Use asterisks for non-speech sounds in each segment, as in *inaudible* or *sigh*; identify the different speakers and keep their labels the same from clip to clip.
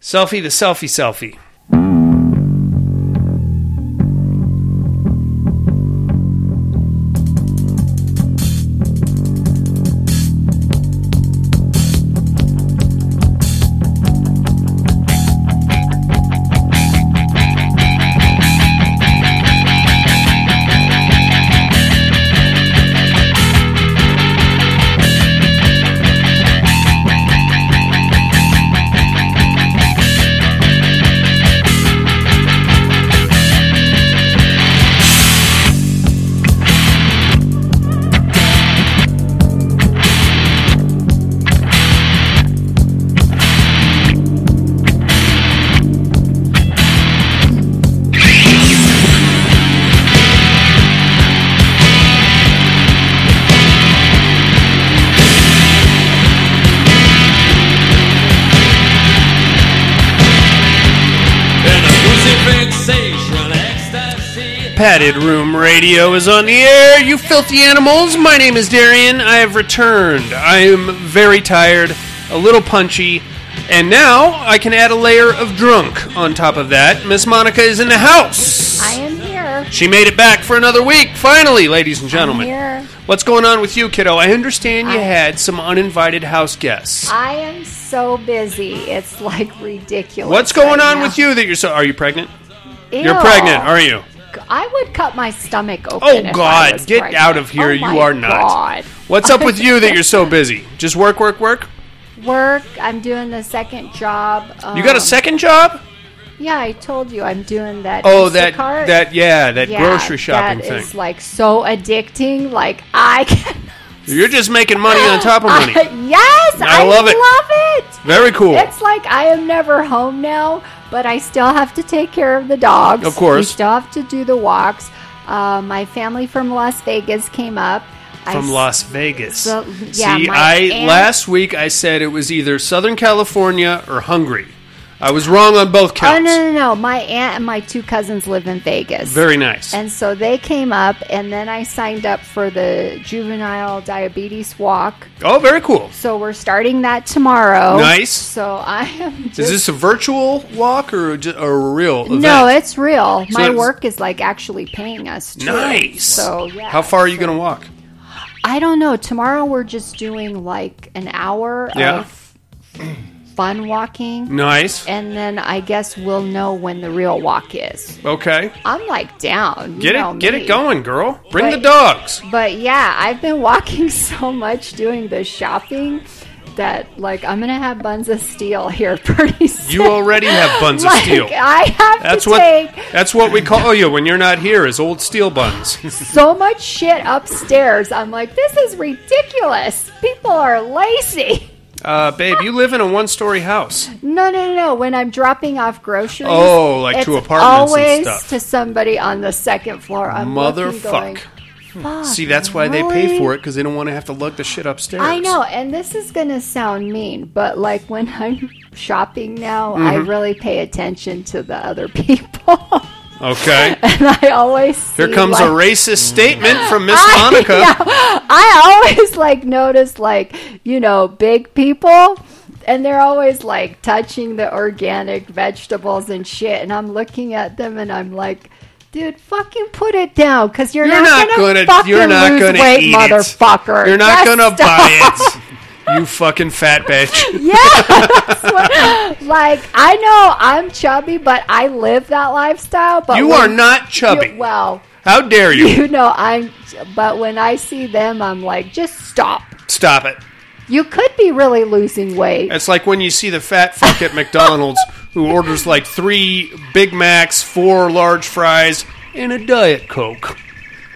Speaker 1: Selfie to selfie selfie. Padded Room Radio is on the air, you filthy animals. My name is Darian. I have returned. I am very tired, a little punchy, and now I can add a layer of drunk on top of that. Miss Monica is in the house.
Speaker 2: I am here.
Speaker 1: She made it back for another week, finally, ladies and gentlemen.
Speaker 2: Here.
Speaker 1: What's going on with you, kiddo? I understand you
Speaker 2: I-
Speaker 1: had some uninvited house guests.
Speaker 2: I am so busy. It's like ridiculous.
Speaker 1: What's going on with you that you're so. Are you pregnant? You're pregnant, are you?
Speaker 2: I would cut my stomach open.
Speaker 1: Oh
Speaker 2: if I
Speaker 1: God,
Speaker 2: was
Speaker 1: get
Speaker 2: pregnant.
Speaker 1: out of here!
Speaker 2: Oh,
Speaker 1: you
Speaker 2: my
Speaker 1: are not.
Speaker 2: God.
Speaker 1: What's up with you that you're so busy? Just work, work, work.
Speaker 2: Work. I'm doing the second job. Um,
Speaker 1: You got a second job?
Speaker 2: Yeah, I told you I'm doing that.
Speaker 1: Oh, that
Speaker 2: Instacart.
Speaker 1: that yeah, that
Speaker 2: Yeah,
Speaker 1: grocery shopping
Speaker 2: that
Speaker 1: thing.
Speaker 2: is like so addicting. Like I can.
Speaker 1: you're just making money on top of
Speaker 2: *laughs*
Speaker 1: money.
Speaker 2: yes,
Speaker 1: I
Speaker 2: I,
Speaker 1: love it.
Speaker 2: Love it.
Speaker 1: Very cool.
Speaker 2: It's like I am never home now, but I still have to take care of the dogs.
Speaker 1: Of course.
Speaker 2: we still have to do the walks. Uh, my family from Las Vegas came up.
Speaker 1: From Las Vegas.
Speaker 2: So- yeah,
Speaker 1: See,
Speaker 2: my
Speaker 1: I
Speaker 2: aunt-
Speaker 1: last week I said it was either Southern California or Hungary. I was wrong on both
Speaker 2: Oh no,
Speaker 1: counts.
Speaker 2: no, no! My aunt and my two cousins live in Vegas.
Speaker 1: Very nice.
Speaker 2: And so they came up, and then I signed up for the juvenile diabetes walk.
Speaker 1: oh, very cool.
Speaker 2: So we're starting that tomorrow.
Speaker 1: Nice.
Speaker 2: So I am. Just,
Speaker 1: Is this a virtual walk or ju- or a real event?
Speaker 2: no? It's real. my
Speaker 1: it's-
Speaker 2: work is like actually paying us. too.
Speaker 1: nice.
Speaker 2: So yeah.
Speaker 1: How far are you going to walk?
Speaker 2: I don't know. Tomorrow we're just doing like an hour
Speaker 1: Yeah.
Speaker 2: of fun walking.
Speaker 1: Nice.
Speaker 2: And then I guess we'll know when the real walk is.
Speaker 1: Okay.
Speaker 2: I'm like down. you
Speaker 1: Get
Speaker 2: know
Speaker 1: it, get
Speaker 2: me.
Speaker 1: it going, girl. Bring the
Speaker 2: But-
Speaker 1: dogs.
Speaker 2: But yeah, I've been *laughs* walking so much doing the shopping that like I'm gonna have buns of steel here *laughs* pretty soon.
Speaker 1: You already have buns of
Speaker 2: *laughs* Like,
Speaker 1: steel.
Speaker 2: I have
Speaker 1: That's
Speaker 2: to
Speaker 1: what
Speaker 2: take
Speaker 1: that's what we call you when you're not here is old steel buns. *laughs*
Speaker 2: so much shit upstairs. I'm like, this is ridiculous. People are lazy. *laughs*
Speaker 1: Uh, babe, you live in a one-story house.
Speaker 2: No, no, no, no. When I'm dropping off groceries,
Speaker 1: Oh, like to
Speaker 2: it's
Speaker 1: apartments and
Speaker 2: always
Speaker 1: stuff.
Speaker 2: to somebody on the second floor. *laughs* I'm looking,
Speaker 1: Motherfuck.
Speaker 2: going, Fuck,
Speaker 1: See, that's why they pay
Speaker 2: really?
Speaker 1: for it because they don't want to have to lug the shit upstairs.
Speaker 2: I know, and this is gonna sound mean, but like when I'm *laughs* shopping now, I
Speaker 1: Mm-hmm.
Speaker 2: really pay attention to the other people, *laughs*
Speaker 1: Okay,
Speaker 2: and I always see,
Speaker 1: here comes
Speaker 2: like,
Speaker 1: a racist statement from Miss
Speaker 2: *laughs* I-
Speaker 1: Monica.
Speaker 2: yeah, I always like notice like you know big people, and they're always like touching the organic vegetables and shit, and I'm looking at them and I'm like. Dude, fucking put it down, cause you're,
Speaker 1: You're not
Speaker 2: gonna,
Speaker 1: gonna-
Speaker 2: fucking
Speaker 1: you're not
Speaker 2: lose
Speaker 1: gonna
Speaker 2: weight,
Speaker 1: eat it.
Speaker 2: motherfucker.
Speaker 1: You're not
Speaker 2: Just
Speaker 1: gonna
Speaker 2: stop.
Speaker 1: buy it, you fucking fat bitch.
Speaker 2: *laughs* Yes. *laughs* like I know I'm chubby, but I live that lifestyle. But
Speaker 1: You
Speaker 2: when-
Speaker 1: are not chubby.
Speaker 2: You, well, *laughs*
Speaker 1: How dare you?
Speaker 2: you know I'm. But when I see them, I'm like, just stop.
Speaker 1: Stop it.
Speaker 2: You could be really losing weight.
Speaker 1: It's like when you see the fat fuck at McDonald's who orders like three Big Macs, four large fries, and a Diet Coke.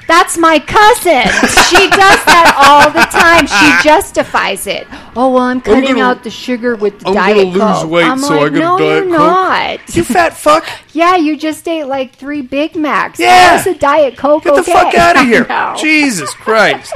Speaker 2: That's my cousin. She does that all the time.
Speaker 1: *laughs*
Speaker 2: She justifies it. Oh well, I'm cutting
Speaker 1: gonna-
Speaker 2: out the sugar with the
Speaker 1: I'm gonna
Speaker 2: diet
Speaker 1: lose
Speaker 2: Coke.
Speaker 1: weight,
Speaker 2: I'm
Speaker 1: so I
Speaker 2: like,
Speaker 1: get a
Speaker 2: no,
Speaker 1: Diet
Speaker 2: you're
Speaker 1: Coke."
Speaker 2: not.
Speaker 1: You fat fuck.
Speaker 2: Yeah, you just ate like three Big Macs.
Speaker 1: Yeah.
Speaker 2: How's a diet Coke.
Speaker 1: Get the
Speaker 2: okay?
Speaker 1: fuck
Speaker 2: *laughs*
Speaker 1: out of here.
Speaker 2: No.
Speaker 1: Jesus Christ.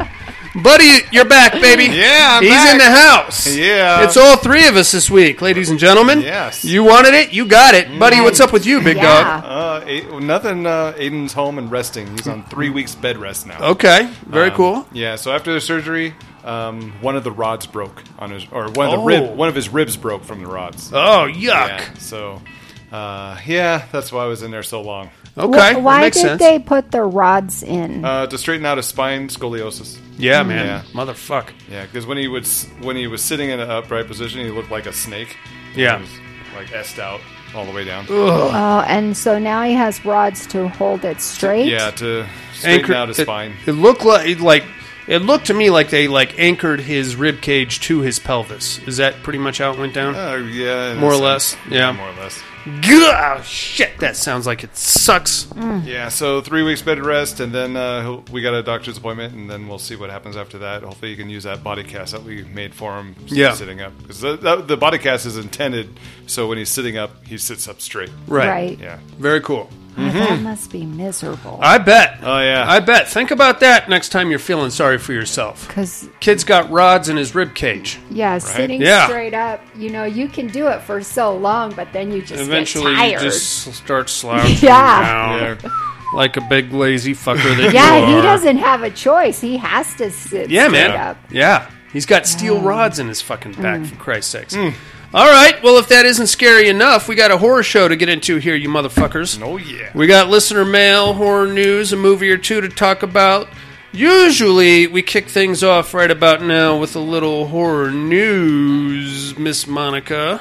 Speaker 1: Buddy, you're back, baby.
Speaker 3: Yeah, I'm
Speaker 1: He's
Speaker 3: back.
Speaker 1: in the house.
Speaker 3: Yeah.
Speaker 1: It's all three of us this week, ladies and gentlemen.
Speaker 3: Yes.
Speaker 1: You wanted it, you got it. Buddy, what's up with you, big
Speaker 2: Yeah.
Speaker 1: dog?
Speaker 3: Uh, A- well, nothing. Uh, Aiden's home and resting. He's on three weeks bed rest now.
Speaker 1: Okay. Very
Speaker 3: Um,
Speaker 1: cool.
Speaker 3: Yeah. So after the surgery, um, one of the rods broke on his, or one of the
Speaker 1: Oh.
Speaker 3: rib, one of his ribs broke from the rods.
Speaker 1: Oh, yuck.
Speaker 3: Yeah, so, uh, yeah, that's why I was in there so long.
Speaker 1: Okay,
Speaker 2: Wh-
Speaker 1: that
Speaker 2: why
Speaker 1: makes
Speaker 2: did
Speaker 1: sense.
Speaker 2: they put the rods in?
Speaker 3: Uh, to straighten out his spine scoliosis.
Speaker 1: Yeah, man,
Speaker 3: Yeah.
Speaker 1: motherfuck.
Speaker 3: Yeah, because when he would s- when he was sitting in an upright position, he looked like a snake.
Speaker 1: Yeah.
Speaker 3: He was, like s'd out all the way down.
Speaker 2: oh, and so now he has rods to hold it straight.
Speaker 3: Yeah, to straighten out his
Speaker 1: it,
Speaker 3: spine.
Speaker 1: It looked like it, like it looked to me like they like anchored his rib cage to his pelvis. Is that pretty much how it went down?
Speaker 3: Uh, yeah, in a
Speaker 1: More or
Speaker 3: sense.
Speaker 1: less, yeah.
Speaker 3: more or less.
Speaker 1: Gah, shit, that sounds like it sucks.
Speaker 3: Yeah, so three weeks bed rest, and then uh, he'll- we got a doctor's appointment, and then we'll see what happens after that. Hopefully, you can use that body cast that we made for him s-
Speaker 1: Yeah.
Speaker 3: sitting up because the, that- the body cast is intended so when he's sitting up, he sits up straight.
Speaker 1: Right.
Speaker 2: Right.
Speaker 3: Yeah,
Speaker 1: Very cool.
Speaker 2: Oh, that
Speaker 1: Hmm.
Speaker 2: must be miserable.
Speaker 1: I bet.
Speaker 3: Oh, yeah.
Speaker 1: I bet. Think about that next time you're feeling sorry for yourself.
Speaker 2: Because
Speaker 1: Kid's got rods in his rib cage.
Speaker 2: yeah, sitting
Speaker 1: Yeah.
Speaker 2: straight up, you know, you can do it for so long, but then you just
Speaker 1: Eventually,
Speaker 2: get
Speaker 1: you
Speaker 2: tired.
Speaker 1: just start slouching
Speaker 2: Yeah.
Speaker 1: down like a big lazy
Speaker 2: *laughs*
Speaker 1: fucker that
Speaker 2: *laughs* yeah,
Speaker 1: you are.
Speaker 2: he doesn't have a choice. He has to sit
Speaker 1: Yeah,
Speaker 2: straight
Speaker 1: man.
Speaker 2: up.
Speaker 1: Yeah. He's got steel rods in his fucking back,
Speaker 2: Mm.
Speaker 1: for Christ's sakes. All right. Well, if that isn't scary enough, we got a horror show to get into here, you motherfuckers.
Speaker 3: oh yeah. *laughs*
Speaker 1: We got listener mail, horror news, a movie or two to talk about. Usually, we kick things off right about now with a little horror news, Miss Monica.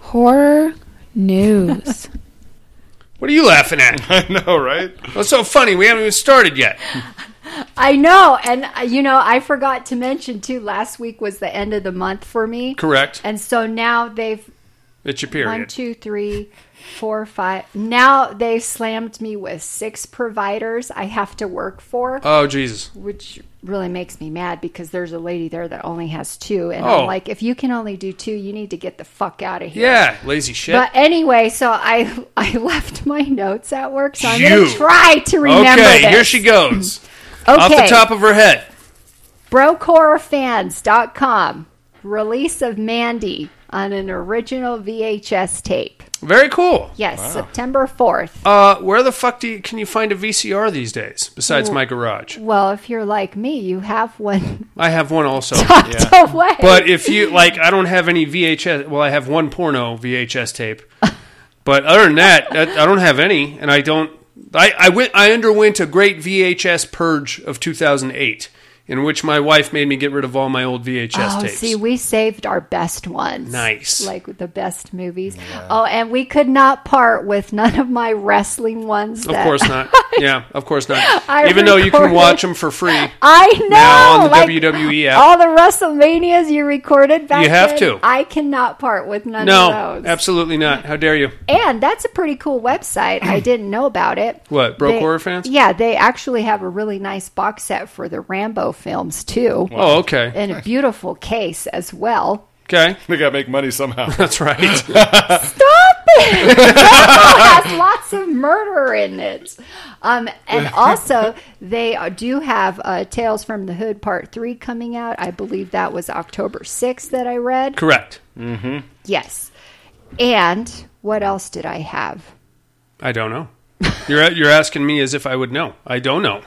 Speaker 4: Horror news. *laughs*
Speaker 1: What are you laughing *laughs* at?
Speaker 3: I know, right?
Speaker 1: What's so funny? We haven't even started yet.
Speaker 2: I know, and uh, you know, I forgot to mention too. Last week was the end of the month for me,
Speaker 1: Correct.
Speaker 2: and so now they've
Speaker 1: It's your
Speaker 2: one,
Speaker 1: period.
Speaker 2: two, three, four, five. Now they've slammed me with six providers I have to work for,
Speaker 1: Oh, Jesus.
Speaker 2: which really makes me mad because there's a lady there that only has two, and
Speaker 1: Oh.
Speaker 2: I'm like, if you can only do two, you need to get the fuck out of here.
Speaker 1: Yeah, lazy shit.
Speaker 2: But anyway, so I *laughs* I left my notes at work, so I'm going
Speaker 1: You.
Speaker 2: to try to remember.
Speaker 1: okay,
Speaker 2: this.
Speaker 1: here she
Speaker 2: *clears throat*
Speaker 1: goes.
Speaker 2: Okay.
Speaker 1: Off the top of her head.
Speaker 2: Brocorefans.com. Release of Mandy on an original VHS tape.
Speaker 1: Very cool.
Speaker 2: Yes, September 4th.
Speaker 1: Uh, where the fuck do you, can you find a VCR these days besides my garage?
Speaker 2: Well, if you're like me, you have one *laughs*
Speaker 1: I have one also.
Speaker 2: tucked away.
Speaker 1: but if you like, I don't have any VHS. Well, I have one porno VHS tape, but other than that, that- I don't have any, and I don't. I, I went. I underwent a great VHS purge of 2008, in which my wife made me get rid of all my old VHS
Speaker 2: oh,
Speaker 1: tapes.
Speaker 2: see, we saved our best ones.
Speaker 1: Nice.
Speaker 2: Like the best movies. Oh, and we could not part with none of my wrestling ones.
Speaker 1: of
Speaker 2: that-
Speaker 1: course
Speaker 2: *laughs*
Speaker 1: not. Yeah, of course not.
Speaker 2: I
Speaker 1: Even though you can
Speaker 2: recorded-
Speaker 1: watch them for
Speaker 2: *laughs*
Speaker 1: free.
Speaker 2: I know.
Speaker 1: Now on the
Speaker 2: like,
Speaker 1: WWE app.
Speaker 2: All the WrestleManias you recorded back
Speaker 1: You have
Speaker 2: then,
Speaker 1: to.
Speaker 2: I cannot part with none
Speaker 1: No,
Speaker 2: of those.
Speaker 1: absolutely not. How
Speaker 2: *laughs*
Speaker 1: dare you?
Speaker 2: And that's a pretty cool website. I didn't know about it.
Speaker 1: *clears throat* What, Broke
Speaker 2: They-
Speaker 1: Horror Fans?
Speaker 2: Yeah, they actually have a really nice box set for the Rambo films too,
Speaker 1: Oh, okay.
Speaker 2: and a beautiful case as well.
Speaker 1: Okay.
Speaker 3: They gotta make money somehow.
Speaker 1: *laughs* That's right.
Speaker 2: Stop it! Rambo
Speaker 1: *laughs*
Speaker 2: has lots of murder in it. Um, and also, they do have uh, Tales from the Hood Part Three coming out. I believe that was October sixth that I read.
Speaker 1: Correct.
Speaker 2: Yes. And what else did I have?
Speaker 1: I don't know. You're you're asking me as if I would know. I don't know.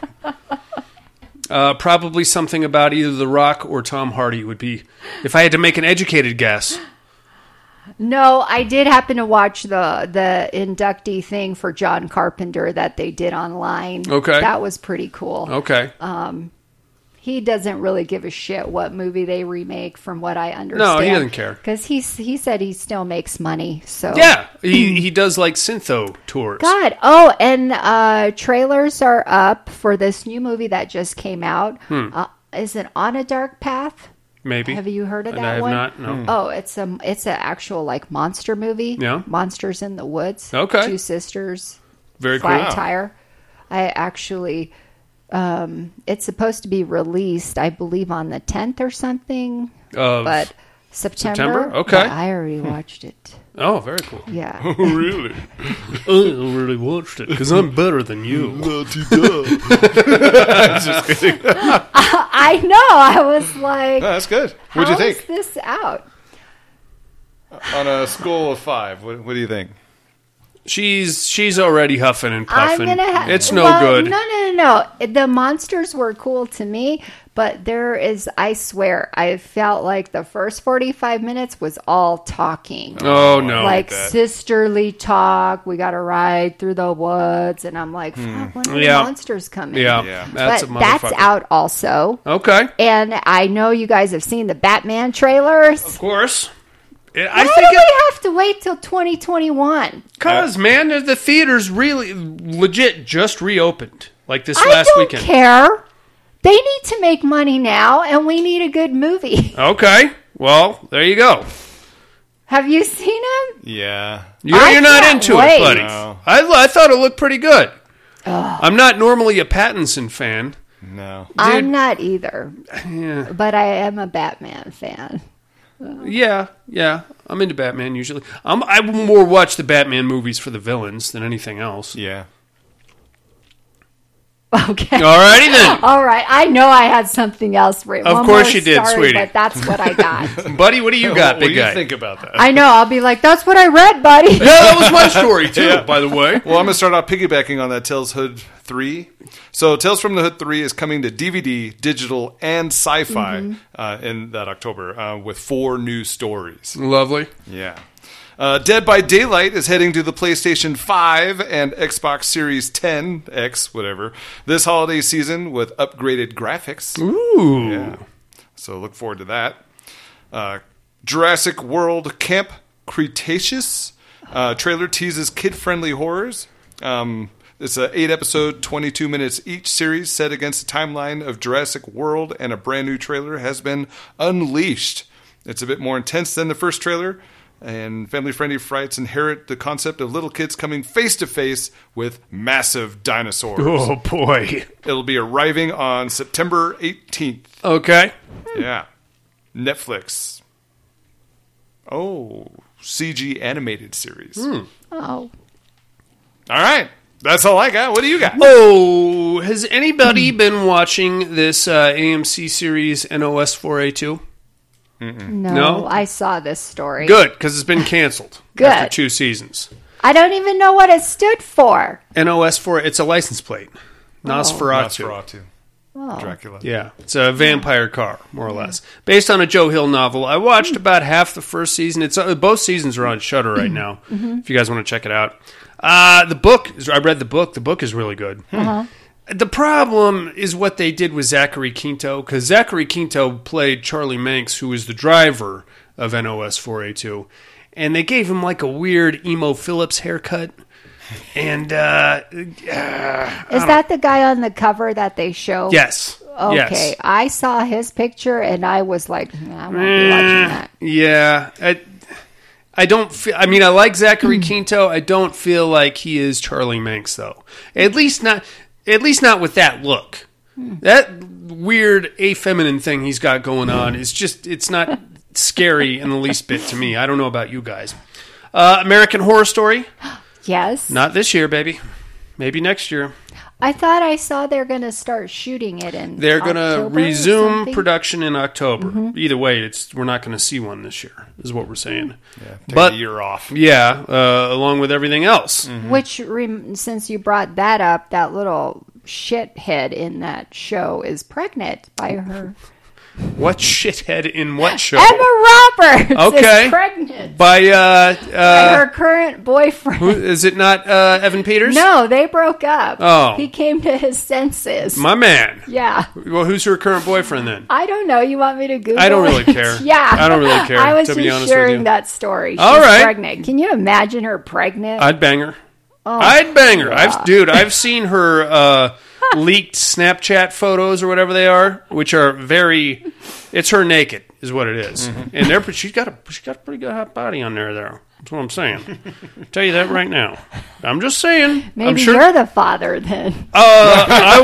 Speaker 1: Uh, probably something about either The Rock or Tom Hardy would be, if I had to make an educated guess.
Speaker 2: No, I did happen to watch the the inductee thing for John Carpenter that they did online.
Speaker 1: Okay. Oh.
Speaker 2: that was pretty cool.
Speaker 1: Okay.
Speaker 2: Oh. He doesn't really give a shit what movie they remake, from what I understand.
Speaker 1: No, he doesn't care.
Speaker 2: because he he said he still makes money. So
Speaker 1: yeah, he he does like syntho tours.
Speaker 2: God. Oh, and uh, trailers are up for this new movie that just came out. Uh, is it On a Dark Path?
Speaker 1: Hmm. Maybe.
Speaker 2: Have you heard of
Speaker 1: And
Speaker 2: that
Speaker 1: I have
Speaker 2: one?
Speaker 1: not, no.
Speaker 2: Oh, it's a it's an actual like monster movie.
Speaker 1: Yeah.
Speaker 2: Monsters in the Woods.
Speaker 1: Okay.
Speaker 2: Two sisters.
Speaker 1: Very
Speaker 2: flat
Speaker 1: cool.
Speaker 2: tire. I actually, um, it's supposed to be released, I believe, on the tenth or something,
Speaker 1: Of-
Speaker 2: but September.
Speaker 1: September? Okay. Hmm.
Speaker 2: But I already watched it.
Speaker 1: oh, very cool. *laughs*
Speaker 2: Yeah.
Speaker 3: really?
Speaker 1: I really watched it because I'm better than you.
Speaker 3: I'm just kidding.
Speaker 2: I know. I was like,
Speaker 3: No, that's good.
Speaker 2: how
Speaker 3: What'd you
Speaker 2: is
Speaker 3: think?
Speaker 2: this out?
Speaker 3: On a school of five, what, what do you think?
Speaker 1: She's she's already huffing and puffing.
Speaker 2: I'm gonna ha-
Speaker 1: it's no
Speaker 2: well,
Speaker 1: good.
Speaker 2: No, no, no, no. The monsters were cool to me, but there is, I swear, I felt like the first 45 minutes was all talking.
Speaker 1: Oh no.
Speaker 2: like
Speaker 3: that.
Speaker 2: sisterly talk. We got to ride through the woods, and I'm like, "Fuck, when do
Speaker 1: Hmm. Yeah.
Speaker 2: the monsters coming?
Speaker 1: yeah,
Speaker 3: Yeah.
Speaker 1: that's
Speaker 2: but
Speaker 1: a
Speaker 2: that's
Speaker 1: motherfucker.
Speaker 2: out also.
Speaker 1: Okay,
Speaker 2: And I know you guys have seen the Batman trailers.
Speaker 1: of course. It,
Speaker 2: Why
Speaker 1: I think
Speaker 2: do
Speaker 1: it,
Speaker 2: we have to wait till 2021? Uh,
Speaker 1: Cause man, the theaters really legit just reopened like this
Speaker 2: I
Speaker 1: last
Speaker 2: don't
Speaker 1: weekend.
Speaker 2: care. They need to make money now, and we need a good movie. *laughs*
Speaker 1: Okay, well there you go.
Speaker 2: have you seen him?
Speaker 3: Yeah.
Speaker 1: You're,
Speaker 2: I
Speaker 1: you're not
Speaker 2: can't
Speaker 1: into
Speaker 2: wait.
Speaker 1: it, buddy.
Speaker 3: No.
Speaker 1: I lo- I thought it looked pretty good. I'm not normally a Pattinson fan.
Speaker 3: No.
Speaker 2: I'm not either,
Speaker 1: Yeah,
Speaker 2: but I am a Batman fan. *laughs*
Speaker 1: yeah, yeah. I'm into Batman usually. I'm, I more watch the Batman movies for the villains than anything else.
Speaker 3: Yeah.
Speaker 2: Okay.
Speaker 1: Alrighty then.
Speaker 2: All right, I know I had something else written.
Speaker 1: Of
Speaker 2: One
Speaker 1: course
Speaker 2: more
Speaker 1: you did,
Speaker 2: story,
Speaker 1: sweetie.
Speaker 2: But that's what I
Speaker 1: *laughs*
Speaker 2: got.
Speaker 1: Buddy, what do you got,
Speaker 3: *laughs* what
Speaker 1: big
Speaker 3: do
Speaker 1: guy?
Speaker 3: you think about that?
Speaker 2: I know. I'll be like, that's what I read,
Speaker 1: *laughs*
Speaker 2: buddy.
Speaker 1: Yeah, that was my
Speaker 3: *laughs*
Speaker 1: story too,
Speaker 3: Yeah.
Speaker 1: by the way.
Speaker 3: Well, I'm going to start off piggybacking on that Tales Hood 3. So, Tales from the Hood 3 is coming to DVD, digital, and sci fi uh, in that October uh, with four new stories.
Speaker 1: Lovely.
Speaker 3: Yeah. Uh, Dead by Daylight is heading to the PlayStation 5 and Xbox Series 10, X, whatever, this holiday season with upgraded graphics.
Speaker 1: Ooh.
Speaker 3: Yeah. So look forward to that. Uh, Jurassic World Camp Cretaceous uh, trailer teases kid-friendly horrors. Um, it's an eight-episode, 22 minutes each series set against the timeline of Jurassic World, and a brand new trailer has been unleashed. It's a bit more intense than the first trailer, and family-friendly frights inherit the concept of little kids coming face to face with massive dinosaurs.
Speaker 1: Oh boy.
Speaker 3: *laughs* It'll be arriving on September 18th.
Speaker 1: Okay.
Speaker 3: Yeah. Netflix. Oh, CG animated series.
Speaker 2: Oh,
Speaker 3: All right. That's all I got. What do you got?
Speaker 1: Oh, has anybody been watching this uh, AMC series NOS 4A2?
Speaker 2: no,
Speaker 1: No?
Speaker 2: I saw this story.
Speaker 1: Good, because it's been canceled
Speaker 2: Good.
Speaker 1: after two seasons.
Speaker 2: I don't even know what it stood for.
Speaker 1: NOS 4, it's a license plate. Nosferatu.
Speaker 3: Nosferatu.
Speaker 2: Oh.
Speaker 3: Dracula.
Speaker 1: Yeah, it's a vampire car, more or less, based on a Joe Hill novel. I watched about half the first season. It's uh, both seasons are on Shutter right now. If you guys want to check it out, uh, the book is, I read the book. The book is really good. The problem is what they did with Zachary Quinto because Zachary Quinto played Charlie Manx, who was the driver of NOS 4A2, and they gave him like a weird emo Phillips haircut. And uh,
Speaker 2: Is that the guy on the cover that they show?
Speaker 1: yes,
Speaker 2: Okay,
Speaker 1: yes.
Speaker 2: I saw his picture and I was like, nah, I won't
Speaker 1: Mm.
Speaker 2: be watching that.
Speaker 1: Yeah, I, I don't feel. I mean, I like
Speaker 2: Hmm.
Speaker 1: Zachary Quinto. I don't feel like he is Charlie Manx, though. At least not. At least not with that look.
Speaker 2: Hmm.
Speaker 1: That weird effeminine thing he's got going on is just. It's
Speaker 2: *laughs*
Speaker 1: not scary in the least bit to me. I don't know about you guys. Uh, American Horror Story.
Speaker 2: Yes,
Speaker 1: Not this year, baby. Maybe next year.
Speaker 2: I thought I saw they're going to start shooting it in.
Speaker 1: They're going to
Speaker 2: October or
Speaker 1: resume
Speaker 2: something. Mm-hmm.
Speaker 1: production in October. Either way, it's we're not going to see one this year. Is what we're saying.
Speaker 3: Take
Speaker 1: But-
Speaker 3: a year off.
Speaker 1: Yeah, uh, along with everything else.
Speaker 2: Which, rem- since you brought that up, that little shithead in that show is pregnant
Speaker 1: *laughs*
Speaker 2: by her.
Speaker 1: What shithead in what show?
Speaker 2: Emma Roberts
Speaker 1: Okay.
Speaker 2: is pregnant
Speaker 1: By uh,
Speaker 2: by
Speaker 1: uh
Speaker 2: her current boyfriend.
Speaker 1: who- is it not uh Evan Peters?
Speaker 2: *laughs* no, they broke up.
Speaker 1: Oh.
Speaker 2: He came to his senses.
Speaker 1: my man.
Speaker 2: yeah.
Speaker 1: Well, who's her current boyfriend then?
Speaker 2: I don't know. You want me to Google?
Speaker 1: I don't really
Speaker 2: it?
Speaker 1: care.
Speaker 2: *laughs* yeah,
Speaker 1: I don't really care,
Speaker 2: I was
Speaker 1: to
Speaker 2: just
Speaker 1: be honest with
Speaker 2: sharing
Speaker 1: you.
Speaker 2: that story. She's
Speaker 1: All right.
Speaker 2: pregnant. Can you imagine her pregnant?
Speaker 1: I'd bang her.
Speaker 2: Oh.
Speaker 1: I'd bang her. I've dude,
Speaker 2: *laughs*
Speaker 1: I've seen her uh leaked Snapchat photos or whatever they are, which are very it's her naked is what it is. And they're she's got a she's got a pretty good hot body on there though. That's what I'm saying.
Speaker 2: *laughs*
Speaker 1: Tell you that right now. I'm just saying.
Speaker 2: Maybe
Speaker 1: I'm sure
Speaker 2: you're the father then.
Speaker 1: Uh, I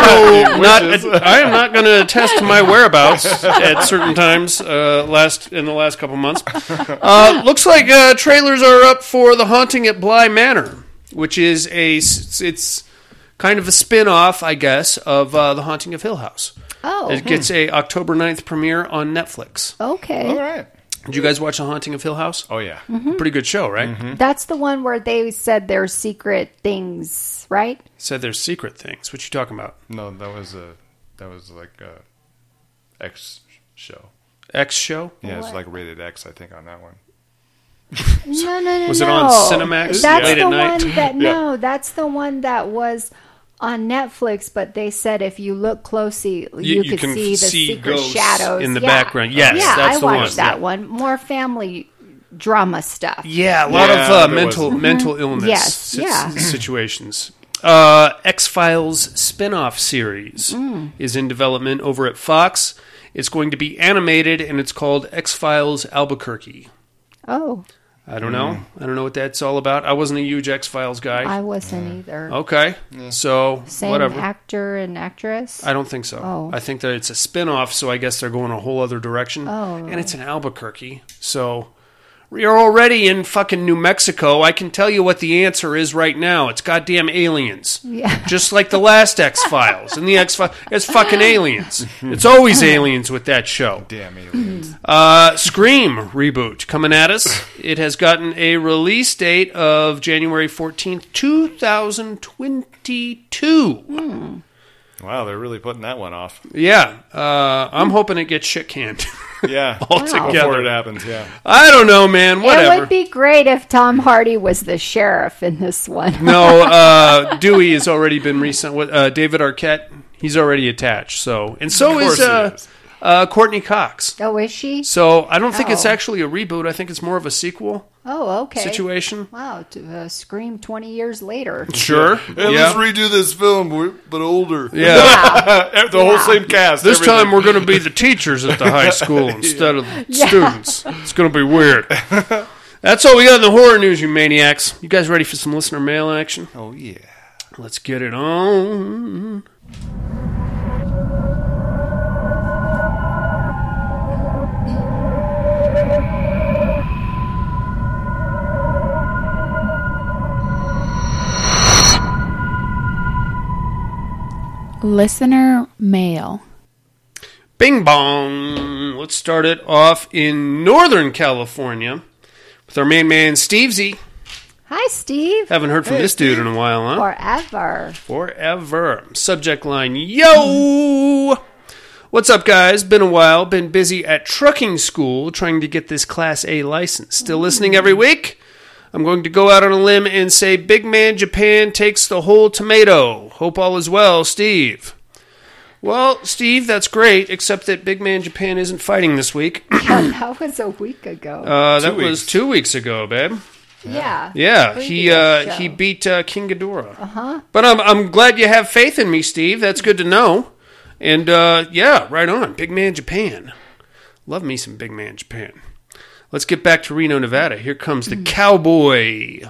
Speaker 1: will not. I am not going to attest to my whereabouts at certain times. Uh, last in the last couple months, uh, looks like uh, trailers are up for the haunting at Bly Manor, which is a s- it's kind of a spin off, I guess, of uh, the haunting of Hill House.
Speaker 2: Oh.
Speaker 1: It gets a October 9th premiere on Netflix.
Speaker 2: Okay.
Speaker 3: All right.
Speaker 1: Did you guys watch The Haunting of Hill House?
Speaker 3: Oh yeah.
Speaker 1: Pretty good show, right?
Speaker 2: That's the one where they said their secret things, right?
Speaker 1: Said there's secret things. What you talking about?
Speaker 3: No, that was a that was like a X show.
Speaker 1: X show?
Speaker 3: Yeah, it's
Speaker 2: What?
Speaker 3: like rated X, I think, on that one.
Speaker 2: No, no, no.
Speaker 1: Was it
Speaker 2: no.
Speaker 1: on Cinemax
Speaker 2: That's
Speaker 1: late
Speaker 2: the
Speaker 1: at night? *laughs*
Speaker 2: one that no, that's the one that was on Netflix. But they said if you look closely, you,
Speaker 1: You- you
Speaker 2: could
Speaker 1: can
Speaker 2: see the
Speaker 1: see
Speaker 2: secret
Speaker 1: ghosts
Speaker 2: shadows
Speaker 1: in the
Speaker 2: Yeah.
Speaker 1: background. Yes,
Speaker 2: yeah,
Speaker 1: that's
Speaker 2: I
Speaker 1: the
Speaker 2: watched
Speaker 1: one.
Speaker 2: that
Speaker 1: Yeah.
Speaker 2: one. More family drama stuff.
Speaker 1: Yeah, a lot
Speaker 3: Yeah,
Speaker 1: of uh,
Speaker 3: there
Speaker 1: mental
Speaker 3: was-
Speaker 1: mental illness
Speaker 2: Yes,
Speaker 1: si-
Speaker 2: yeah.
Speaker 1: situations. Uh, X Files spin-off series
Speaker 2: Mm.
Speaker 1: is in development over at Fox. It's going to be animated and it's called X Files Albuquerque.
Speaker 2: Oh,
Speaker 1: I don't know. I don't know what that's all about. I wasn't a huge X Files guy.
Speaker 2: I wasn't either.
Speaker 1: okay, so
Speaker 2: Same
Speaker 1: Oh, whatever.
Speaker 2: actor and actress.
Speaker 1: I don't think so.
Speaker 2: Oh.
Speaker 1: I think that it's a spin-off, so I guess they're going a whole other direction.
Speaker 2: Oh.
Speaker 1: And it's in Albuquerque. So you're already in fucking New Mexico. I can tell you what the answer is right now. It's goddamn aliens.
Speaker 2: Yeah. *laughs*
Speaker 1: Just like the last X-Files and the X-Files. It's fucking aliens. It's always aliens with that show.
Speaker 3: Damn *laughs* aliens.
Speaker 1: Uh, Scream reboot coming at us. It has gotten a release date of January 14th, 2022.
Speaker 3: wow, they're really putting that one off.
Speaker 1: Yeah, uh, I'm hoping it gets shit canned. *laughs*
Speaker 3: *laughs* Yeah. Before it
Speaker 1: Altogether.
Speaker 3: happens, *laughs* yeah.
Speaker 1: I don't know, man.
Speaker 2: It
Speaker 1: Whatever.
Speaker 2: would be great if Tom Hardy was the sheriff in this one.
Speaker 1: no, uh, Dewey has already been recent. What, Uh, David Arquette, he's already attached. So, and so
Speaker 3: course
Speaker 1: is, uh,
Speaker 3: he is.
Speaker 1: Uh, Courtney Cox.
Speaker 2: *laughs* Oh, is she?
Speaker 1: So I don't think it's
Speaker 2: Oh.
Speaker 1: actually a reboot. I think it's more of a sequel
Speaker 2: Oh, okay.
Speaker 1: situation.
Speaker 2: Wow, to uh, scream 20
Speaker 1: *laughs*
Speaker 2: years later.
Speaker 1: Sure.
Speaker 3: Hey, Let's redo this film, we're- but older.
Speaker 2: *laughs*
Speaker 1: yeah.
Speaker 3: *laughs* the whole same cast.
Speaker 1: This
Speaker 3: everything.
Speaker 1: time we're going to be the teachers at the high school instead of the students. It's going to be weird. That's all we got in the horror news, you maniacs. You guys ready for some listener mail action?
Speaker 3: Oh yeah.
Speaker 1: Let's get it on.
Speaker 4: Listener mail.
Speaker 1: Bing bong. Let's start it off in Northern California with our main man, Steve Z.
Speaker 2: Hi, Steve.
Speaker 1: Haven't heard from this dude in a while, huh?
Speaker 2: Forever.
Speaker 1: Forever. Subject line Yo! What's up, guys? Been a while. Been busy at trucking school trying to get this Class A license. Still listening every week? I'm going to go out on a limb and say Big Man Japan takes the whole tomato. Hope all is well, Steve. Well, Steve, that's great, except that Big Man Japan isn't fighting this week.
Speaker 2: that was a week ago.
Speaker 1: Uh, that
Speaker 3: Two
Speaker 1: was
Speaker 3: weeks.
Speaker 1: two weeks ago, babe.
Speaker 2: yeah.
Speaker 1: Yeah,
Speaker 2: Previous
Speaker 1: he uh,
Speaker 2: show.
Speaker 1: he beat uh, King Ghidorah. Uh huh. But I'm I'm glad you have faith in me, Steve. That's good to know. And uh, yeah, right on, Big Man Japan. Love me some Big Man Japan. Let's get back to Reno, Nevada. Here comes the cowboy.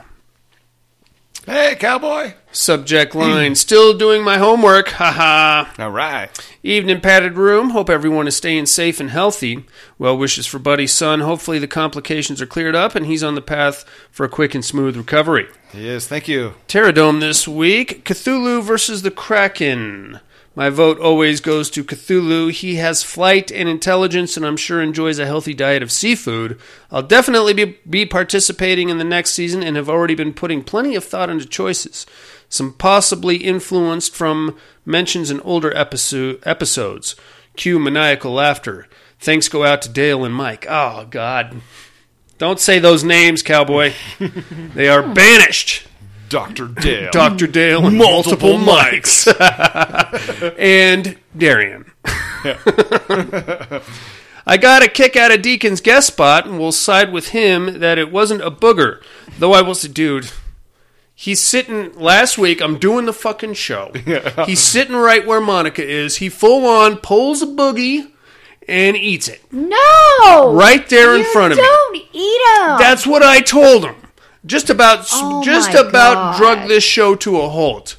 Speaker 3: Hey, cowboy.
Speaker 1: Subject line: Still doing my homework. Haha.
Speaker 3: All right.
Speaker 1: Evening, padded room. Hope everyone is staying safe and healthy. Well wishes for Buddy's son. Hopefully the complications are cleared up and he's on the path for a quick and smooth recovery.
Speaker 3: Yes, thank you.
Speaker 1: Terradome this week Cthulhu versus the Kraken. My vote always goes to Cthulhu. He has flight and intelligence, and I'm sure enjoys a healthy diet of seafood. I'll definitely be, be participating in the next season and have already been putting plenty of thought into choices, some possibly influenced from mentions in older episode, episodes. Cue maniacal laughter. Thanks go out to Dale and Mike. Oh, God. Don't say those names, cowboy. they are banished.
Speaker 3: *laughs* Dr. Dale.
Speaker 1: Dr. Dale and multiple, mics. and Darian. *laughs* I got a kick out of Deacon's guest spot and will side with him that it wasn't a booger. Though I will say, dude, he's sitting last week. I'm doing the fucking show. he's sitting right where Monica is. He full on pulls a boogie and eats it
Speaker 2: No!
Speaker 1: right there in
Speaker 2: You
Speaker 1: front of me.
Speaker 2: Don't eat him!
Speaker 1: That's what I told him. Just about,
Speaker 2: Oh
Speaker 1: just
Speaker 2: my
Speaker 1: about
Speaker 2: God.
Speaker 1: drug this show to a halt.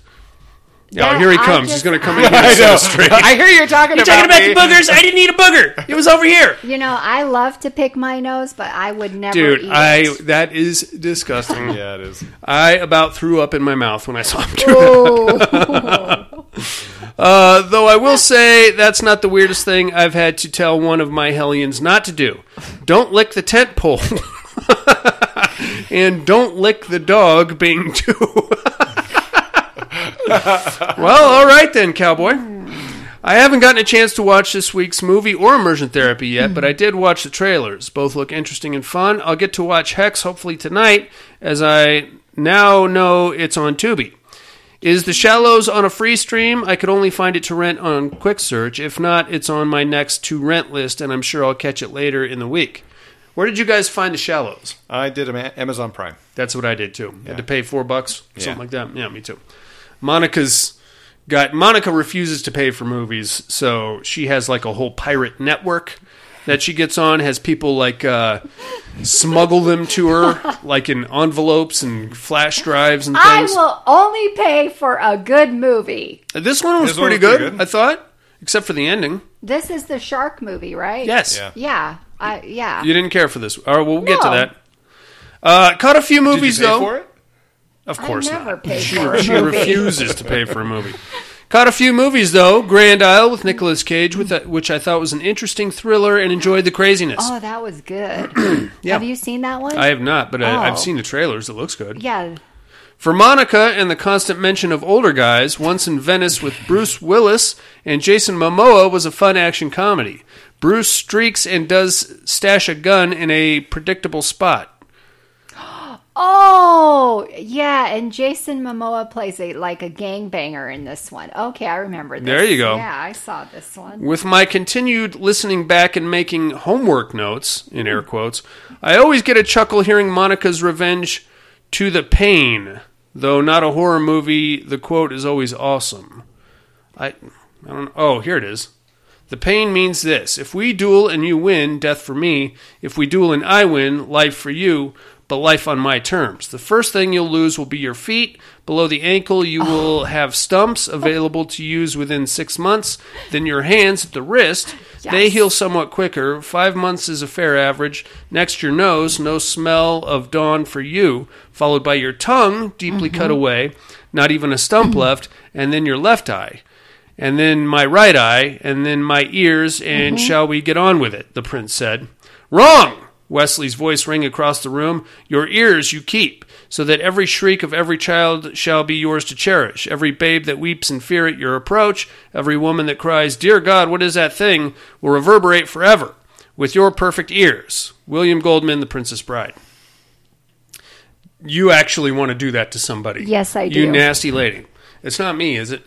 Speaker 1: Yeah,
Speaker 2: That-
Speaker 1: here he
Speaker 2: I
Speaker 1: comes. He's
Speaker 2: just-
Speaker 1: going *laughs* to come in. I know. Straight.
Speaker 3: *laughs* I hear you're talking
Speaker 1: You're talking about the boogers. I didn't need a *laughs* booger. It was over here,
Speaker 2: you know, I love to pick my nose, but I would never
Speaker 1: dude.
Speaker 2: eat
Speaker 1: I *laughs*
Speaker 2: it.
Speaker 1: that is *laughs* disgusting.
Speaker 3: Yeah, it is.
Speaker 1: I about threw up in my mouth when I saw him. do it.
Speaker 2: Oh.
Speaker 1: Uh, though I will say that's not the weirdest thing I've had to tell one of my hellions not to do. Don't lick the tent pole. *laughs* and don't lick the dog, Bing, *laughs* too. well, all right then, cowboy. I haven't gotten a chance to watch this week's movie or immersion therapy yet, but I did watch the trailers. Both look interesting and fun. I'll get to watch Hex hopefully tonight, as I now know it's on Tubi. Is The Shallows on a free stream? I could only find it to rent on Quick Search. If not, it's on my next to rent list, and I'm sure I'll catch it later in the week. Where did you guys find The Shallows?
Speaker 3: I did Ama- Amazon Prime.
Speaker 1: That's what I did too. Had to pay four bucks, something
Speaker 3: Yeah.
Speaker 1: like that. Yeah, me too. Monica's got Monica refuses to pay for movies, so she has like a whole pirate network that she gets on. Has people like uh, smuggle them to her, like in envelopes and flash drives and
Speaker 2: I
Speaker 1: things.
Speaker 2: will only pay for a good movie.
Speaker 1: This one was
Speaker 3: This one
Speaker 1: pretty
Speaker 3: was
Speaker 1: good,
Speaker 3: pretty good.
Speaker 1: I thought, except for the ending.
Speaker 2: This is the shark movie, right?
Speaker 1: Yes,
Speaker 3: Yeah.
Speaker 2: Yeah. I yeah.
Speaker 1: you didn't care for this. All right, we'll get to
Speaker 2: No.
Speaker 1: that. Uh, caught a few movies
Speaker 3: did you pay
Speaker 1: though.
Speaker 3: for it?
Speaker 1: Of
Speaker 2: I
Speaker 1: course
Speaker 2: never
Speaker 1: not.
Speaker 2: pay
Speaker 1: she
Speaker 2: for a
Speaker 1: she
Speaker 2: movie.
Speaker 1: refuses to pay for a movie. Caught a few movies though. Grand Isle with Nicolas Cage, with that, which I thought was an interesting thriller and enjoyed the craziness.
Speaker 2: Oh, that was good.
Speaker 1: *clears throat* Yeah.
Speaker 2: Have you seen that one?
Speaker 1: I have not, but I,
Speaker 2: Oh.
Speaker 1: I've seen the trailers. It looks good.
Speaker 2: yeah.
Speaker 1: For Monica and the constant mention of older guys, Once in Venice with Bruce Willis and Jason Momoa was a fun action comedy. Bruce streaks and does stash a gun in a predictable spot.
Speaker 2: Oh, yeah, and Jason Momoa plays a like a gangbanger in this one. Okay, I remember this.
Speaker 1: There you go.
Speaker 2: Yeah, I saw this one.
Speaker 1: With my continued listening back and making homework notes, in air quotes, I always get a chuckle hearing Monica's revenge to the pain. Though not a horror movie, the quote is always awesome. I, I don't. Oh, here it is. The pain means this: if we duel and you win, death for me. If we duel and I win, life for you. But life on my terms. The first thing you'll lose will be your feet. Below the ankle, you will have stumps available to use within six months. Then your hands at the wrist. They
Speaker 2: Yes.
Speaker 1: heal somewhat quicker. Five months is a fair average. Next, your nose. No smell of dawn for you. Followed by your tongue, deeply cut away. Not even a stump left. And then your left eye and then my right eye, and then my ears, and
Speaker 2: Mm-hmm.
Speaker 1: shall we get on with it? The prince said. Wrong! Wesley's voice rang across the room. Your ears you keep, so that every shriek of every child shall be yours to cherish, every babe that weeps in fear at your approach, every woman that cries, Dear God, what is that thing? will reverberate forever with your perfect ears. William Goldman, The Princess Bride. You actually want to do that to somebody.
Speaker 2: Yes, I
Speaker 1: You
Speaker 2: do.
Speaker 1: nasty lady. It's not me, is it?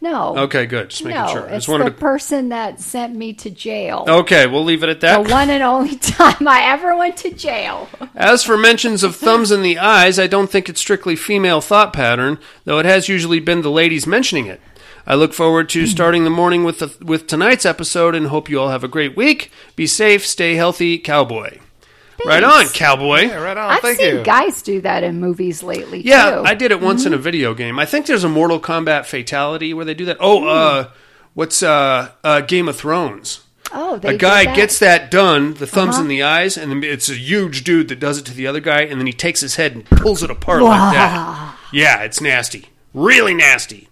Speaker 2: No.
Speaker 1: Okay, good. Just making
Speaker 2: No,
Speaker 1: sure. I
Speaker 2: it's
Speaker 1: just
Speaker 2: the
Speaker 1: wanted to.
Speaker 2: person that sent me to jail.
Speaker 1: Okay, we'll leave it at
Speaker 2: The
Speaker 1: that.
Speaker 2: one and only *laughs* time I ever went to jail.
Speaker 3: Oh,
Speaker 1: As for mentions
Speaker 2: Mm-hmm.
Speaker 1: of thumbs in the eyes, I don't think it's strictly female thought pattern, though it has usually been the ladies mentioning it. I look forward
Speaker 2: Mm.
Speaker 1: to starting the morning with the, with tonight's episode and hope you all have a great week. Be safe, stay healthy, cowboy. Right on, cowboy.
Speaker 3: Yeah, right on.
Speaker 2: I've
Speaker 3: Thank
Speaker 2: seen
Speaker 3: you.
Speaker 2: guys do that in movies lately
Speaker 1: Yeah,
Speaker 2: too.
Speaker 1: I did it once in a
Speaker 2: Mm-hmm.
Speaker 1: video game. I think there's a Mortal Kombat fatality where they do that.
Speaker 2: Mm.
Speaker 1: Oh, uh, what's uh, uh, Game of Thrones?
Speaker 2: Oh, they
Speaker 1: a
Speaker 2: do
Speaker 1: guy
Speaker 2: that? Uh-huh.
Speaker 1: gets that done, the thumbs in the eyes, and then it's a huge dude that does it to the other guy, and then he takes his head and pulls it apart like
Speaker 2: *laughs*
Speaker 1: that. Yeah, it's nasty, really nasty.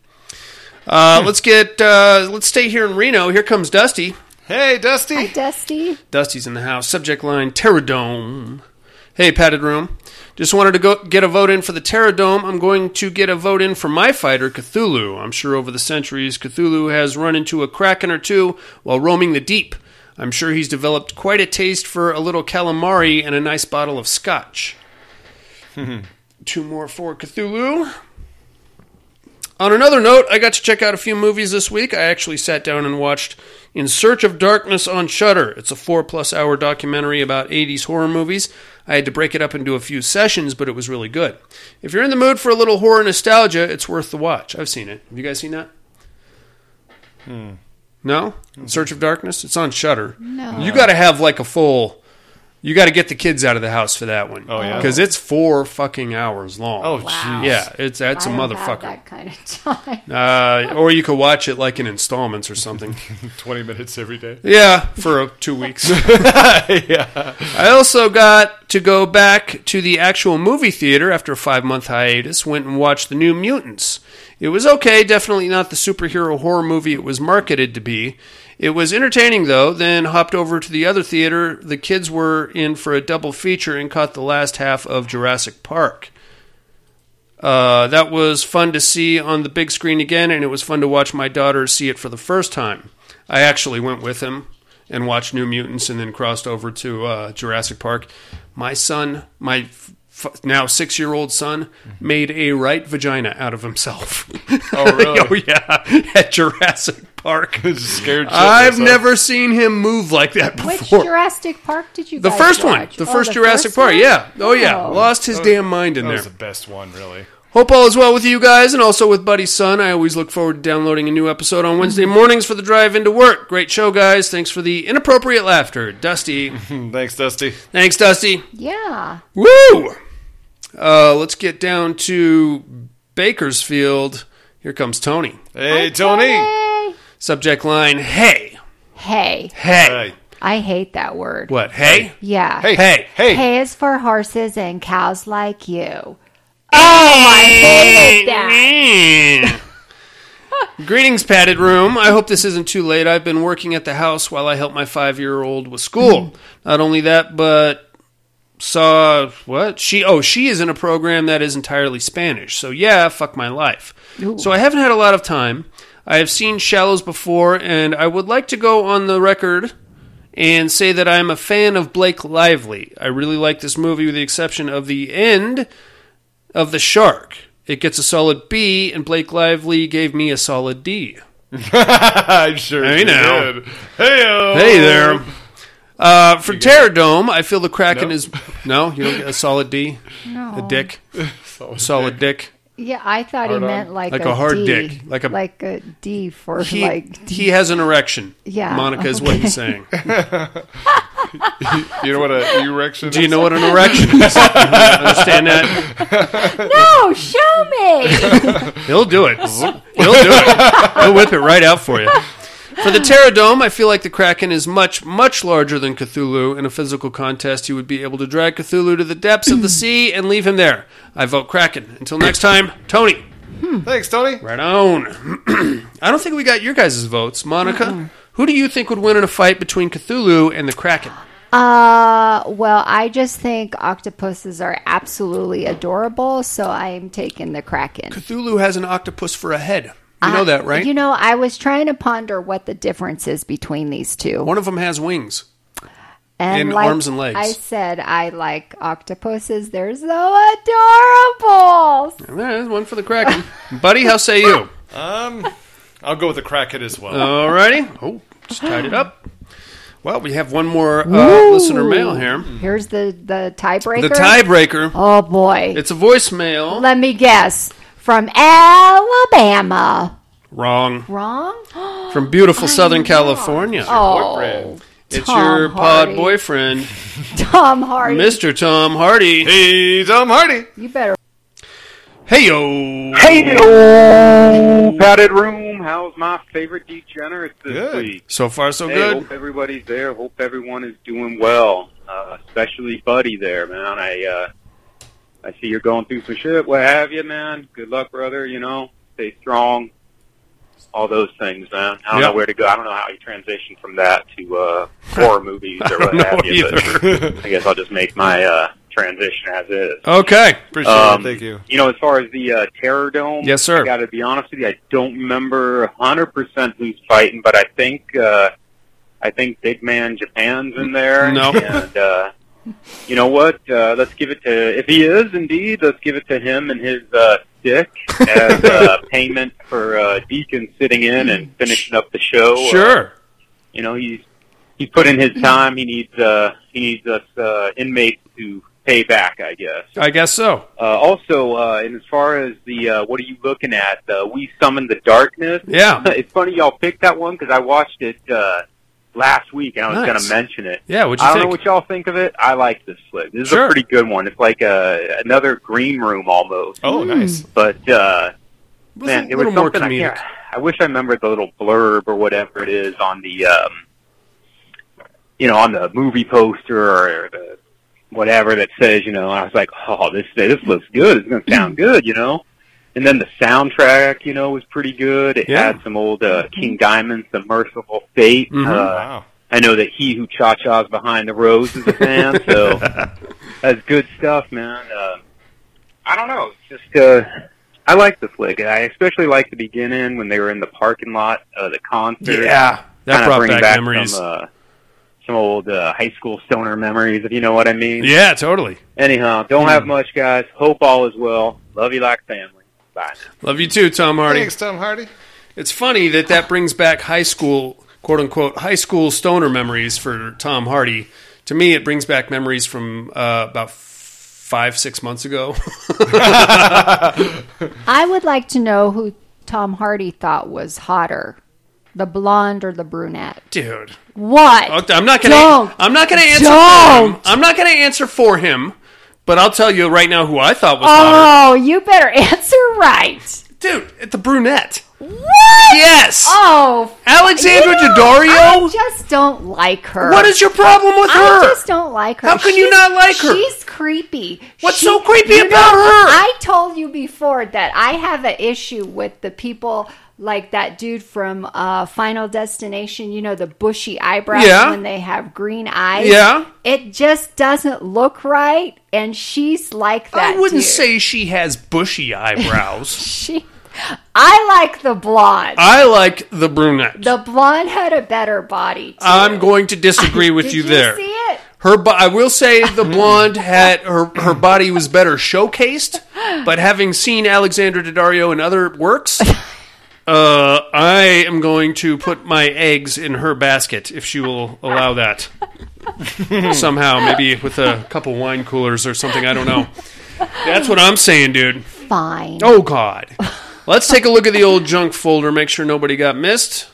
Speaker 1: Uh, let's get uh, let's stay here in Reno. Here comes Dusty.
Speaker 3: Hey, Dusty.
Speaker 2: Dusty.
Speaker 1: Dusty's in the house. Subject line: Terradome. Hey, padded room. Just wanted to go get a vote in for the Terradome. I'm going to get a vote in for my fighter, Cthulhu. I'm sure over the centuries, Cthulhu has run into a kraken or two while roaming the deep. I'm sure he's developed quite a taste for a little calamari and a nice bottle of scotch. Two more for Cthulhu. On another note, I got to check out a few movies this week. I actually sat down and watched In Search of Darkness on Shudder. It's a four plus hour documentary about 80s horror movies. I had to break it up into a few sessions, but it was really good. If you're in the mood for a little horror nostalgia, it's worth the watch. I've seen it. Have you guys seen that?
Speaker 3: Hmm.
Speaker 1: No? In Search of Darkness? It's on Shudder. No. You got to have like a full. You got to get the kids out of the house for that one.
Speaker 3: Oh, yeah.
Speaker 1: Because it's four fucking hours long.
Speaker 3: Oh, jeez.
Speaker 1: Yeah, it's that's a
Speaker 2: I don't have
Speaker 1: motherfucker.
Speaker 2: that kind of time.
Speaker 1: Uh, or you could watch it like in installments or something.
Speaker 3: *laughs* 20 minutes every day.
Speaker 1: yeah, for uh, two weeks.
Speaker 3: yeah.
Speaker 1: I also got to go back to the actual movie theater after a five month hiatus, went and watched The New Mutants. It was okay, definitely not the superhero horror movie it was marketed to be. It was entertaining though, then hopped over to the other theater. The kids were in for a double feature and caught the last half of Jurassic Park. Uh, that was fun to see on the big screen again, and it was fun to watch my daughter see it for the first time. I actually went with him and watched New Mutants and then crossed over to uh, Jurassic Park. My son, my f- f- now six year old son, made a right vagina out of himself. *laughs*
Speaker 3: Oh, really?
Speaker 1: oh, yeah, *laughs* at Jurassic Park.
Speaker 3: Scared.
Speaker 1: I've never seen him move like that
Speaker 2: Which
Speaker 1: before.
Speaker 2: Jurassic Park did you?
Speaker 1: the
Speaker 2: guys
Speaker 1: first one,
Speaker 2: watch?
Speaker 1: the
Speaker 2: Oh,
Speaker 1: first Jurassic
Speaker 2: first
Speaker 1: Park,
Speaker 2: one?
Speaker 1: yeah. Oh yeah,
Speaker 2: Wow.
Speaker 1: lost his damn mind in
Speaker 3: That
Speaker 1: there.
Speaker 3: was the best one, *laughs* really.
Speaker 1: Hope all is well with you guys and also with Buddy's son. I always look forward to downloading a new episode on Wednesday mornings for the drive into work. Great show, guys. Thanks for the inappropriate laughter. Dusty.
Speaker 3: Hmm, Thanks, Dusty.
Speaker 1: Thanks, Dusty.
Speaker 2: Yeah.
Speaker 1: Woo! Uh, let's get down to Bakersfield. Here comes Tony.
Speaker 3: Hey, Tony.
Speaker 2: Hey.
Speaker 1: Subject line Hey.
Speaker 2: Hey,
Speaker 1: Hey.
Speaker 3: Hey.
Speaker 2: I hate that word.
Speaker 1: What? Hey?
Speaker 2: Yeah.
Speaker 3: Hey.
Speaker 1: Hey.
Speaker 3: Hey.
Speaker 2: Hay is for horses and cows like you.
Speaker 1: Ah! Greetings, padded room. I hope this isn't too late. I've been working at the house while I help my five year old with school. Not only that, but saw what? She oh, she is in a program that is entirely Spanish. So yeah, fuck my life. So I haven't had a lot of time. I have seen Shallows before, and I would like to go on the record and say that I'm a fan of Blake Lively. I really like this movie with the exception of the end of the shark. It gets a solid B, and Blake Lively gave me a solid D.
Speaker 3: *laughs* I'm sure.
Speaker 1: Hey
Speaker 3: you
Speaker 1: now.
Speaker 3: did. Hey. oh.
Speaker 1: Hey there. Uh, for Terror Dome, I feel the crack in his. No, you don't get a solid D.
Speaker 2: No.
Speaker 1: A dick, solid dick.
Speaker 2: Yeah, I thought he meant like,
Speaker 1: Like a hard
Speaker 2: D,
Speaker 1: dick. Like a-
Speaker 2: like a D for *laughs*
Speaker 1: He
Speaker 2: like D.
Speaker 1: he has an erection.
Speaker 2: Yeah,
Speaker 1: Monica is what he's saying.
Speaker 3: You know what an erection?
Speaker 1: Do you know what an erection
Speaker 2: *laughs*
Speaker 1: is? You understand that?
Speaker 2: No, Oh, show me.
Speaker 1: He'll do it. He'll do it. He'll whip it right out for you. For the Terra Dome, I feel like the Kraken is much, much larger than Cthulhu. In a physical contest, you would be able to drag Cthulhu to the depths
Speaker 2: *clears throat*
Speaker 1: of the sea and leave him there. I vote Kraken. Until next time, Tony.
Speaker 3: Thanks, Tony.
Speaker 1: Right on. *clears throat* I don't think we got your guys' votes. Monica, who do you think would win in a fight between Cthulhu and the Kraken?
Speaker 2: uh, well, I just think octopuses are absolutely adorable, so I am taking the kraken.
Speaker 1: Cthulhu has an octopus for a head. You know that, right?
Speaker 2: Uh, You know, I was trying to ponder what the difference is between these two.
Speaker 1: One of them has wings. and arms and legs.
Speaker 2: I said I like octopuses. They're so adorable.
Speaker 1: And there's one for the Kraken. Buddy, how say you?
Speaker 3: Um, *laughs* I'll go with the crackhead as well.
Speaker 1: Alrighty. Oh, just tied it up. Well, we have one more uh, listener mail here.
Speaker 2: Here's the the tiebreaker.
Speaker 1: The tiebreaker.
Speaker 2: Oh boy.
Speaker 1: It's a voicemail.
Speaker 2: Let me guess. From Alabama.
Speaker 1: Wrong. *gasps*
Speaker 2: Wrong?
Speaker 1: From beautiful Southern California.
Speaker 2: Oh.
Speaker 3: Boyfriend.
Speaker 1: it's
Speaker 2: Tom
Speaker 1: your pod
Speaker 2: Hardy.
Speaker 1: boyfriend,
Speaker 2: Tom Hardy.
Speaker 1: Mr. Tom Hardy.
Speaker 3: Hey, Tom Hardy.
Speaker 2: You better.
Speaker 1: Hey yo.
Speaker 5: Hey, oh, padded room. How's my favorite degenerate this
Speaker 3: Good.
Speaker 5: week?
Speaker 1: So far, so
Speaker 5: Hey,
Speaker 1: *laughs* good.
Speaker 5: hope everybody's there. Hope everyone is doing well, uh, especially Buddy there, man. I uh, I see you're going through some shit. What have you, man? Good luck, brother. You know, stay strong. All those things, man. I don't
Speaker 1: Yep.
Speaker 5: know where to go. I don't know how you transition from that to uh, horror movies
Speaker 1: *laughs*
Speaker 5: or what have you. *laughs* But I guess I'll just make my uh, transition as is.
Speaker 1: Okay.
Speaker 3: Appreciate
Speaker 5: Um,
Speaker 3: it. Thank you.
Speaker 5: You know, as far as the uh, Terror Dome,
Speaker 1: Yes, sir.
Speaker 5: I got to be honest with you, I don't remember 100% who's fighting, but I think uh, I think Big Man Japan's in there.
Speaker 1: No.
Speaker 5: And uh, you know what? Uh, let's give it to if he is indeed. Let's give it to him and his uh, stick as uh, payment for uh, Deacon sitting in and finishing up the show. Uh,
Speaker 1: Sure.
Speaker 5: you know he's he's put in his time. He needs uh, he needs us uh, inmates to pay back. I guess.
Speaker 1: I guess so.
Speaker 5: Uh, also, uh, and as far as the uh, what are you looking at? Uh, we summon the darkness.
Speaker 1: Yeah.
Speaker 5: *laughs* it's funny y'all picked that one because I watched it uh, last week and I was
Speaker 1: Nice.
Speaker 5: going to mention it.
Speaker 1: Yeah. What'd you
Speaker 5: I don't know
Speaker 1: think?
Speaker 5: what y'all think of it. I like this flick. This is
Speaker 1: Sure.
Speaker 5: a pretty good one. It's like a, another green room almost,
Speaker 3: Oh, nice.
Speaker 5: but uh,
Speaker 1: It was
Speaker 5: man,
Speaker 1: a
Speaker 5: it was
Speaker 1: little more
Speaker 5: something I,
Speaker 1: comedic.
Speaker 5: can't, I wish I remembered the little blurb or whatever it is on the, um, you know, on the movie poster or the whatever that says, you know, I was like, oh, this this looks good. It's gonna
Speaker 1: *clears throat*
Speaker 5: sound good, you know. And then the soundtrack, you know, was pretty good. It
Speaker 1: Yeah.
Speaker 5: had some old uh, King Diamond, "The Merciful Fate."
Speaker 1: Mhm.
Speaker 5: Uh,
Speaker 3: Wow.
Speaker 5: I know that he who cha cha's behind the rose is a fan,
Speaker 1: *laughs*
Speaker 5: so that's good stuff, man. Uh, I don't know, it's just uh, I like the flick. I especially like the beginning when they were in the parking lot, uh, the concert.
Speaker 1: Yeah, that
Speaker 5: Kinda
Speaker 1: brought
Speaker 5: bring
Speaker 1: back,
Speaker 5: back
Speaker 1: memories.
Speaker 5: Some, uh, some old uh, high school stoner memories, if you know what I mean.
Speaker 1: yeah, Hmm. totally.
Speaker 5: Anyhow, don't have much, guys. Hope all is well. Love you like family. Bye.
Speaker 1: Love you too, Tom Hardy.
Speaker 3: Thanks, Tom Hardy.
Speaker 1: It's funny that that brings back high school, quote unquote, high school stoner memories for Tom Hardy. To me, it brings back memories from uh, about f- five, six months ago. *laughs*
Speaker 2: I would like to know who Tom Hardy thought was hotter, the blonde or the brunette.
Speaker 1: Dude,
Speaker 2: What?
Speaker 1: Okay, I'm not gonna.
Speaker 2: Don't.
Speaker 1: I'm not gonna answer. For him.
Speaker 2: Don't.
Speaker 1: I'm not gonna answer for him. But I'll tell you right now who I thought was hotter.
Speaker 2: Oh, you better *laughs* answer right.
Speaker 1: Dude, it's the brunette.
Speaker 2: What?
Speaker 1: Yes,
Speaker 2: Oh,
Speaker 1: Alexandra
Speaker 2: you know, I
Speaker 1: Daddario.
Speaker 2: just don't like her.
Speaker 1: What is your problem with
Speaker 2: I
Speaker 1: her?
Speaker 2: just don't like her.
Speaker 1: How can you
Speaker 2: She's-
Speaker 1: not like her?
Speaker 2: She's creepy.
Speaker 1: What's
Speaker 2: She-
Speaker 1: so creepy
Speaker 2: you
Speaker 1: about
Speaker 2: know,
Speaker 1: her?
Speaker 2: I told you before that I have an issue with the people like that dude from uh, Final Destination. You know, the bushy eyebrows
Speaker 1: Yeah.
Speaker 2: when they have green eyes.
Speaker 1: Yeah.
Speaker 2: It just doesn't look right, and she's like that.
Speaker 1: I wouldn't
Speaker 2: dude.
Speaker 1: say she has bushy eyebrows.
Speaker 2: *laughs* she. I like the blonde.
Speaker 1: I like the brunette.
Speaker 2: the blonde had a better body. Too.
Speaker 1: I'm going to
Speaker 2: *laughs*
Speaker 1: disagree with
Speaker 2: Did
Speaker 1: you there.
Speaker 2: See it?
Speaker 1: Her, bo- I will say, the blonde had her her body was better showcased. But having seen Alexandra Daddario and other
Speaker 2: *laughs*
Speaker 1: works, uh, I am going to put my eggs in her basket if she will allow
Speaker 2: *laughs*
Speaker 1: that. Somehow, maybe with a couple wine coolers or something. I don't know. That's what I'm saying, dude.
Speaker 2: Fine.
Speaker 1: Oh God. Let's take a look at the old junk folder, make sure nobody got missed.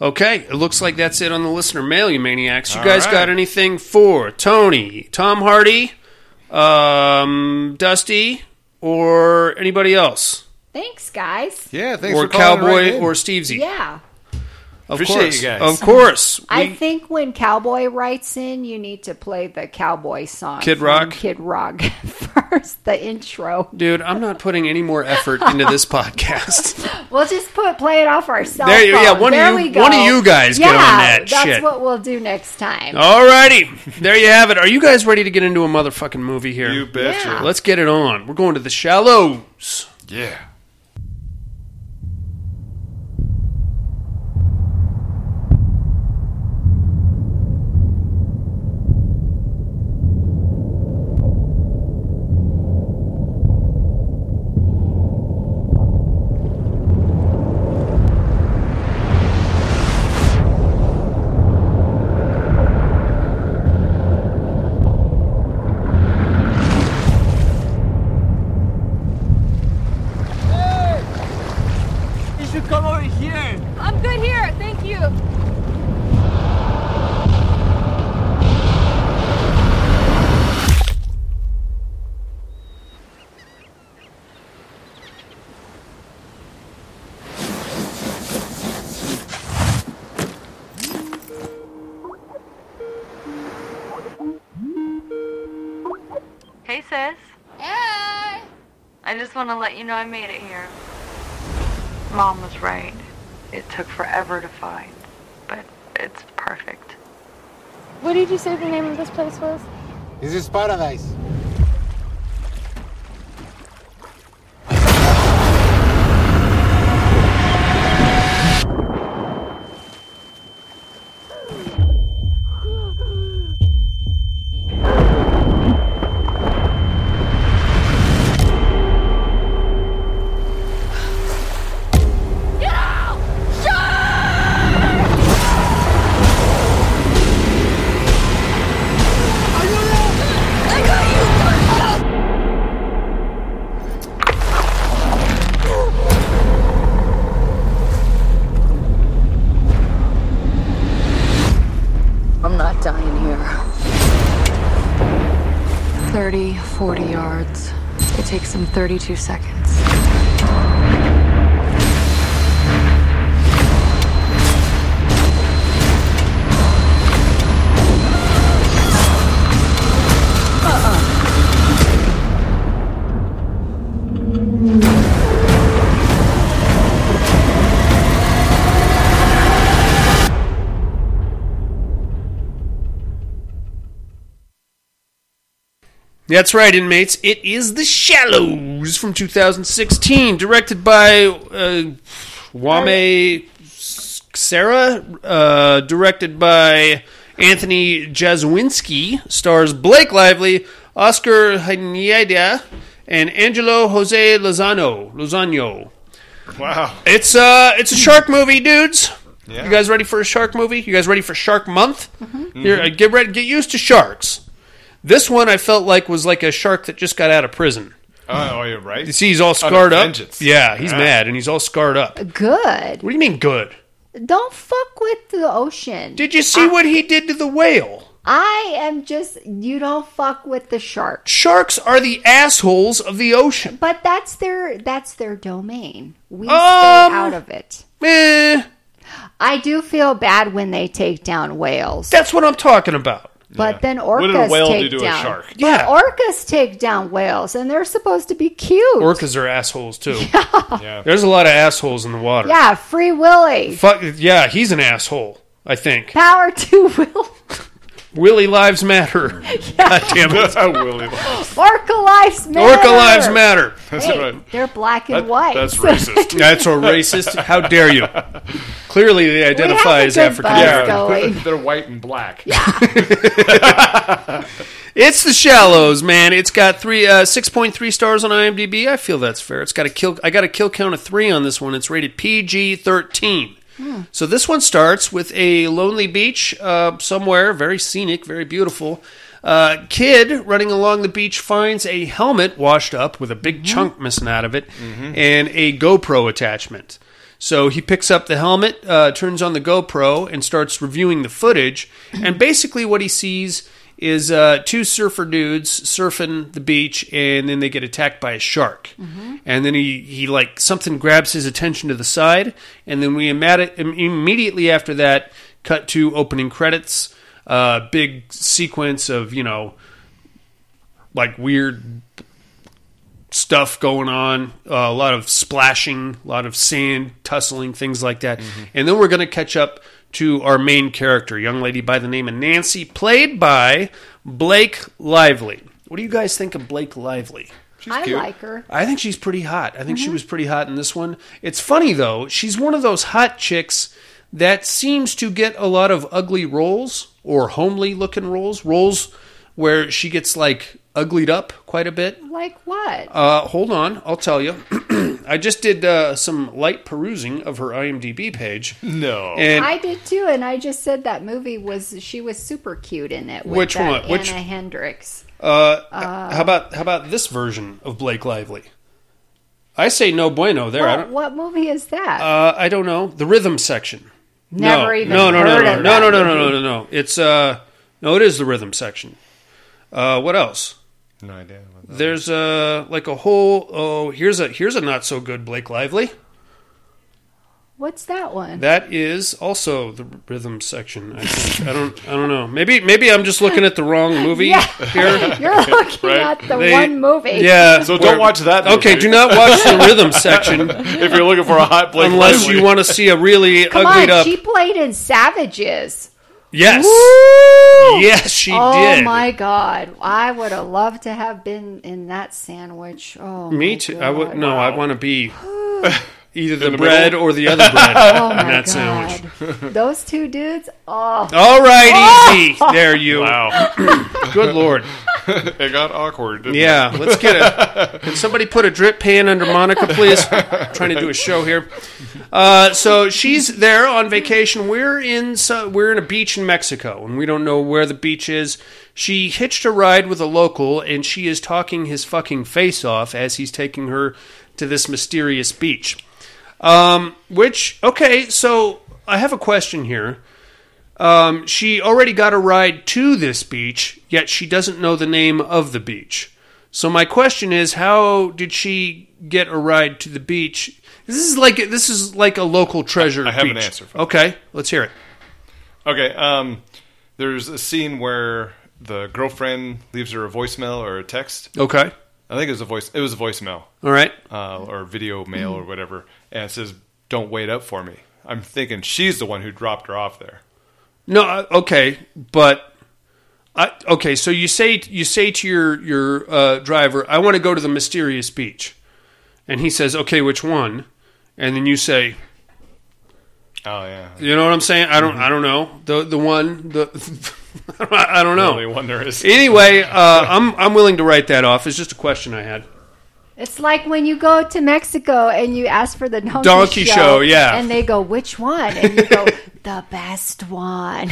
Speaker 1: Okay, it looks like that's it on the listener mail, you maniacs. You guys
Speaker 3: right.
Speaker 1: got anything for Tony, Tom Hardy, um, Dusty, or anybody else?
Speaker 2: Thanks, guys.
Speaker 3: Yeah, thanks
Speaker 1: or
Speaker 3: for calling
Speaker 1: Cowboy
Speaker 3: right in.
Speaker 1: or Stevesy.
Speaker 2: Yeah.
Speaker 1: of
Speaker 3: Appreciate
Speaker 1: course.
Speaker 3: you guys.
Speaker 1: Of
Speaker 2: *laughs*
Speaker 1: course.
Speaker 2: I
Speaker 1: We-
Speaker 2: think when Cowboy writes in, you need to play the Cowboy song.
Speaker 1: Kid
Speaker 2: from
Speaker 1: Rock?
Speaker 2: Kid Rock *laughs* first, the intro.
Speaker 1: dude, I'm not putting any more
Speaker 2: *laughs*
Speaker 1: effort into this podcast.
Speaker 2: We'll just put play it off ourselves.
Speaker 1: There you- yeah, one of
Speaker 2: there
Speaker 1: you-
Speaker 2: we go.
Speaker 1: one of you guys
Speaker 2: yeah,
Speaker 1: get on that
Speaker 2: That's
Speaker 1: shit. Oh.
Speaker 2: what we'll do next time.
Speaker 1: Alrighty. There you have it. Are you guys ready to get into a motherfucking movie here?
Speaker 3: You betcha.
Speaker 2: Yeah.
Speaker 1: Let's get it on. We're going to the shallows.
Speaker 3: Yeah.
Speaker 6: I'm good here, thank you. Hey, sis.
Speaker 7: Hey!
Speaker 6: I just want to let you know I made it here. Mom was right. It took forever to find, but it's perfect.
Speaker 7: What did you say the name of this place was?
Speaker 8: This is paradise.
Speaker 6: I'm not dying here. 30, 40 yards. It takes them 32 seconds.
Speaker 1: That's right, inmates. It is The Shallows from 2016, directed by uh, Wame Sarah, uh, directed by Anthony Jazwinski, stars Blake Lively, Oscar Hinieda, and Angelo Jose Lozano. Lozano.
Speaker 3: Wow.
Speaker 1: It's uh, it's a shark movie, dudes.
Speaker 3: Yeah. Mm-hmm.
Speaker 1: You guys ready for a shark movie? You guys ready for Shark Month? Here, uh, get ready, get used to sharks. This one I felt like was like a shark that just got out of prison.
Speaker 3: *laughs* Oh, you're right.
Speaker 1: You see, he's all scarred up.
Speaker 3: vengeance.
Speaker 1: Yeah, he's
Speaker 3: Yeah.
Speaker 1: mad and he's all scarred up.
Speaker 2: Good.
Speaker 1: What do you mean good?
Speaker 2: Don't fuck with the ocean.
Speaker 1: Did you see what he did to the whale?
Speaker 2: I am just you don't fuck with the shark.
Speaker 1: Sharks are the assholes of the ocean.
Speaker 2: But that's their that's their domain. We
Speaker 1: Um,
Speaker 2: stay out of it.
Speaker 1: Eh,
Speaker 2: I do feel bad when they take down whales,
Speaker 1: that's what I'm talking about.
Speaker 2: but then orcas
Speaker 3: What did a whale
Speaker 2: take
Speaker 3: do to
Speaker 2: down *laughs*
Speaker 3: a shark?
Speaker 1: Yeah,
Speaker 2: orcas take down whales, and they're supposed to be cute.
Speaker 1: orcas are assholes too. There's a lot of assholes in the water.
Speaker 2: yeah, free Willy,
Speaker 1: Fuck yeah, he's an asshole. I think
Speaker 2: power to *laughs* will,
Speaker 1: Willie lives
Speaker 2: *laughs*
Speaker 1: matter. God damn it.
Speaker 3: *laughs* Oh, Willie.
Speaker 2: orca lives matter.
Speaker 1: Orca lives matter.
Speaker 3: That's
Speaker 2: Hey,
Speaker 3: right.
Speaker 2: They're black and
Speaker 3: That-
Speaker 2: white. *laughs*
Speaker 3: That's racist.
Speaker 1: That's a racist. How dare you? Clearly, they identify
Speaker 2: a
Speaker 1: as
Speaker 2: good
Speaker 1: African.
Speaker 2: buzz.
Speaker 1: American.
Speaker 2: Scully.
Speaker 3: *laughs* They're white and black.
Speaker 1: It's the shallows, man. It's got three uh, six point three stars on IMDb. I feel that's fair. It's got a kill. I got a kill count of three on this one. It's rated PG thirteen. So this one starts with a lonely beach uh, somewhere, very scenic, very beautiful. Uh, kid running along the beach finds a helmet washed up with a big chunk missing out of it, and a GoPro attachment. So he picks up the helmet, uh, turns on the GoPro, and starts reviewing the footage. And basically, what he sees is uh, two surfer dudes surfing the beach, and then they get attacked by a shark. And then he, he like something grabs his attention to the side, and then we immedi- im- immediately after that cut to opening credits. Uh, big sequence of you know like weird stuff going on, uh, a lot of splashing, a lot of sand tussling, things like that. And then we're going to catch up to our main character, a young lady by the name of Nancy, played by Blake Lively. What do you guys think of Blake Lively? Mm-hmm.
Speaker 2: I
Speaker 3: cute.
Speaker 2: like her.
Speaker 1: I think she's pretty hot. I think she was pretty hot in this one. It's funny though; she's one of those hot chicks that seems to get a lot of ugly roles or homely looking roles, roles where she gets like uglied up quite a bit.
Speaker 2: Like what?
Speaker 1: Uh, hold on, I'll tell you. *clears throat* I just did uh, some light perusing of her IMDb page,
Speaker 3: *laughs* No.
Speaker 1: and
Speaker 2: I did too, and I just said that movie was she was super cute in it. With
Speaker 1: Which
Speaker 2: that
Speaker 1: one? Which-
Speaker 2: Anna Hendricks.
Speaker 1: uh, how about how about this version of Blake Lively? I say no bueno there. I
Speaker 2: What,
Speaker 1: don't,
Speaker 2: what movie is that?
Speaker 1: uh, I don't know the rhythm section.
Speaker 2: Never
Speaker 1: no,
Speaker 2: even
Speaker 1: no, no,
Speaker 2: heard
Speaker 1: no,
Speaker 2: of
Speaker 1: no,
Speaker 2: that
Speaker 1: no, no, no, no, no, no. It's uh, no, it is the rhythm section. Uh, what else?
Speaker 3: no idea. what that-
Speaker 1: There's uh, like a whole. Oh, here's a here's a not so good Blake Lively.
Speaker 2: What's that one?
Speaker 1: That is also the rhythm section. I think. I don't. I don't know. Maybe. Maybe I'm just looking at the wrong
Speaker 2: *laughs*
Speaker 1: movie
Speaker 2: Yeah.
Speaker 1: here. *laughs*
Speaker 2: You're looking
Speaker 3: right.
Speaker 2: at the
Speaker 1: They-
Speaker 2: one movie.
Speaker 1: Yeah.
Speaker 3: So don't watch that. Movie.
Speaker 1: Okay. Do not watch the rhythm section
Speaker 3: *laughs* If you're looking for a hot Blake
Speaker 1: unless
Speaker 3: Lively.
Speaker 1: you want to see a really
Speaker 2: Come
Speaker 1: uglied
Speaker 2: on,
Speaker 1: up.
Speaker 2: she played in Savages.
Speaker 1: Yes. Yes, she
Speaker 2: oh
Speaker 1: did.
Speaker 2: my god, I would have loved to have been in that sandwich. Oh, my
Speaker 1: Me too. I would.
Speaker 2: God.
Speaker 1: No. I want to
Speaker 2: *gasps*
Speaker 1: be either the,
Speaker 3: the
Speaker 1: bread
Speaker 3: middle?
Speaker 1: or the other bread
Speaker 2: Oh *laughs*
Speaker 1: in
Speaker 2: my
Speaker 1: that
Speaker 2: god,
Speaker 1: sandwich.
Speaker 2: those two dudes. Oh,
Speaker 1: All right,
Speaker 2: *laughs*
Speaker 1: easy. There you. *clears throat* Wow. Good lord.
Speaker 3: *laughs* It got awkward. didn't it?
Speaker 1: Yeah, let's get a. Can somebody put a drip pan under Monica, please? I'm trying to do a show here. Uh, so she's there on vacation. We're in so we're in a beach in Mexico, and we don't know where the beach is. She hitched a ride with a local, and she is talking his fucking face off as he's taking her to this mysterious beach. Um, which okay, so I have a question here. Um, she already got a ride to this beach, yet she doesn't know the name of the beach. So my question is, how did she get a ride to the beach? This is like this is like a local treasure.
Speaker 3: I have an
Speaker 1: beach.
Speaker 3: answer for that.
Speaker 1: okay, let's hear it.
Speaker 3: Okay. Um, there's a scene where the girlfriend leaves her a voicemail or a text.
Speaker 1: Okay,
Speaker 3: I think it was a voice. It was a voicemail
Speaker 1: all right.
Speaker 3: uh, or video mail
Speaker 1: Mm.
Speaker 3: or whatever, and it says, "Don't wait up for me." I'm thinking she's the one who dropped her off there.
Speaker 1: No, uh, okay, but I, okay, so you say you say to your your uh, driver, "I want to go to the mysterious beach," and he says, "Okay, which one?" And then you say,
Speaker 3: Oh yeah.
Speaker 1: "You know what I'm saying? I don't
Speaker 3: Mm-hmm.
Speaker 1: I don't know the the one the *laughs* I don't know."
Speaker 3: Only one there is.
Speaker 1: Anyway, uh, I'm I'm willing to write that off. It's just a question I had.
Speaker 2: It's like when you go to Mexico and you ask for the donkey,
Speaker 1: Donkey show, yeah.
Speaker 2: and they go, "Which one?" And you go, *laughs* "The best one."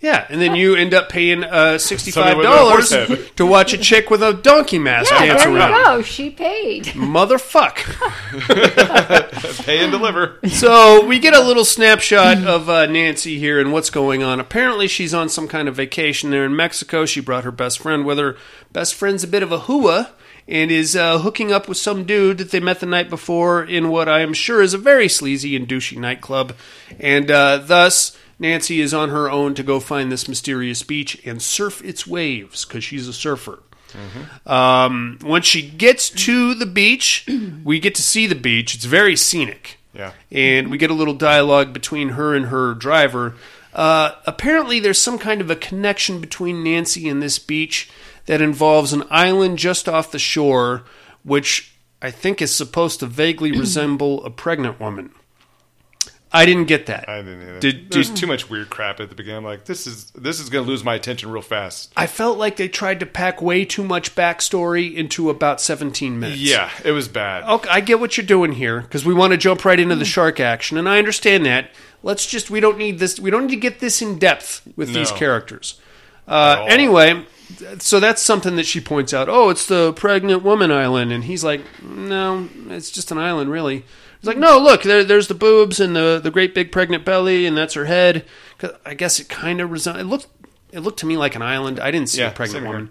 Speaker 1: Yeah, and then you end up paying uh, sixty five
Speaker 3: with a horse
Speaker 1: dollars
Speaker 3: head.
Speaker 1: to watch a chick with a donkey mask *laughs*
Speaker 2: yeah,
Speaker 1: dance
Speaker 2: there we
Speaker 1: around.
Speaker 2: go. She paid.
Speaker 1: Motherfuck.
Speaker 3: *laughs* Pay and
Speaker 1: *laughs*
Speaker 3: deliver.
Speaker 1: So we get a little snapshot of uh, Nancy here and what's going on. Apparently, she's on some kind of vacation there in Mexico. She brought her best friend with her. Best friend's a bit of a hua and is uh, hooking up with some dude that they met the night before in what I am sure is a very sleazy and douchey nightclub. And uh, thus, Nancy is on her own to go find this mysterious beach and surf its waves because she's a surfer. Um, once she gets to the beach, we get to see the beach. It's very scenic
Speaker 3: Yeah.
Speaker 1: and we get a little dialogue between her and her driver. Uh, apparently, there's some kind of a connection between Nancy and this beach that involves an island just off the shore, which I think is supposed to
Speaker 3: *clears throat*
Speaker 1: vaguely resemble a pregnant woman. I didn't get that.
Speaker 3: I didn't either.
Speaker 1: Did-
Speaker 3: There's too much weird crap at the beginning. I'm like, this is this is gonna lose my attention real fast.
Speaker 1: I felt like they tried to pack way too much backstory into about 17 minutes.
Speaker 3: Yeah, it was bad.
Speaker 1: okay, I get what you're doing here because we want to jump right into the
Speaker 3: Hmm.
Speaker 1: shark action, and I understand that. Let's just we don't need this. We don't need to get this in depth with these
Speaker 3: No.
Speaker 1: characters. Uh,
Speaker 3: all.
Speaker 1: anyway, th- so that's something that she points out. Oh, it's the pregnant woman island, and he's like, no, it's just an island, really. He's like, no, look, there, there's the boobs and the the great big pregnant belly, and that's her head. 'Cause I guess it kind of resembled. It looked it looked to me like an island. I didn't see
Speaker 3: Yeah,
Speaker 1: a pregnant
Speaker 3: same here.
Speaker 1: woman.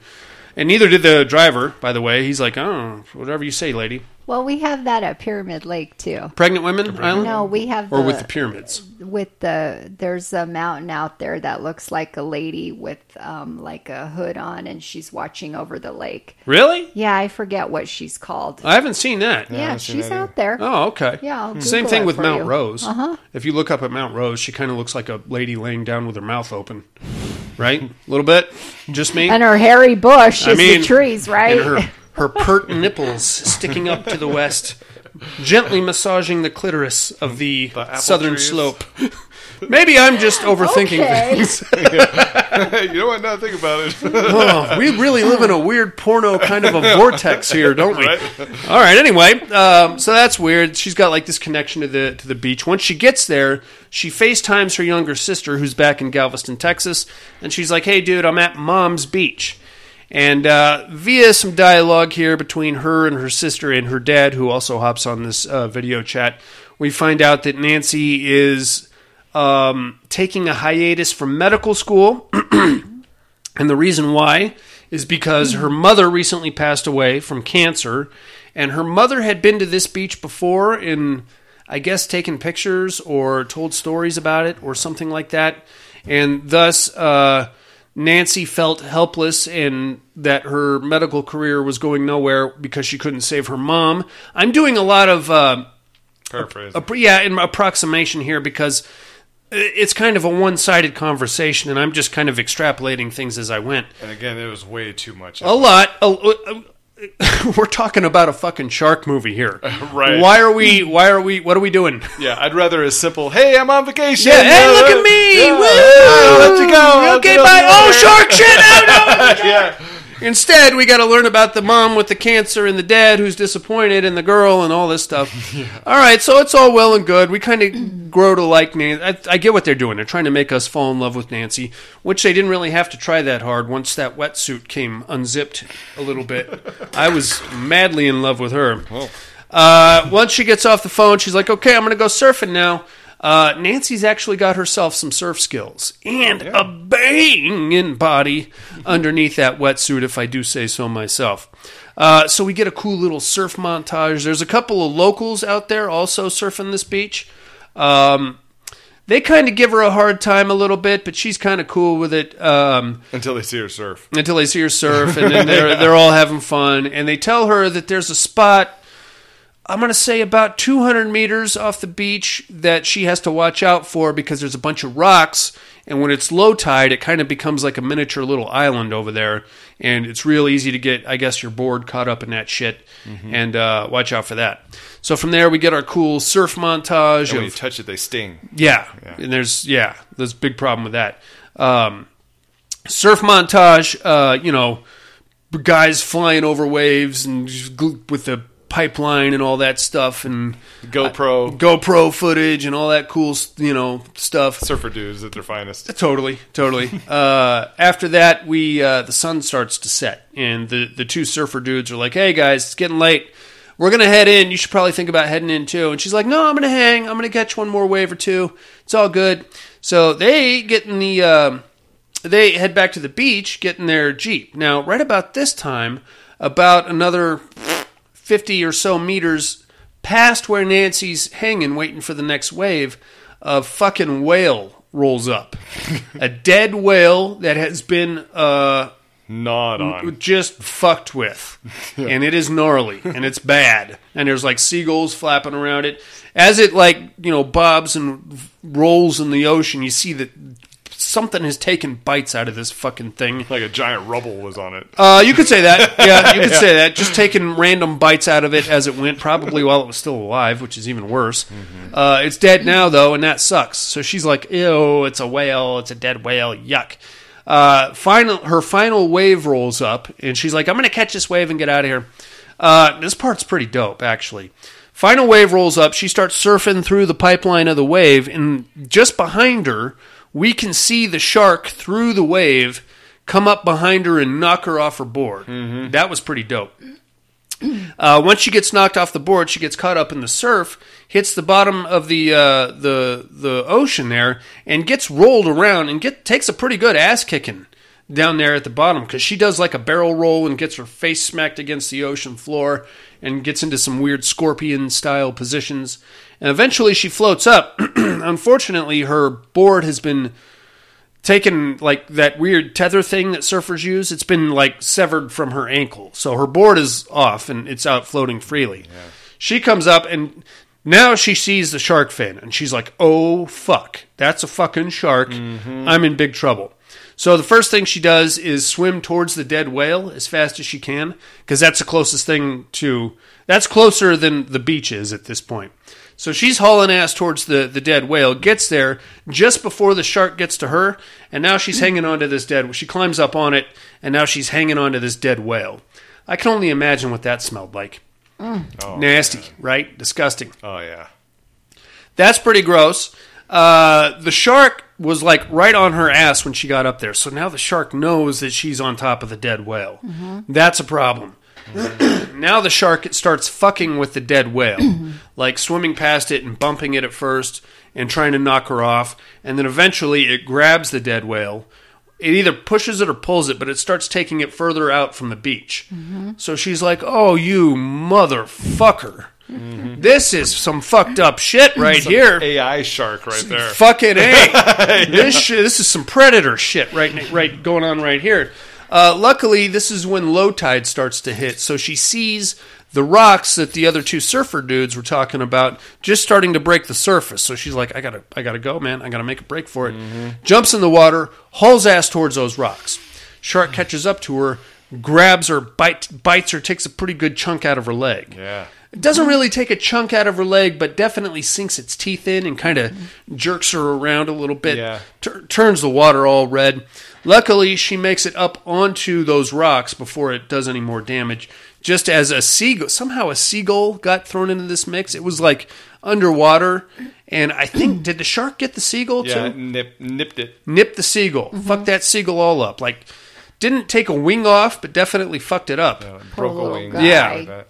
Speaker 1: And neither did the driver, by the way. He's like, oh, whatever you say, lady.
Speaker 2: Well, we have that at Pyramid Lake too.
Speaker 1: Pregnant women island?
Speaker 2: No, we have
Speaker 1: or
Speaker 2: the,
Speaker 1: with the pyramids.
Speaker 2: with the there's a mountain out there that looks like a lady with um, like a hood on, and she's watching over the lake.
Speaker 1: Really?
Speaker 2: Yeah, I forget what she's called.
Speaker 1: Uh, I haven't seen that.
Speaker 2: yeah,
Speaker 3: haven't seen
Speaker 2: she's
Speaker 3: that either.
Speaker 2: out there.
Speaker 1: Oh, okay.
Speaker 2: Yeah, I'll
Speaker 1: Same
Speaker 2: Google
Speaker 1: thing
Speaker 2: it
Speaker 1: with
Speaker 2: for
Speaker 1: Mount
Speaker 2: you. Uh-huh.
Speaker 1: Rose. If you look up at Mount Rose, she kind of looks like a lady laying down with her mouth open, right? A little bit. Just me.
Speaker 2: And her hairy bush
Speaker 1: I
Speaker 2: is
Speaker 1: mean,
Speaker 2: the trees, right?
Speaker 1: And her her pert nipples sticking up to the west, gently massaging the clitoris of the,
Speaker 3: apple
Speaker 1: southern
Speaker 3: trees.
Speaker 1: slope. Maybe I'm just overthinking
Speaker 2: Okay.
Speaker 1: things.
Speaker 3: Hey, you know what? Now think
Speaker 1: *laughs*
Speaker 3: about it. *laughs*
Speaker 1: Oh, we really live in a weird porno kind of a vortex here, don't we? All right. Anyway, um, so that's weird. She's got like this connection to the to the beach. Once she gets there, she FaceTimes her younger sister, who's back in Galveston, Texas, and she's like, "Hey, dude, I'm at Mom's beach." And uh, via some dialogue here between her and her sister and her dad, who also hops on this uh, video chat, we find out that Nancy is um, taking a hiatus from medical school. And the reason why is because her mother recently passed away from cancer, and her mother had been to this beach before and I guess taken pictures or told stories about it or something like that. And thus, uh, Nancy felt helpless and that her medical career was going nowhere because she couldn't save her mom. I'm doing a lot of. Uh,
Speaker 3: Paraphrase.
Speaker 1: appro- yeah, an approximation here because it's kind of a one-sided conversation, and I'm just kind of extrapolating things as I went.
Speaker 3: and again, it was way too much.
Speaker 1: A lot. a- a- we're talking about a *laughs* fucking shark movie here,
Speaker 3: *laughs* Right.
Speaker 1: Why are we? Why are we? What are we doing?
Speaker 3: yeah, I'd rather a simple, hey, I'm on vacation.
Speaker 1: Yeah, hey,
Speaker 3: Uh,
Speaker 1: look at me!
Speaker 3: yeah,
Speaker 1: Woo!
Speaker 3: I'll let you go. I'll
Speaker 1: Okay,
Speaker 3: get
Speaker 1: bye.
Speaker 3: over
Speaker 1: Oh,
Speaker 3: there.
Speaker 1: shark
Speaker 3: *laughs*
Speaker 1: shit! No, no, no.
Speaker 3: yeah.
Speaker 1: Instead, we got to learn about the mom with the cancer and the dad who's disappointed and the girl and all this stuff. All right, so it's all well and good. We kind of grow to like Nancy. I, I get what they're doing. They're trying to make us fall in love with Nancy, which they didn't really have to try that hard once that wetsuit came unzipped a little bit. I was madly in love with her. Uh, once she gets off the phone, she's like, okay, I'm going to go surfing now. Uh, Nancy's actually got herself some surf skills and a banging body underneath that wetsuit, if I do say so myself. Uh, so we get a cool little surf montage. There's a couple of locals out there also surfing this beach. Um, they kind of give her a hard time a little bit, but she's kind of cool with it. Um,
Speaker 3: Until they see her surf.
Speaker 1: until they see her surf, and then they're they're all having fun, and they tell her that there's a spot. I'm going to say about 200 meters off the beach that she has to watch out for because there's a bunch of rocks. And when it's low tide, it kind of becomes like a miniature little island over there. And it's real easy to get, I guess, your board caught up in that shit. And uh, watch out for that. So from there, we get our cool surf montage.
Speaker 3: When
Speaker 1: of,
Speaker 3: you touch it, they sting.
Speaker 1: yeah. And there's yeah, there's a big problem with that. Um, surf montage, uh, you know, guys flying over waves and just gl- with the pipeline and all that stuff and
Speaker 3: GoPro
Speaker 1: GoPro footage and all that cool, s- you know, stuff.
Speaker 3: surfer dudes at their finest.
Speaker 1: Totally, totally. uh, after that, we uh, the sun starts to set, and the the two surfer dudes are like, "Hey guys, it's getting late. We're gonna head in. You should probably think about heading in too." And she's like, "No, I'm gonna hang. I'm gonna catch one more wave or two. It's all good." So they get in the um, they head back to the beach, get in their jeep. Now, right about this time, about another 50 or so meters past where Nancy's hanging, waiting for the next wave, a fucking whale rolls up. a dead whale that has been uh,
Speaker 3: Nod on.
Speaker 1: just fucked with. And it is gnarly and it's bad. And there's like seagulls flapping around it. As it like, you know, bobs and rolls in the ocean, you see that something has taken bites out of this fucking thing.
Speaker 3: Like a giant rubble was on it.
Speaker 1: Uh, you could say that. Yeah, you could say that. Just taking random bites out of it as it went, probably while it was still alive, which is even worse. Uh, it's dead now, though, and that sucks. So she's like, ew, it's a whale. It's a dead whale. Yuck. Uh, final, her final wave rolls up, and she's like, I'm going to catch this wave and get out of here. Uh, this part's pretty dope, actually. Final wave rolls up. She starts surfing through the pipeline of the wave, and just behind her, we can see the shark through the wave come up behind her and knock her off her board. That was pretty dope. Uh, once she gets knocked off the board, she gets caught up in the surf, hits the bottom of the uh, the the ocean there, and gets rolled around and get takes a pretty good ass kicking down there at the bottom because she does like a barrel roll and gets her face smacked against the ocean floor and gets into some weird scorpion style positions. And eventually, she floats up. *clears throat* Unfortunately, her board has been taken like that weird tether thing that surfers use. It's been like severed from her ankle, so her board is off and it's out floating freely. She comes up and now she sees the shark fin and she's like, "Oh fuck, that's a fucking shark! I'm in big trouble." So the first thing she does is swim towards the dead whale as fast as she can because that's the closest thing to that's closer than the beach is at this point. So she's hauling ass towards the, the dead whale, gets there just before the shark gets to her, and now she's hanging onto this dead she climbs up on it, and now she's hanging onto this dead whale. I can only imagine what that smelled like. Nasty, right? Disgusting.
Speaker 3: Oh yeah.
Speaker 1: That's pretty gross. Uh, the shark was like right on her ass when she got up there. So now the shark knows that she's on top of the dead whale. That's a problem. *clears throat* now the shark starts fucking with the dead whale, like swimming past it and bumping it at first and trying to knock her off. And then eventually it grabs the dead whale. It either pushes it or pulls it, but it starts taking it further out from the beach. So she's like, oh, you motherfucker. This is some fucked up shit right here.
Speaker 3: AI shark right there. *laughs*
Speaker 1: Fucking a. This shit, this is some predator shit right n- right going on right here. Uh, luckily, this is when low tide starts to hit, so she sees the rocks that the other two surfer dudes were talking about just starting to break the surface. So she's like, "I gotta, I gotta go, man. I gotta make a break for it."
Speaker 3: Mm-hmm.
Speaker 1: Jumps in the water, hauls ass towards those rocks.
Speaker 3: Mm.
Speaker 1: Shark catches up to her, grabs her, bite, bites her, takes a pretty good chunk out of her leg.
Speaker 3: Yeah.
Speaker 1: It doesn't really take a chunk out of her leg, but definitely sinks its teeth in and kind of jerks her around a little bit.
Speaker 3: Yeah.
Speaker 1: Tur- turns the water all red. Luckily, she makes it up onto those rocks before it does any more damage. Just as a seagull, somehow a seagull got thrown into this mix. It was like underwater, and I think did the shark get the seagull
Speaker 3: Yeah,
Speaker 1: too?
Speaker 3: nip, nipped it.
Speaker 1: Nip the seagull. Fuck that seagull all up. Like didn't take a wing off, but definitely fucked it up.
Speaker 3: Broke a
Speaker 2: little
Speaker 3: wing.
Speaker 2: guy.
Speaker 1: Yeah.
Speaker 3: Like that.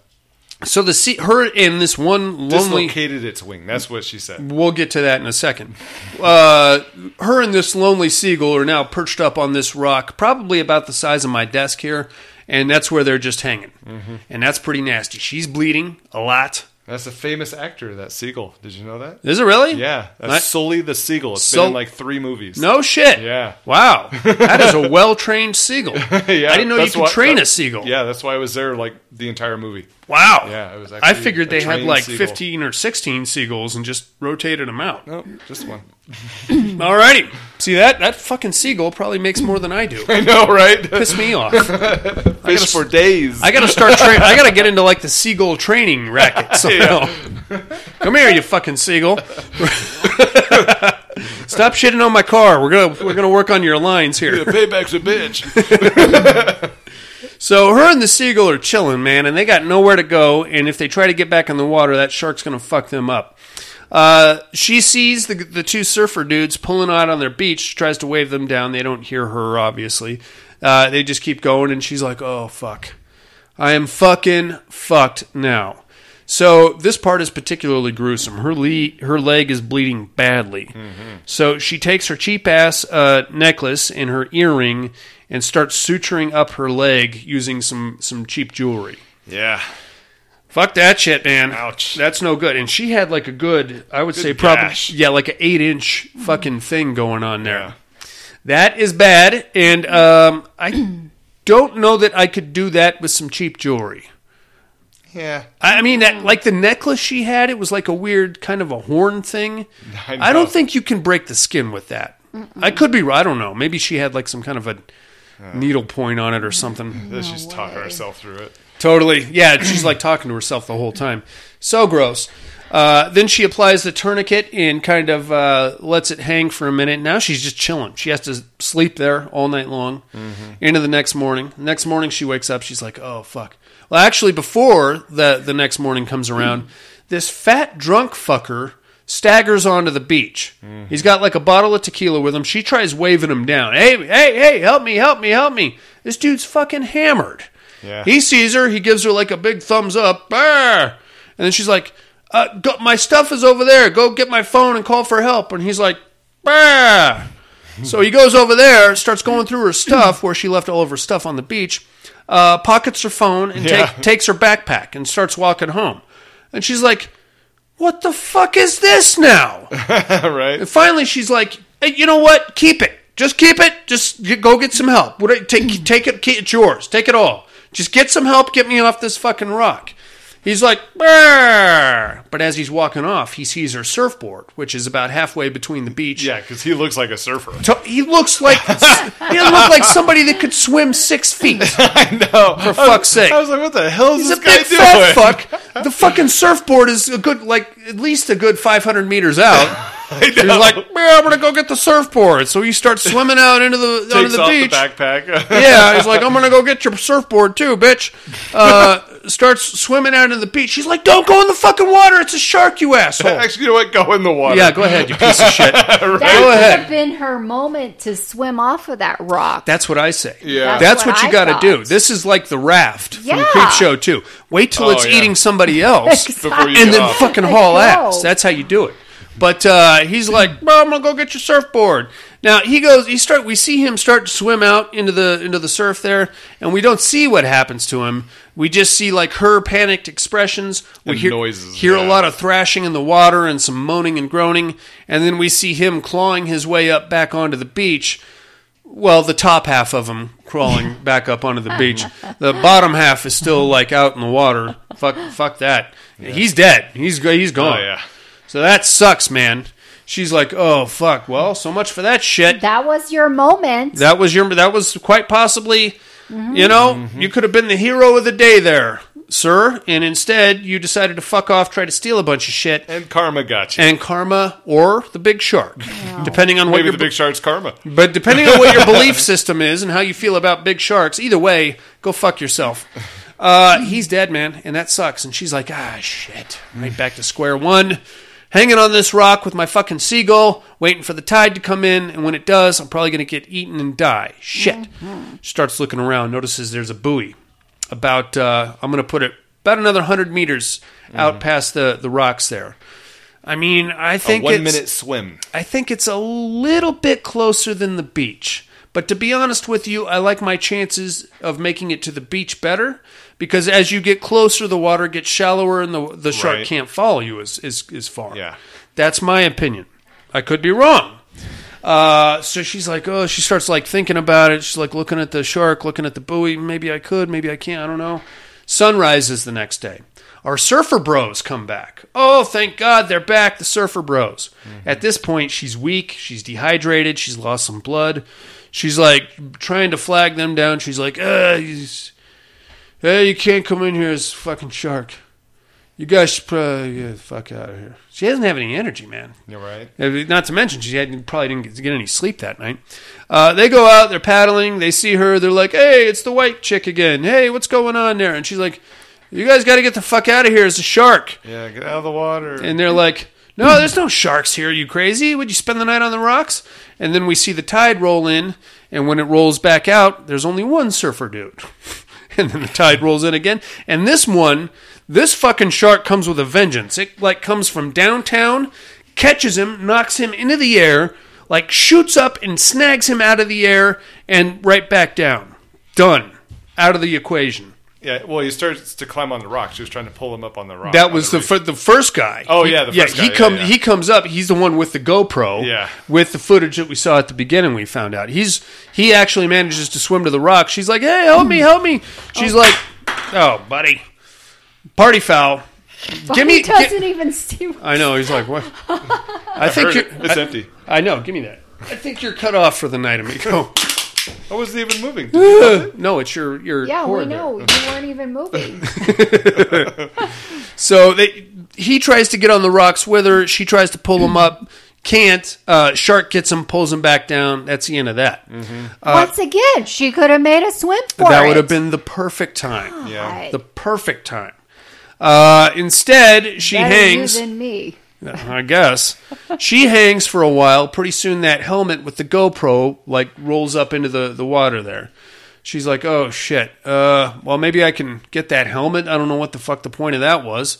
Speaker 1: So the sea, her and this one lonely
Speaker 3: Dislocated its wing. That's what she said.
Speaker 1: We'll get to that in a second. Uh, her and this lonely seagull are now perched up on this rock, probably about the size of my
Speaker 3: Mm-hmm.
Speaker 1: desk here, and that's where they're just hanging. And that's pretty nasty. She's bleeding a lot.
Speaker 3: That's a famous actor, that Siegel. Did you know that?
Speaker 1: Is it really?
Speaker 3: Yeah, that's
Speaker 1: I-
Speaker 3: Sully the Siegel. It's
Speaker 1: Sul-
Speaker 3: been in like three movies.
Speaker 1: No shit.
Speaker 3: Yeah.
Speaker 1: Wow. That is a well trained
Speaker 3: *laughs*
Speaker 1: seagull.
Speaker 3: *laughs* yeah,
Speaker 1: I didn't know you
Speaker 3: that's
Speaker 1: could
Speaker 3: why-
Speaker 1: train
Speaker 3: that-
Speaker 1: a seagull.
Speaker 3: Yeah, that's why I was there like the entire movie.
Speaker 1: Wow.
Speaker 3: Yeah, it was actually
Speaker 1: I figured
Speaker 3: a
Speaker 1: they had
Speaker 3: trained
Speaker 1: like
Speaker 3: seagull.
Speaker 1: 15 or 16 seagulls and just rotated them out.
Speaker 3: No, just one. Mm-hmm.
Speaker 1: Alrighty. See that? That fucking seagull probably makes more than *laughs* I
Speaker 3: *laughs*
Speaker 1: do.
Speaker 3: I know, right?
Speaker 1: Piss me off. I
Speaker 3: Fish for days. *laughs*
Speaker 1: gotta start. Tra- I gotta get into like the seagull training racket somehow. Come here, you fucking seagull. *laughs* Stop shitting on my car. We're gonna we're gonna work on your lines here.
Speaker 3: Payback's a bitch.
Speaker 1: *laughs* So her and the seagull are chilling, man, and they got nowhere to go. And if they try to get back in the water, that shark's gonna fuck them up. Uh, she sees the the two surfer dudes pulling out on their beach. She tries to wave them down. They don't hear her, obviously. Uh, they just keep going, and she's like, "Oh fuck, I am fucking fucked now." So this part is particularly gruesome. Her le- her leg is bleeding badly. So she takes her cheap ass uh, necklace and her earring and starts suturing up her leg using some some cheap jewelry.
Speaker 3: Yeah.
Speaker 1: Fuck that shit, man.
Speaker 3: Ouch.
Speaker 1: That's no good. And she had like a good, I would say,
Speaker 3: gash.
Speaker 1: probably yeah, like an eight inch fucking thing going on there. That is bad, and um, I don't know that I could do that with some cheap jewelry.
Speaker 3: Yeah.
Speaker 1: I I mean, that like the necklace she had, it was like a weird kind of a horn thing.
Speaker 3: I know.
Speaker 1: I don't think you can break the skin with that. I could be. wrong. I don't know. Maybe she had like some kind of a needle point on it or something.
Speaker 3: that she's talking herself
Speaker 1: *laughs*
Speaker 3: through it.
Speaker 1: Totally. Yeah, she's like talking to herself the whole time. So gross. Uh, then she applies the tourniquet and kind of uh, lets it hang for a minute. Now she's just chilling. She has to sleep there all night long into the next morning. Next morning, she wakes up. She's like, oh, fuck. Well, actually, before the, the next morning comes around, this fat drunk fucker staggers onto the beach. He's got like a bottle of tequila with him. She tries waving him down. Hey, hey, hey, help me, help me, help me. This dude's fucking hammered.
Speaker 3: Yeah.
Speaker 1: He sees her. He gives her like a big thumbs up. Brr! And then she's like, uh, go, "My stuff is over there. Go get my phone and call for help." And he's like, Brr! "So he goes over there, starts going through her stuff where she left all of her stuff on the beach, uh, pockets her phone, and
Speaker 3: Yeah.
Speaker 1: take, takes her backpack and starts walking home." And she's like, "What the fuck is this now?"
Speaker 3: right?
Speaker 1: And finally, she's like, hey, "You know what? Keep it. Just keep it. Just g- go get some help. What?
Speaker 3: Hmm.
Speaker 1: Take take it. Keep, it's yours. Take it all. Just get some help. Get me off this fucking rock." He's like, "Brr." but as he's walking off, he sees her surfboard, which is about halfway between the beach.
Speaker 3: Yeah, because he looks like a surfer.
Speaker 1: *laughs* To- He looks
Speaker 3: *laughs*
Speaker 1: like he doesn't look like somebody that could swim six feet.
Speaker 3: No, for
Speaker 1: fuck's sake.
Speaker 3: I was like, what the hell is
Speaker 1: He's a
Speaker 3: this guy
Speaker 1: big
Speaker 3: doing? *laughs*
Speaker 1: fat fuck. The fucking surfboard is a good, like at least a good 500 meters
Speaker 3: *laughs*
Speaker 1: out.
Speaker 3: I
Speaker 1: And
Speaker 3: know.
Speaker 1: he's like, "Yeah, I'm gonna go get the surfboard." So he starts swimming out into the onto
Speaker 3: *laughs* takes
Speaker 1: the
Speaker 3: off
Speaker 1: beach.
Speaker 3: the
Speaker 1: *laughs*
Speaker 3: backpack.
Speaker 1: yeah, he's like, "I'm gonna go get your surfboard too, bitch."
Speaker 3: *laughs*
Speaker 1: Uh, starts swimming out into the beach. She's like, "Don't go in the fucking water! It's a shark, you asshole!"
Speaker 3: *laughs* Actually, you know what? Go in the water.
Speaker 1: yeah, go ahead, you piece of
Speaker 3: *laughs*
Speaker 1: shit.
Speaker 2: That
Speaker 1: Go
Speaker 2: would
Speaker 1: ahead.
Speaker 2: have been her moment to swim off of that rock.
Speaker 1: That's what I say.
Speaker 3: Yeah.
Speaker 1: That's,
Speaker 2: That's
Speaker 1: what,
Speaker 2: what
Speaker 1: you
Speaker 2: I
Speaker 1: got to
Speaker 2: thought.
Speaker 1: do. This is like the raft from
Speaker 2: Yeah.
Speaker 1: Creep Show too. Wait till
Speaker 3: Oh,
Speaker 1: it's
Speaker 3: yeah.
Speaker 1: eating
Speaker 3: *laughs*
Speaker 1: somebody
Speaker 2: *laughs*
Speaker 1: else.
Speaker 3: Before
Speaker 1: and
Speaker 3: you
Speaker 2: oh
Speaker 3: get
Speaker 1: then
Speaker 3: off.
Speaker 1: fucking
Speaker 2: I
Speaker 1: haul
Speaker 2: know.
Speaker 1: ass. That's how you do it. But uh, he's like, "Bro, I'm gonna go get your surfboard." Now he goes. He start. We see him start to swim out into the into the surf there, and we don't see what happens to him. We just see like her panicked expressions. We
Speaker 3: And
Speaker 1: hear
Speaker 3: noises,
Speaker 1: hear a
Speaker 3: yeah.
Speaker 1: lot of thrashing in the water and some moaning and groaning, and then we see him clawing his way up back onto the beach. Well, the top half of him crawling back up onto the beach. The bottom half is still like out in the water. Fuck, fuck that. He's dead. He's go- he's
Speaker 3: Oh
Speaker 1: gone.
Speaker 3: yeah.
Speaker 1: So that sucks, man. She's like, oh fuck. Well, so much for that shit.
Speaker 2: that was your moment.
Speaker 1: That was your. That was quite possibly. You know,
Speaker 3: Mm-hmm.
Speaker 1: you could have been the hero of the day there, sir. And instead, you decided to fuck off, try to steal a bunch of shit,
Speaker 3: And karma got you.
Speaker 1: and karma or the big shark, depending on what
Speaker 3: Maybe
Speaker 1: your
Speaker 3: the big shark's karma.
Speaker 1: but depending on what your belief system is and how you feel about big sharks, either way, go fuck yourself. Uh, he's dead, man, and that sucks. And she's like, ah, shit. Right back to square one, hanging on this rock with my fucking seagull, waiting for the tide to come in. And when it does, I'm probably going to get eaten and die. Shit. She starts looking around, notices there's a buoy about, uh, I'm going to put it about another 100 meters out past the, the rocks there. I mean, I think
Speaker 3: One
Speaker 1: it's-
Speaker 3: minute swim.
Speaker 1: I think it's a little bit closer than the beach, But to be honest with you, I like my chances of making it to the beach better because as you get closer, the water gets shallower and the, the shark
Speaker 3: Right.
Speaker 1: can't follow you as, as, as far.
Speaker 3: Yeah.
Speaker 1: That's my opinion. I could be wrong. Uh, so she's like, oh, she starts like thinking about it. She's like looking at the shark, looking at the buoy. Maybe I could, maybe I can't. I don't know. Sun rises the next day. Our surfer bros come back. Oh, thank God they're back, the surfer bros. At this point, she's weak. She's dehydrated. She's lost some blood. She's like trying to flag them down. She's like, uh, he's- hey, you can't come in here as a fucking shark. You guys should probably get the fuck out of here. She doesn't have any energy, man.
Speaker 3: You're right.
Speaker 1: Uh, Not to mention, she had, probably didn't get- get any sleep that night. Uh, they go out, they're paddling, they see her, they're like, hey, it's the white chick again. Hey, what's going on there? And she's like, you guys got to get the fuck out of here. It's a shark.
Speaker 3: Yeah, get out of the water.
Speaker 1: And they're like, no, there's no sharks here. you crazy? Would you spend the night on the rocks? And then we see the tide roll in, and when it rolls back out, there's only one surfer dude. *laughs* and then the tide rolls in again. And this one, this fucking shark comes with a vengeance. It like comes from downtown, catches him, knocks him into the air, like shoots up and snags him out of the air and right back down. Done. Out of the equation.
Speaker 3: yeah, well, he starts to climb on the rock. She was trying to pull him up on the rock.
Speaker 1: That
Speaker 3: on
Speaker 1: was the
Speaker 3: reef.
Speaker 1: fir- the first guy.
Speaker 3: Oh,
Speaker 1: He-
Speaker 3: yeah, the first guy,
Speaker 1: He
Speaker 3: yeah,
Speaker 1: come
Speaker 3: yeah.
Speaker 1: he comes up. He's the one with the GoPro.
Speaker 3: Yeah.
Speaker 1: with the footage that we saw at the beginning, we found out he's he actually manages to swim to the rock. She's like, "Hey, help
Speaker 3: Hmm.
Speaker 1: me, help me!" She's like, "Oh, buddy, party foul." Give me. Uh,
Speaker 2: he doesn't
Speaker 1: gi-
Speaker 2: even see.
Speaker 1: I know. He's like,
Speaker 3: *laughs*
Speaker 1: "What?" I think
Speaker 3: Heard
Speaker 1: you're,
Speaker 3: it. It's
Speaker 1: I,
Speaker 3: empty.
Speaker 1: I know. Give me that. I think you're cut off for the night,
Speaker 3: *laughs*
Speaker 1: amigo.
Speaker 3: I wasn't even moving. Did you notice it?
Speaker 1: no, it's your your.
Speaker 2: *laughs* Yeah, we
Speaker 1: cord there.
Speaker 2: know you weren't
Speaker 1: *laughs*
Speaker 2: even moving.
Speaker 1: So they, he tries to get on the rocks with her. She tries to pull him up. Can't. Uh, shark gets him, pulls him back down. That's the end of that.
Speaker 2: Mm-hmm. Once again, she could have made a swim for
Speaker 1: Uh, That
Speaker 2: it.
Speaker 1: would have been the perfect
Speaker 2: *gasps*
Speaker 1: time.
Speaker 3: Yeah.
Speaker 1: The perfect time. Uh, instead, she
Speaker 2: Better
Speaker 1: hangs.
Speaker 2: you than me.
Speaker 1: *laughs* I guess she hangs for a while. Pretty soon, that helmet with the GoPro like rolls up into the the water there. She's like, "Oh shit! Uh, well, maybe I can get that helmet. I don't know what the fuck the point of that was."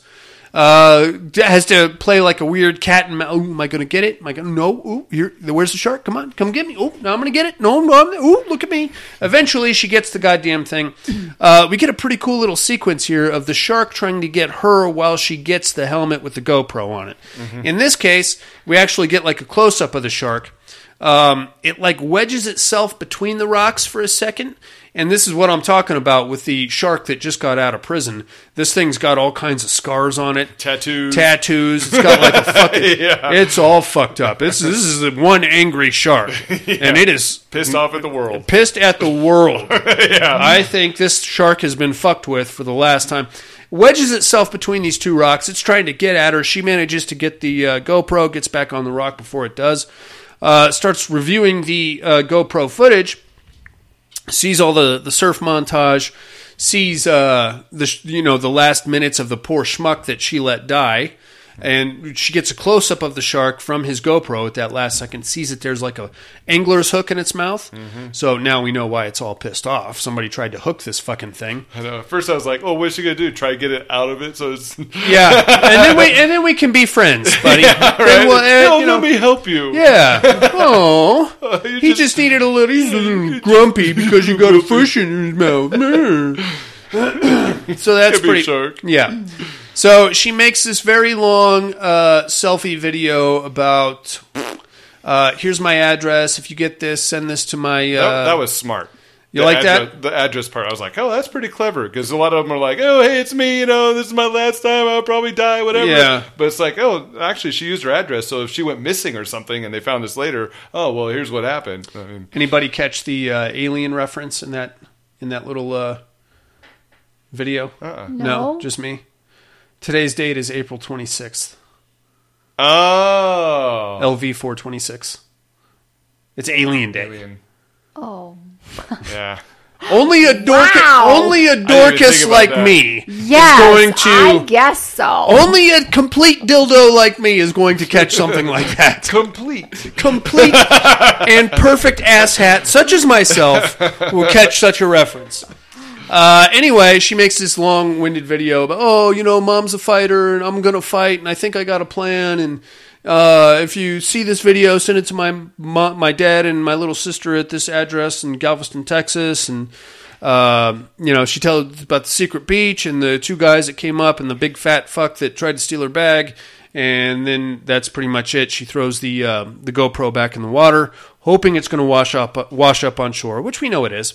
Speaker 1: Uh, d- has to play like a weird cat and mouse. Ooh, am I gonna get it? Am I gonna no? Ooh, here, where's the shark? Come on, come get me. Ooh, no, I'm gonna get it. No, no, I'm, ooh, look at me. Eventually, she gets the goddamn thing. Uh, we get a pretty cool little sequence here of the shark trying to get her while she gets the helmet with the GoPro on it. In this case, we actually get like a close up of the shark. Um, it like wedges itself between the rocks for a second. And this is what I'm talking about with the shark that just got out of prison. This thing's got all kinds of scars on it
Speaker 3: Tattoos.
Speaker 1: tattoos. It's got like a fucking. It's all fucked up. It's this is the one angry shark, and it is
Speaker 3: Pissed off at the world.
Speaker 1: pissed at the world. I think this shark has been fucked with for the last time. Wedges itself between these two rocks. It's trying to get at her. She manages to get the uh, GoPro, gets back on the rock before it does. Uh, starts reviewing the uh, GoPro footage sees all the the surf montage, sees uh the sh- you know the last minutes of the poor schmuck that she let die, and she gets a close up of the shark from his GoPro at that last second. Sees that there's like a angler's hook in its mouth, so now we know why it's all pissed off. Somebody tried to hook this fucking thing.
Speaker 3: I know. At first, I was like, "Oh, what's she gonna do? Try to get it out of it?" So it's *laughs*
Speaker 1: Yeah, and then we and then we can be friends, buddy. Then we'll, uh,
Speaker 3: no,
Speaker 1: you know-
Speaker 3: let me help you.
Speaker 1: yeah. Oh.
Speaker 3: *laughs* You
Speaker 1: He just needed a little. He's a little grumpy because you got a fish in his mouth. *laughs* so that's
Speaker 3: Give me a
Speaker 1: pretty. uh,
Speaker 3: shark.
Speaker 1: Yeah. So she makes this very long uh, selfie video about. Uh, here's my address. If you get this, send this to my. Uh,
Speaker 3: That, that was smart.
Speaker 1: You
Speaker 3: The
Speaker 1: like
Speaker 3: address-
Speaker 1: that?
Speaker 3: The address part. I was like, "Oh, that's pretty clever," because a lot of them are like, "Oh, hey, it's me. You know, this is my last time. I'll probably die. Whatever."
Speaker 1: Yeah.
Speaker 3: But it's like, "Oh, actually, she used her address. So if she went missing or something, and they found this later, oh well, here's what happened." I mean,
Speaker 1: Anybody catch the uh, alien reference in that in that little uh, video?
Speaker 3: uh-uh.
Speaker 1: no,
Speaker 2: No.
Speaker 1: just me. Today's date is April 26th.
Speaker 3: oh,
Speaker 1: LV 426. It's Alien Day.
Speaker 3: Alien.
Speaker 2: Oh,
Speaker 3: yeah.
Speaker 1: Only a dork.
Speaker 2: Wow.
Speaker 1: Only a
Speaker 3: didn't even
Speaker 1: dorcas
Speaker 3: think about
Speaker 1: like
Speaker 3: that.
Speaker 1: me.
Speaker 2: yes,
Speaker 1: going to- Oh.
Speaker 2: I guess so.
Speaker 1: Only a complete dildo like me is going to catch something like
Speaker 3: *laughs*
Speaker 1: that.
Speaker 3: Complete.
Speaker 1: Complete and perfect asshat, such as myself, will catch such a reference. Uh, anyway, she makes this long winded video about, oh, you know, mom's a fighter and I'm going to fight and I think I got a plan. And uh, if you see this video, send it to my, my, my dad and my little sister at this address in Galveston, Texas. And, uh, you know, she tells about the secret beach and the two guys that came up and the big fat fuck that tried to steal her bag. And then that's pretty much it. She throws the uh, the GoPro back in the water, hoping it's going to wash up wash up on shore, which we know it is.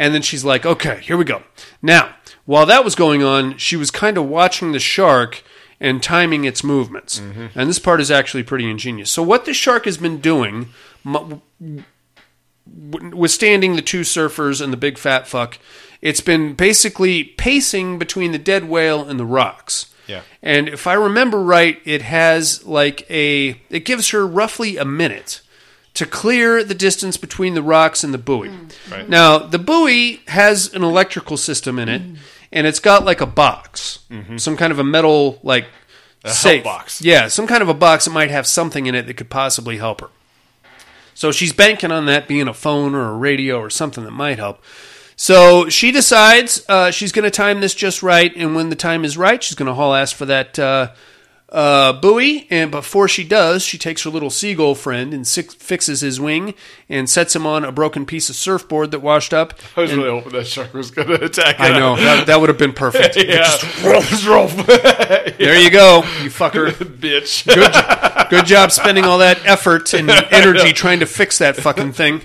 Speaker 1: And then she's like, okay, here we go. Now, while that was going on, she was kind of watching the shark and timing its movements. And this part is actually pretty ingenious. So, what the shark has been doing, mu- withstanding the two surfers and the big fat fuck, it's been basically pacing between the dead whale and the rocks.
Speaker 3: Yeah.
Speaker 1: And if I remember right, it has like a, it gives her roughly a minute to clear the distance between the rocks and the buoy.
Speaker 3: Right.
Speaker 1: Now, the buoy has an electrical system in it, and it's got like a box, some kind of a metal, like,
Speaker 3: Mm-hmm. help
Speaker 1: safe.
Speaker 3: box.
Speaker 1: Yeah, some kind of a box that might have something in it that could possibly help her. So she's banking on that being a phone or a radio or something that might help. So she decides uh, she's going to time this just right, and when the time is right, she's going to haul ass for that uh, uh, buoy. And before she does, she takes her little seagull friend and six, fixes his wing and sets him on a broken piece of surfboard that washed up.
Speaker 3: I was really hoping that shark was going to attack.
Speaker 1: I know that, that would have been
Speaker 3: *laughs*
Speaker 1: perfect. *laughs*
Speaker 3: Rolf, Rolf,
Speaker 1: There you go, you fucker.
Speaker 3: bitch.
Speaker 1: good, jo- good job spending all that effort and energy trying to fix that fucking thing.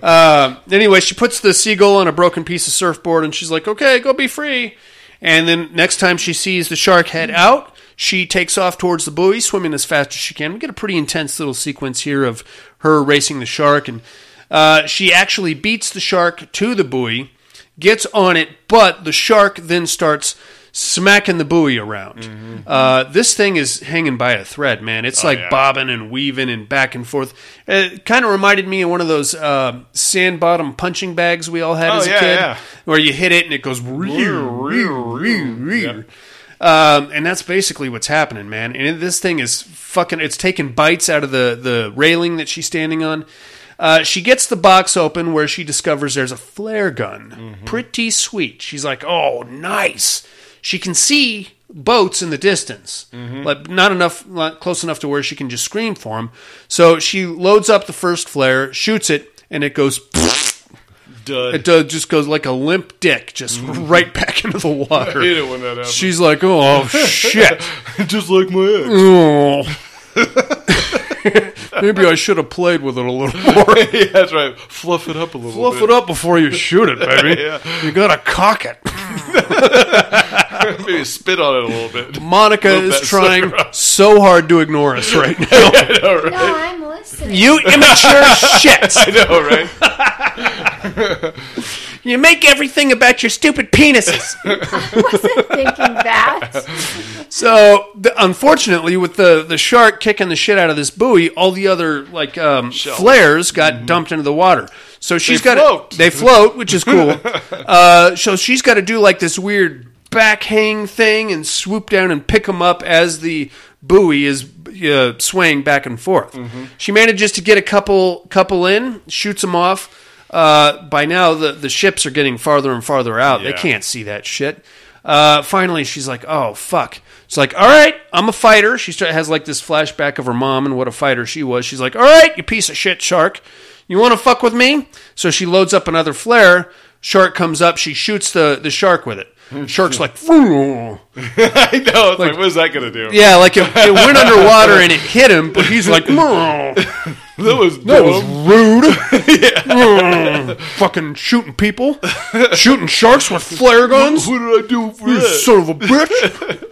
Speaker 1: Uh, anyway, she puts the seagull on a broken piece of surfboard and she's like, okay, go be free. And then next time she sees the shark head out, she takes off towards the buoy, swimming as fast as she can. We get a pretty intense little sequence here of her racing the shark, and uh, she actually beats the shark to the buoy gets on it, but the shark then starts smacking the buoy around. Uh, this thing is hanging by a thread, man. It's like
Speaker 3: yeah.
Speaker 1: bobbing and weaving and back and forth. It kind of reminded me of one of those uh, sand bottom punching bags we all had
Speaker 3: Oh,
Speaker 1: as a
Speaker 3: yeah,
Speaker 1: kid,
Speaker 3: yeah.
Speaker 1: where you hit it and it goes. *laughs* Um, and that's basically what's happening, man. And it- this thing is fucking. It's taking bites out of the the railing that she's standing on. Uh, she gets the box open where she discovers there's a flare gun.
Speaker 3: Mm-hmm.
Speaker 1: Pretty sweet. She's like, "Oh, nice." She can see boats in the distance,
Speaker 3: Mm-hmm.
Speaker 1: but not enough, not close enough to where she can just scream for them. So she loads up the first flare, shoots it, and it goes. It
Speaker 3: Dud.
Speaker 1: does, just goes like a limp dick, just right back
Speaker 3: *laughs*
Speaker 1: into the water.
Speaker 3: Mm-hmm. hate it when that happens.
Speaker 1: She's like, "Oh *laughs*
Speaker 3: *laughs*
Speaker 1: shit."
Speaker 3: Just like my ex.
Speaker 1: Oh. Maybe I should have played with it a little
Speaker 3: *laughs*
Speaker 1: more.
Speaker 3: *laughs* yeah, that's right. Fluff it up a little
Speaker 1: Fluff
Speaker 3: bit.
Speaker 1: it up before you shoot it,
Speaker 3: *laughs*
Speaker 1: baby. You gotta cock it.
Speaker 3: *laughs* Maybe spit on it a little bit. *laughs*
Speaker 1: Monica
Speaker 3: Move
Speaker 1: is
Speaker 3: that
Speaker 1: trying
Speaker 3: sucker up.
Speaker 1: so hard to ignore us
Speaker 3: *laughs*
Speaker 1: right now.
Speaker 7: No, I'm listening.
Speaker 1: you *laughs* immature shit.
Speaker 3: I know, right? *laughs*
Speaker 1: You make everything about your stupid penises. *laughs*
Speaker 2: wasn't thinking that.
Speaker 1: So, the, unfortunately, with the, the shark kicking the shit out of this buoy, all the other like um, flares got dumped into the water. So she's got
Speaker 3: Mm-hmm. float.
Speaker 1: they float, which is cool.
Speaker 3: *laughs*
Speaker 1: uh, so she's got to do like this weird back hang thing and swoop down and pick them up as the buoy is uh, swaying back and forth.
Speaker 3: Mm-hmm.
Speaker 1: She manages to get a couple couple in, shoots them off. Uh, by now, the the ships are getting farther and farther out. They
Speaker 3: Yeah.
Speaker 1: can't see that shit. Uh, finally, she's like, "Oh fuck!" She's like, "All right, I'm a fighter." She start, has like this flashback of her mom and what a fighter she was. She's like, "All right, you piece of shit shark, you want to fuck with me?" So she loads up another flare. Shark comes up. She shoots the the shark with it. Shark's like, "Phew."
Speaker 3: I know. It's like, what is that going to do?
Speaker 1: yeah, like it, it went underwater and it hit him, but he's like, "Meow."
Speaker 3: *laughs* That was dumb.
Speaker 1: That *laughs* was rude. Mm, fucking shooting people, shooting sharks with flare guns.
Speaker 3: what did I do for
Speaker 1: You
Speaker 3: that?
Speaker 1: son of a bitch.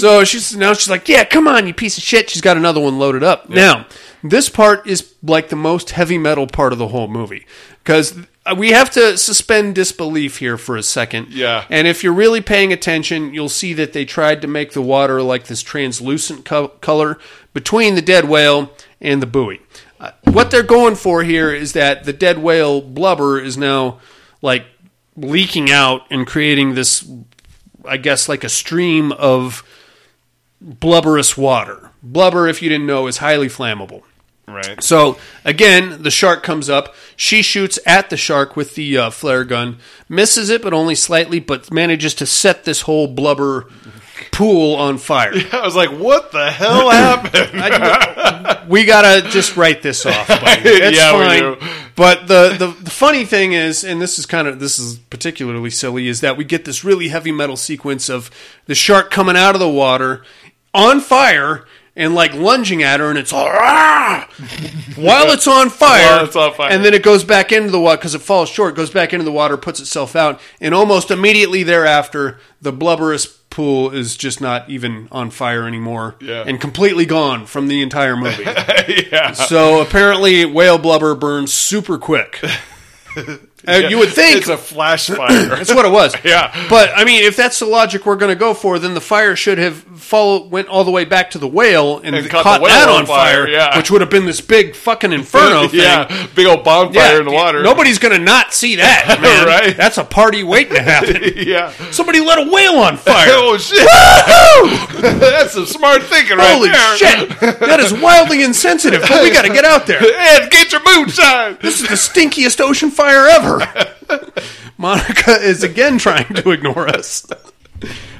Speaker 1: so she's now she's like, yeah, come on, you piece of shit. She's got another one loaded up. Now, this part is like the most heavy metal part of the whole movie because we have to suspend disbelief here for a second.
Speaker 3: Yeah.
Speaker 1: And if you're really paying attention, you'll see that they tried to make the water like this translucent co- color between the dead whale and the buoy. Uh, what they're going for here is that the dead whale blubber is now like leaking out and creating this I guess like a stream of blubberous water. Blubber, if you didn't know, is highly flammable.
Speaker 3: Right.
Speaker 1: So again, the shark comes up. She shoots at the shark with the uh, flare gun, misses it, but only slightly, but manages to set this whole blubber pool on fire.
Speaker 3: I was like, what
Speaker 1: *laughs*
Speaker 3: the hell happened?
Speaker 1: I- we gotta just write this off.
Speaker 3: *laughs*
Speaker 1: Buddy. It's
Speaker 3: Yeah, we
Speaker 1: fine.
Speaker 3: do.
Speaker 1: But the, the the funny thing is, and this is kind of this is particularly silly, is that we get this really heavy metal sequence of the shark coming out of the water on fire and like lunging at her, and it's all "Rah!" while it's on fire,
Speaker 3: While it's on fire.
Speaker 1: and then it goes back into the water because it falls short, goes back into the water, puts itself out, and almost immediately thereafter, the blubberous pool is just not even on fire anymore
Speaker 3: Yeah.
Speaker 1: and completely gone from the entire movie.
Speaker 3: *laughs* yeah.
Speaker 1: So apparently, whale blubber burns super
Speaker 3: *laughs*
Speaker 1: quick. Uh, You would think
Speaker 3: It's a flash fire.
Speaker 1: that's what it was.
Speaker 3: *laughs* Yeah.
Speaker 1: But I mean, if that's the logic we're going to go for, then the fire should have followed, went all the way back to the whale and,
Speaker 3: And
Speaker 1: caught,
Speaker 3: caught the whale
Speaker 1: that
Speaker 3: on
Speaker 1: on fire,
Speaker 3: fire, yeah.
Speaker 1: which would have been this big fucking inferno thing.
Speaker 3: *laughs* yeah. Big old bonfire
Speaker 1: Yeah,
Speaker 3: in the water.
Speaker 1: Nobody's going to not see
Speaker 3: *laughs*
Speaker 1: that, man.
Speaker 3: Right.
Speaker 1: That's a party waiting to
Speaker 3: *laughs*
Speaker 1: happen.
Speaker 3: *laughs* Yeah.
Speaker 1: Somebody let a whale on fire.
Speaker 3: *laughs* Oh shit! That's some smart thinking right
Speaker 1: Holy
Speaker 3: there. *laughs*
Speaker 1: shit! That is wildly insensitive, but we got to get out there.
Speaker 3: Ed, get your moonshine.
Speaker 1: This is the stinkiest ocean fire ever.
Speaker 3: *laughs*
Speaker 1: Monica is again trying to ignore us.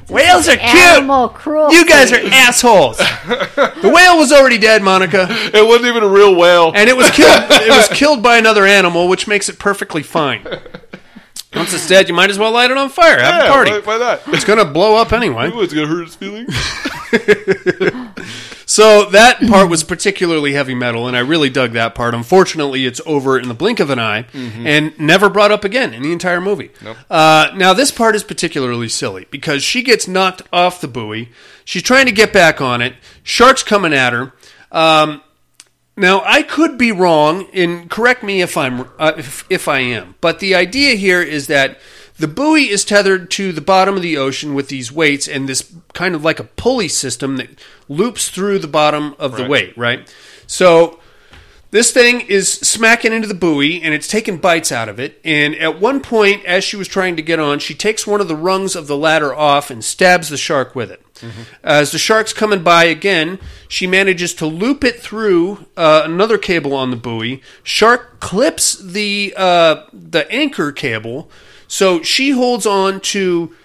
Speaker 1: Whales are cute.
Speaker 2: Animal cruelty.
Speaker 1: You guys are assholes. The whale was already dead, Monica,
Speaker 3: It wasn't even a real whale.
Speaker 1: and it was killed. It was killed by another animal, which makes it perfectly fine. Once it's dead, you might as well light it on fire. Have
Speaker 3: yeah,
Speaker 1: a party.
Speaker 3: Why, why not? *laughs*
Speaker 1: It's gonna blow up anyway.
Speaker 3: Ooh, it's gonna hurt his feelings.
Speaker 1: So that part was particularly heavy metal, and I really dug that part. Unfortunately, it's over in the blink of an eye and never brought up again in the entire movie. Uh, now, this part is particularly silly because she gets knocked off the buoy. She's trying to get back on it. Shark's coming at her. Um, now, I could be wrong, and correct me if I'm uh, if, if I am. But the idea here is that the buoy is tethered to the bottom of the ocean with these weights and this kind of like a pulley system that loops through the bottom of the weight, right? So this thing is smacking into the buoy and it's taking bites out of it. And at one point, as she was trying to get on, she takes one of the rungs of the ladder off and stabs the shark with it. As the shark's coming by again, she manages to loop it through uh, another cable on the buoy. Shark clips the uh, the anchor cable, so she holds on to,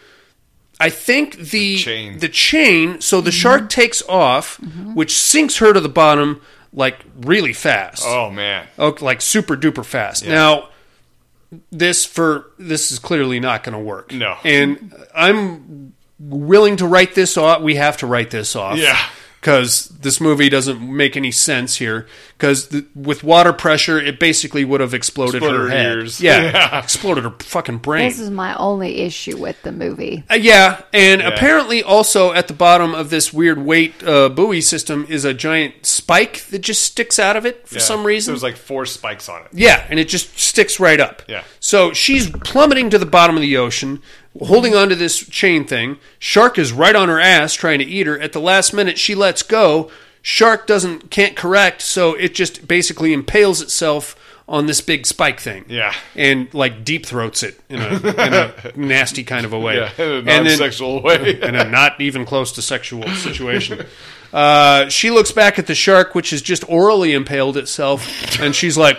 Speaker 1: I think the
Speaker 3: chain.
Speaker 1: the chain. So
Speaker 3: Mm-hmm.
Speaker 1: the shark takes off, which sinks her to the bottom like really fast.
Speaker 3: Oh man.
Speaker 1: Oh, like super duper fast. Now, this for this is clearly not going to work.
Speaker 3: No.
Speaker 1: and I'm willing to write this off. We have to write this off.
Speaker 3: Yeah.
Speaker 1: Because this movie doesn't make any sense here. Because with water pressure, it basically would have exploded,
Speaker 3: Exploded
Speaker 1: her
Speaker 3: her
Speaker 1: head.
Speaker 3: ears. *laughs*
Speaker 1: Yeah, exploded her fucking brain.
Speaker 2: This is my only issue with the movie.
Speaker 1: Uh, yeah, and apparently also at the bottom of this weird weight uh, buoy system is a giant spike that just sticks out of it for
Speaker 3: Yeah.
Speaker 1: some reason.
Speaker 3: there was like four spikes on it.
Speaker 1: Yeah, and it just sticks right up.
Speaker 3: Yeah.
Speaker 1: So she's plummeting to the bottom of the ocean, holding onto this chain thing. Shark is right on her ass trying to eat her. At the last minute, she lets go. Shark doesn't can't correct, so it just basically impales itself on this big spike thing.
Speaker 3: Yeah.
Speaker 1: And like deep throats it in a, in a nasty kind of a way.
Speaker 3: *laughs* Yeah, in a
Speaker 1: And then-
Speaker 3: non-sexual
Speaker 1: *laughs*
Speaker 3: way.
Speaker 1: and I'm not even close to sexual situation. Uh, she looks back at the shark, which has just orally impaled itself, and she's like,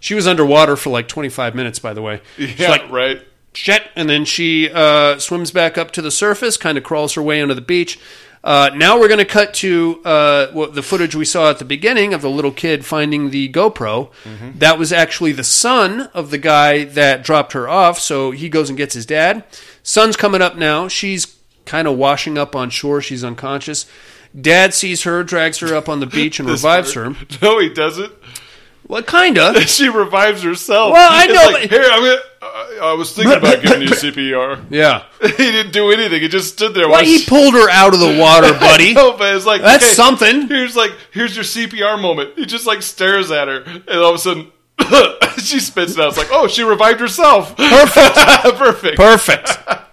Speaker 1: she was underwater for like 25 minutes, by the way. She's
Speaker 3: *laughs* Yeah,
Speaker 1: like,
Speaker 3: right.
Speaker 1: shit, and then she uh, swims back up to the surface, kind of crawls her way under the beach. Uh, now we're going to cut to uh, what the footage we saw at the beginning of the little kid finding the GoPro. That was actually the son of the guy that dropped her off. So he goes and gets his dad. Son's coming up now. She's kind of washing up on shore. She's unconscious. Dad sees her, drags her up on the beach, and revives her.
Speaker 3: No, he doesn't. *laughs*
Speaker 1: Well, kinda.
Speaker 3: She revives herself.
Speaker 1: Well, I
Speaker 3: It's
Speaker 1: know,
Speaker 3: Like,
Speaker 1: but-
Speaker 3: Here, I'm gonna. uh, I- I was thinking about giving you CPR.
Speaker 1: Yeah.
Speaker 3: *laughs* he didn't do anything. He just stood there.
Speaker 1: Well,
Speaker 3: while
Speaker 1: he
Speaker 3: she- *laughs*
Speaker 1: pulled her out of the water, buddy.
Speaker 3: No, but it's like
Speaker 1: That's
Speaker 3: hey,
Speaker 1: something.
Speaker 3: Here's like here's your CPR moment. He just like stares at her, and all of a sudden *laughs* she spits it out. It's like, oh, she revived herself. *laughs* Perfect. Perfect.
Speaker 1: Perfect. *laughs*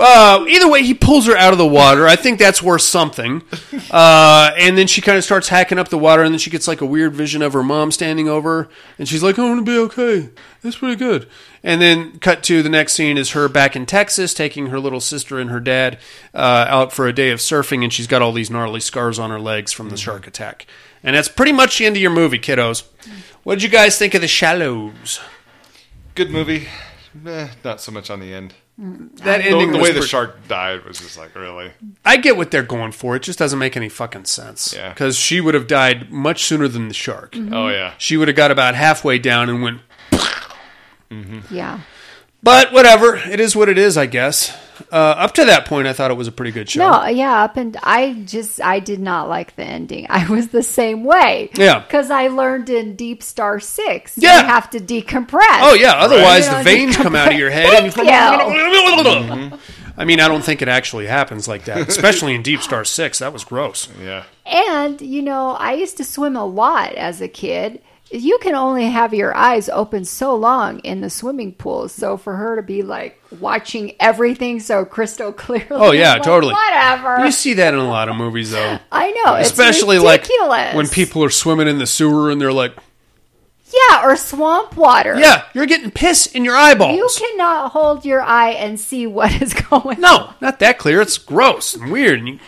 Speaker 1: Uh, either way, he pulls her out of the water. I think that's worth something. Uh, and then she kind of starts hacking up the water, and then she gets like a weird vision of her mom standing over, her, and she's like, "I'm gonna be okay. That's pretty good." And then cut to the next scene is her back in Texas, taking her little sister and her dad uh, out for a day of surfing, and she's got all these gnarly scars on her legs from the shark attack. And that's pretty much the end of your movie, kiddos. What did you guys think of The Shallows?
Speaker 3: Good movie. Nah, not so much on the end.
Speaker 1: That
Speaker 3: The,
Speaker 1: ending
Speaker 3: the
Speaker 1: was
Speaker 3: way the
Speaker 1: pretty-
Speaker 3: shark died was just like really.
Speaker 1: I get what they're going for. It just doesn't make any fucking sense.
Speaker 3: Yeah.
Speaker 1: Because she would have died much sooner than the shark.
Speaker 3: Oh yeah.
Speaker 1: She would have got about halfway down and went.
Speaker 2: Yeah.
Speaker 1: But whatever, it is what it is, I guess. Uh, up to that point, I thought it was a pretty good show.
Speaker 2: No, yeah, up and I just I did not like the ending. *laughs* I was the same way.
Speaker 1: Yeah.
Speaker 2: because I learned in Deep Star Six,
Speaker 1: Yeah.
Speaker 2: you have to decompress.
Speaker 1: Oh yeah, otherwise
Speaker 2: Right.
Speaker 1: the veins come out of your head. And
Speaker 2: Thank
Speaker 1: I mean, I don't think it actually happens like that, especially in Deep Star Six. That was gross.
Speaker 3: Yeah.
Speaker 2: And you know, I used to swim a lot as a kid. You can only have your eyes open so long in the swimming pool. So for her to be like watching everything so crystal *laughs* clearly.
Speaker 1: Oh yeah,
Speaker 2: like,
Speaker 1: totally.
Speaker 2: Whatever.
Speaker 1: You see that in a lot of movies, though.
Speaker 2: I know,
Speaker 1: Especially
Speaker 2: Uh, Oh, it's
Speaker 1: like
Speaker 2: ridiculous.
Speaker 1: when people are swimming in the sewer and they're like,
Speaker 2: yeah, or swamp water.
Speaker 1: "Yeah, you're getting piss in your eyeballs."
Speaker 2: You cannot hold your eye and see what is *laughs* going on.
Speaker 1: No, not that clear. It's gross and weird. And you,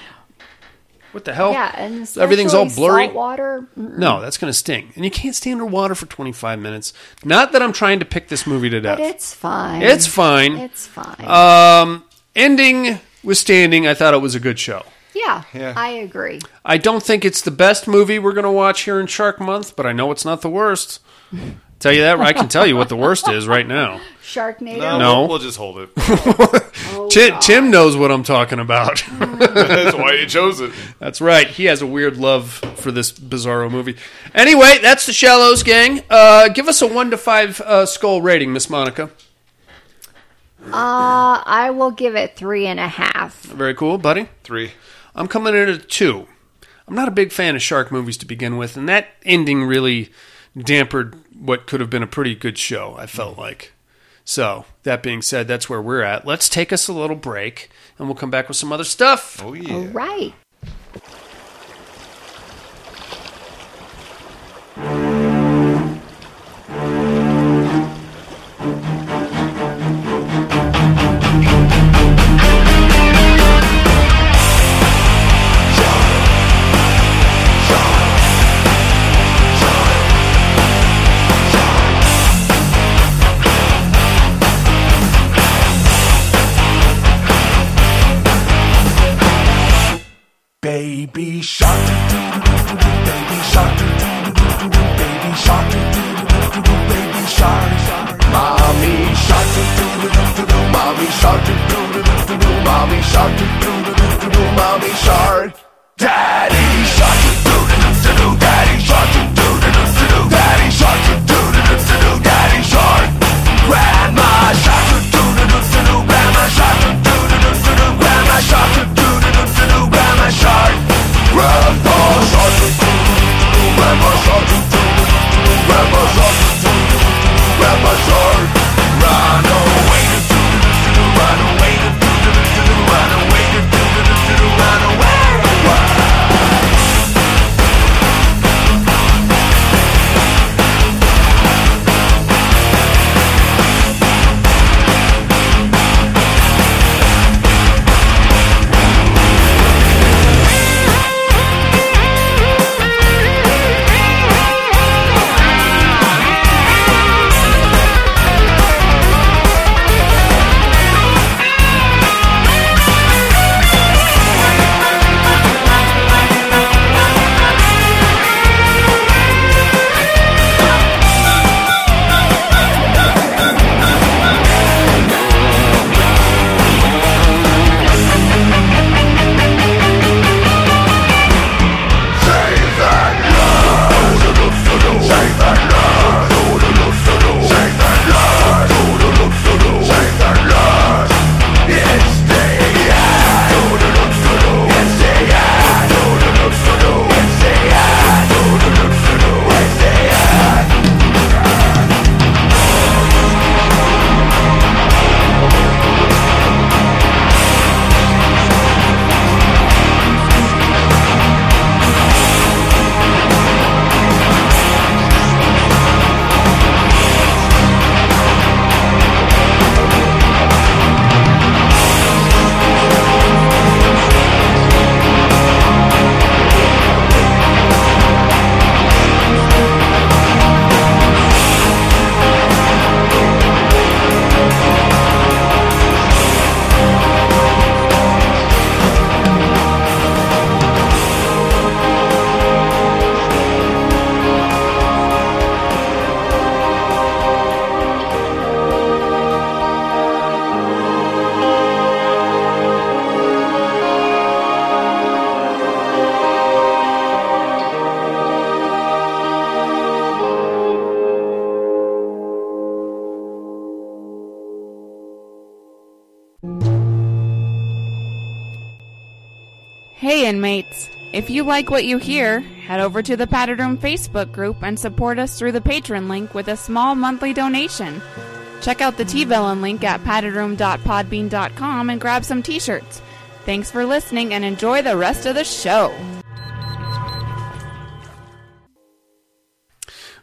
Speaker 1: what the hell?
Speaker 2: Yeah, and
Speaker 1: everything's all
Speaker 2: especially
Speaker 1: blurry.
Speaker 2: Salt water. Mm.
Speaker 1: No, that's going to sting. And you can't stay underwater for 25 minutes. Not that I'm trying to pick this movie to death.
Speaker 2: But it's fine.
Speaker 1: It's fine.
Speaker 2: It's fine.
Speaker 1: um, ending with standing, I thought it was a good show.
Speaker 2: yeah,
Speaker 3: yeah.
Speaker 2: I agree.
Speaker 1: I don't think it's the best movie we're going to watch here in Shark Month, but I know it's not the worst. Tell you that I can tell you what the worst is right now.
Speaker 2: Sharknado.
Speaker 1: No.
Speaker 3: We'll, we'll just hold it.
Speaker 2: *laughs*
Speaker 3: *laughs*
Speaker 2: Oh,
Speaker 1: Ti-
Speaker 2: God.
Speaker 1: Tim knows what I'm talking about. *laughs*
Speaker 3: That's why you chose it.
Speaker 1: That's right. He has a weird love for this bizarro movie. Anyway, that's the Shallows gang. Uh, give us a one to five uh, skull rating, Miss Monica.
Speaker 2: Uh, I will give it three and a half.
Speaker 1: Very cool, buddy.
Speaker 3: Three.
Speaker 1: I'm coming in at a two. I'm not a big fan of shark movies to begin with, and that ending really dampered what could have been a pretty good show. I felt like. So that being said, that's where we're at. Let's take us a little break, and we'll come back with some other stuff.
Speaker 3: Oh yeah.
Speaker 2: Right.
Speaker 8: Baby shark, baby shark, baby shark, baby shark, mommy shark, mommy shark, mommy shark, mommy shark, daddy shark, daddy shark, daddy shark, daddy shark, grandma shark, grandma shark, grandma shark, grandma shark, grandpa shark, grandma shark, grandma shark, grandma shark, run away, run away, run away, run away.
Speaker 4: Hey, inmates. If you like what you hear, head over to the Padded Room Facebook group and support us through the patron link with a small monthly donation. Check out the T-Villain link at paddedroom.podbean.com and grab some t-shirts. Thanks for listening and enjoy the rest of the show.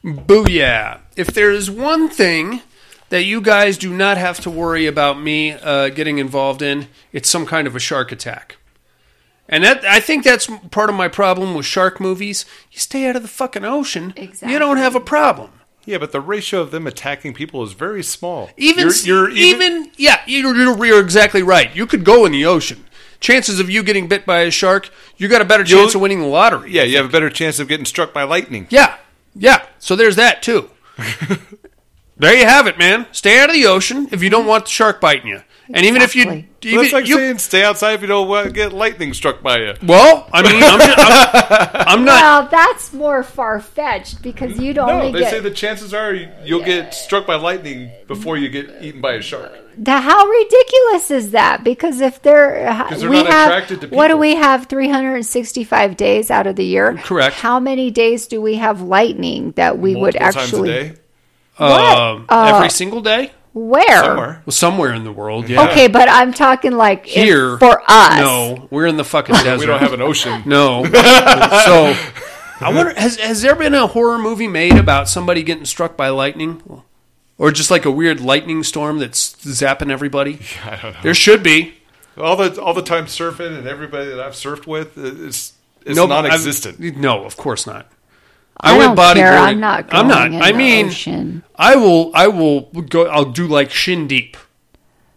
Speaker 1: Booyah. If there is one thing that you guys do not have to worry about me uh, getting involved in, it's some kind of a shark attack. And that I think that's part of my problem with shark movies. You stay out of the fucking ocean, you don't have a problem.
Speaker 3: Yeah, but the ratio of them attacking people is very small.
Speaker 1: Even
Speaker 3: You're- you're
Speaker 1: even, yeah, you're, you're, you're exactly right. You could go in the ocean. Chances of you getting bit by a shark, you got a better chance of winning the lottery.
Speaker 3: Yeah, you have a better chance of getting struck by *laughs* lightning.
Speaker 1: Yeah. Yeah. So there's that
Speaker 3: *laughs*
Speaker 1: too. there you have it, man. Stay out of the ocean if you don't want the shark biting you. And even if you,
Speaker 2: Exactly.
Speaker 1: even,
Speaker 3: That's like
Speaker 1: you-
Speaker 3: saying stay outside if you don't want to get lightning struck by you.
Speaker 1: well, I mean, I'm, I'm-
Speaker 3: *laughs*
Speaker 1: I'm not.
Speaker 2: Well, that's more far fetched because you'd only
Speaker 3: No, they
Speaker 2: get
Speaker 3: say the chances are you- you'll get struck by lightning before you get eaten by a shark.
Speaker 2: The- how ridiculous is that? Because if they're,
Speaker 3: 'Cause they're
Speaker 2: we
Speaker 3: not
Speaker 2: have
Speaker 3: attracted to
Speaker 2: what do
Speaker 3: people.
Speaker 2: we have? Three hundred and sixty-five days out of the year.
Speaker 1: Correct.
Speaker 2: How many days do we have lightning that we would
Speaker 3: Multiple times a
Speaker 2: actually Uh,
Speaker 3: day.
Speaker 1: um, every single day.
Speaker 2: where?
Speaker 3: Somewhere.
Speaker 1: Well, somewhere in the world, yeah.
Speaker 2: Okay, but I'm talking like if-
Speaker 1: Here
Speaker 2: for us.
Speaker 1: No, we're in the fucking desert.
Speaker 3: *laughs* We don't have an ocean. *laughs*
Speaker 1: No. so I wonder has has there been a horror movie made about somebody getting struck by lightning? Or just like a weird lightning storm that's zapping everybody? There should be.
Speaker 3: all the all the time surfing and everybody that I've surfed with is it's
Speaker 1: Nope, I've-
Speaker 3: non-existent.
Speaker 1: no, of course not.
Speaker 2: I,
Speaker 1: went
Speaker 2: don't care.
Speaker 1: bodyboarding.
Speaker 2: I'm not. Going
Speaker 1: I'm not.
Speaker 2: In Oh,
Speaker 1: I
Speaker 2: the
Speaker 1: mean,
Speaker 2: ocean.
Speaker 1: I will. I will go. I'll do like shin deep.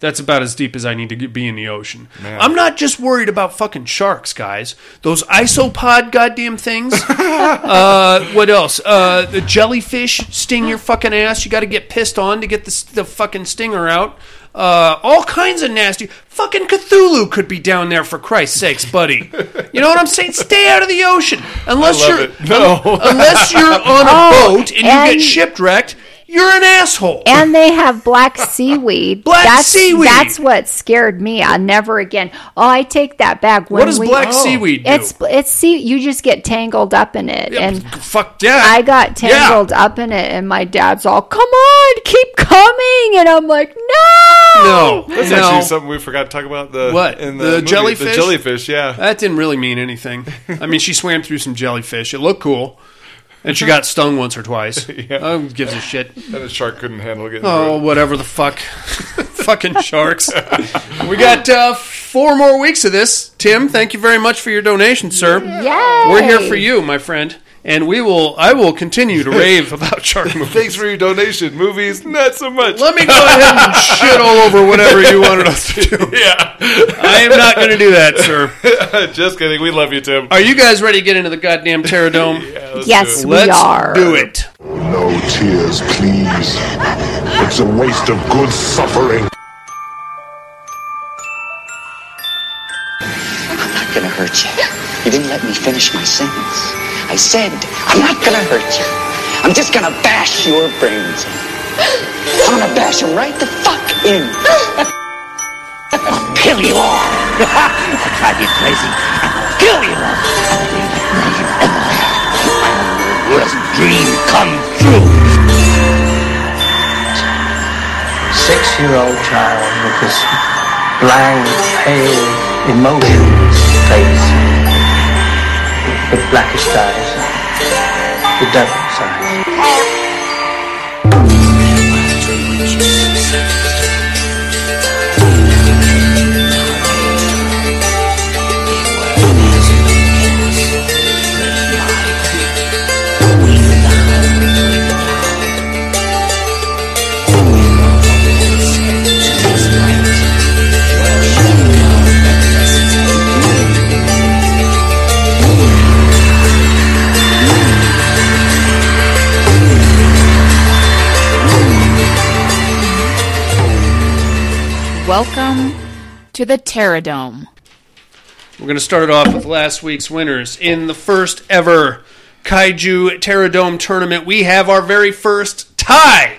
Speaker 1: That's about as deep as I need to get, be in the ocean. I'm not just worried about fucking sharks, guys. Those isopod goddamn
Speaker 3: *laughs*
Speaker 1: things. uh, what else? Uh, the jellyfish sting your fucking ass. You got to get pissed on to get the, s- the fucking stinger out. Uh, all kinds of nasty. Fucking Cthulhu could be down there for Christ's sakes, buddy. You know what I'm saying? Stay out of the ocean unless
Speaker 3: love
Speaker 1: you're
Speaker 3: it. *laughs* No.
Speaker 1: unless
Speaker 2: *laughs*
Speaker 1: you're on a boat and, you
Speaker 2: Oh, and-
Speaker 1: get shipwrecked. You're an asshole.
Speaker 2: and they
Speaker 1: *laughs*
Speaker 2: have black seaweed.
Speaker 1: Black
Speaker 2: that's,
Speaker 1: seaweed!
Speaker 2: That's what scared me. I never again. Oh, I take that back. When
Speaker 1: What does
Speaker 2: we- Oh,
Speaker 1: black seaweed do?
Speaker 2: It's it's sea. You just get tangled up in it, and
Speaker 1: fuck that.
Speaker 2: I got tangled up in it. And my dad's all, "Come on, keep coming," and I'm like, "No,
Speaker 1: No,
Speaker 3: That's
Speaker 1: no.
Speaker 3: actually something we forgot to talk about. The
Speaker 1: What?
Speaker 3: in
Speaker 1: The
Speaker 3: the, movie.
Speaker 1: jellyfish? Uh,
Speaker 3: The jellyfish, yeah.
Speaker 1: that didn't really mean anything. I mean, she swam through some jellyfish. It looked cool, and she got stung once or twice. Oh, who gives a shit.
Speaker 3: And the shark couldn't handle getting
Speaker 1: Oh,
Speaker 3: through it.
Speaker 1: whatever the fuck. *laughs* Fucking sharks. we got uh, four more weeks of this. Tim, thank you very much for your donation, sir.
Speaker 2: Yay.
Speaker 1: We're here for you, my friend, and we will. I will continue to rave about shark *laughs* movies.
Speaker 3: *laughs* Thanks for your donation. Movies, not so much.
Speaker 1: Let me go ahead and shit all over whatever you wanted us to do.
Speaker 3: yeah, *laughs*
Speaker 1: I am not going to do that, sir.
Speaker 3: just kidding. We love
Speaker 1: *laughs*
Speaker 3: you, Tim.
Speaker 1: Are you guys ready to get into the goddamn Terradome?
Speaker 2: yes, we
Speaker 1: Let's
Speaker 2: are."
Speaker 1: do it.
Speaker 8: No tears, please. It's a waste of good suffering.
Speaker 9: I'm not gonna hurt you. You didn't let me finish my sentence. I said, I'm not gonna hurt you. I'm just gonna bash your brains in. I'm gonna bash them right the fuck in. I'll kill you all. *laughs* I'll drive you crazy. I'll kill you all. I'll be like Roger Emmerich. I'm the worst dream come true.
Speaker 10: Six-year-old child with this blank, pale, emotionless face, with blackish eyes, the devil's eyes.
Speaker 4: Welcome to the Terradome.
Speaker 1: We're going to start off with last week's winners. In the first ever Kaiju Terradome tournament, we have our very first tie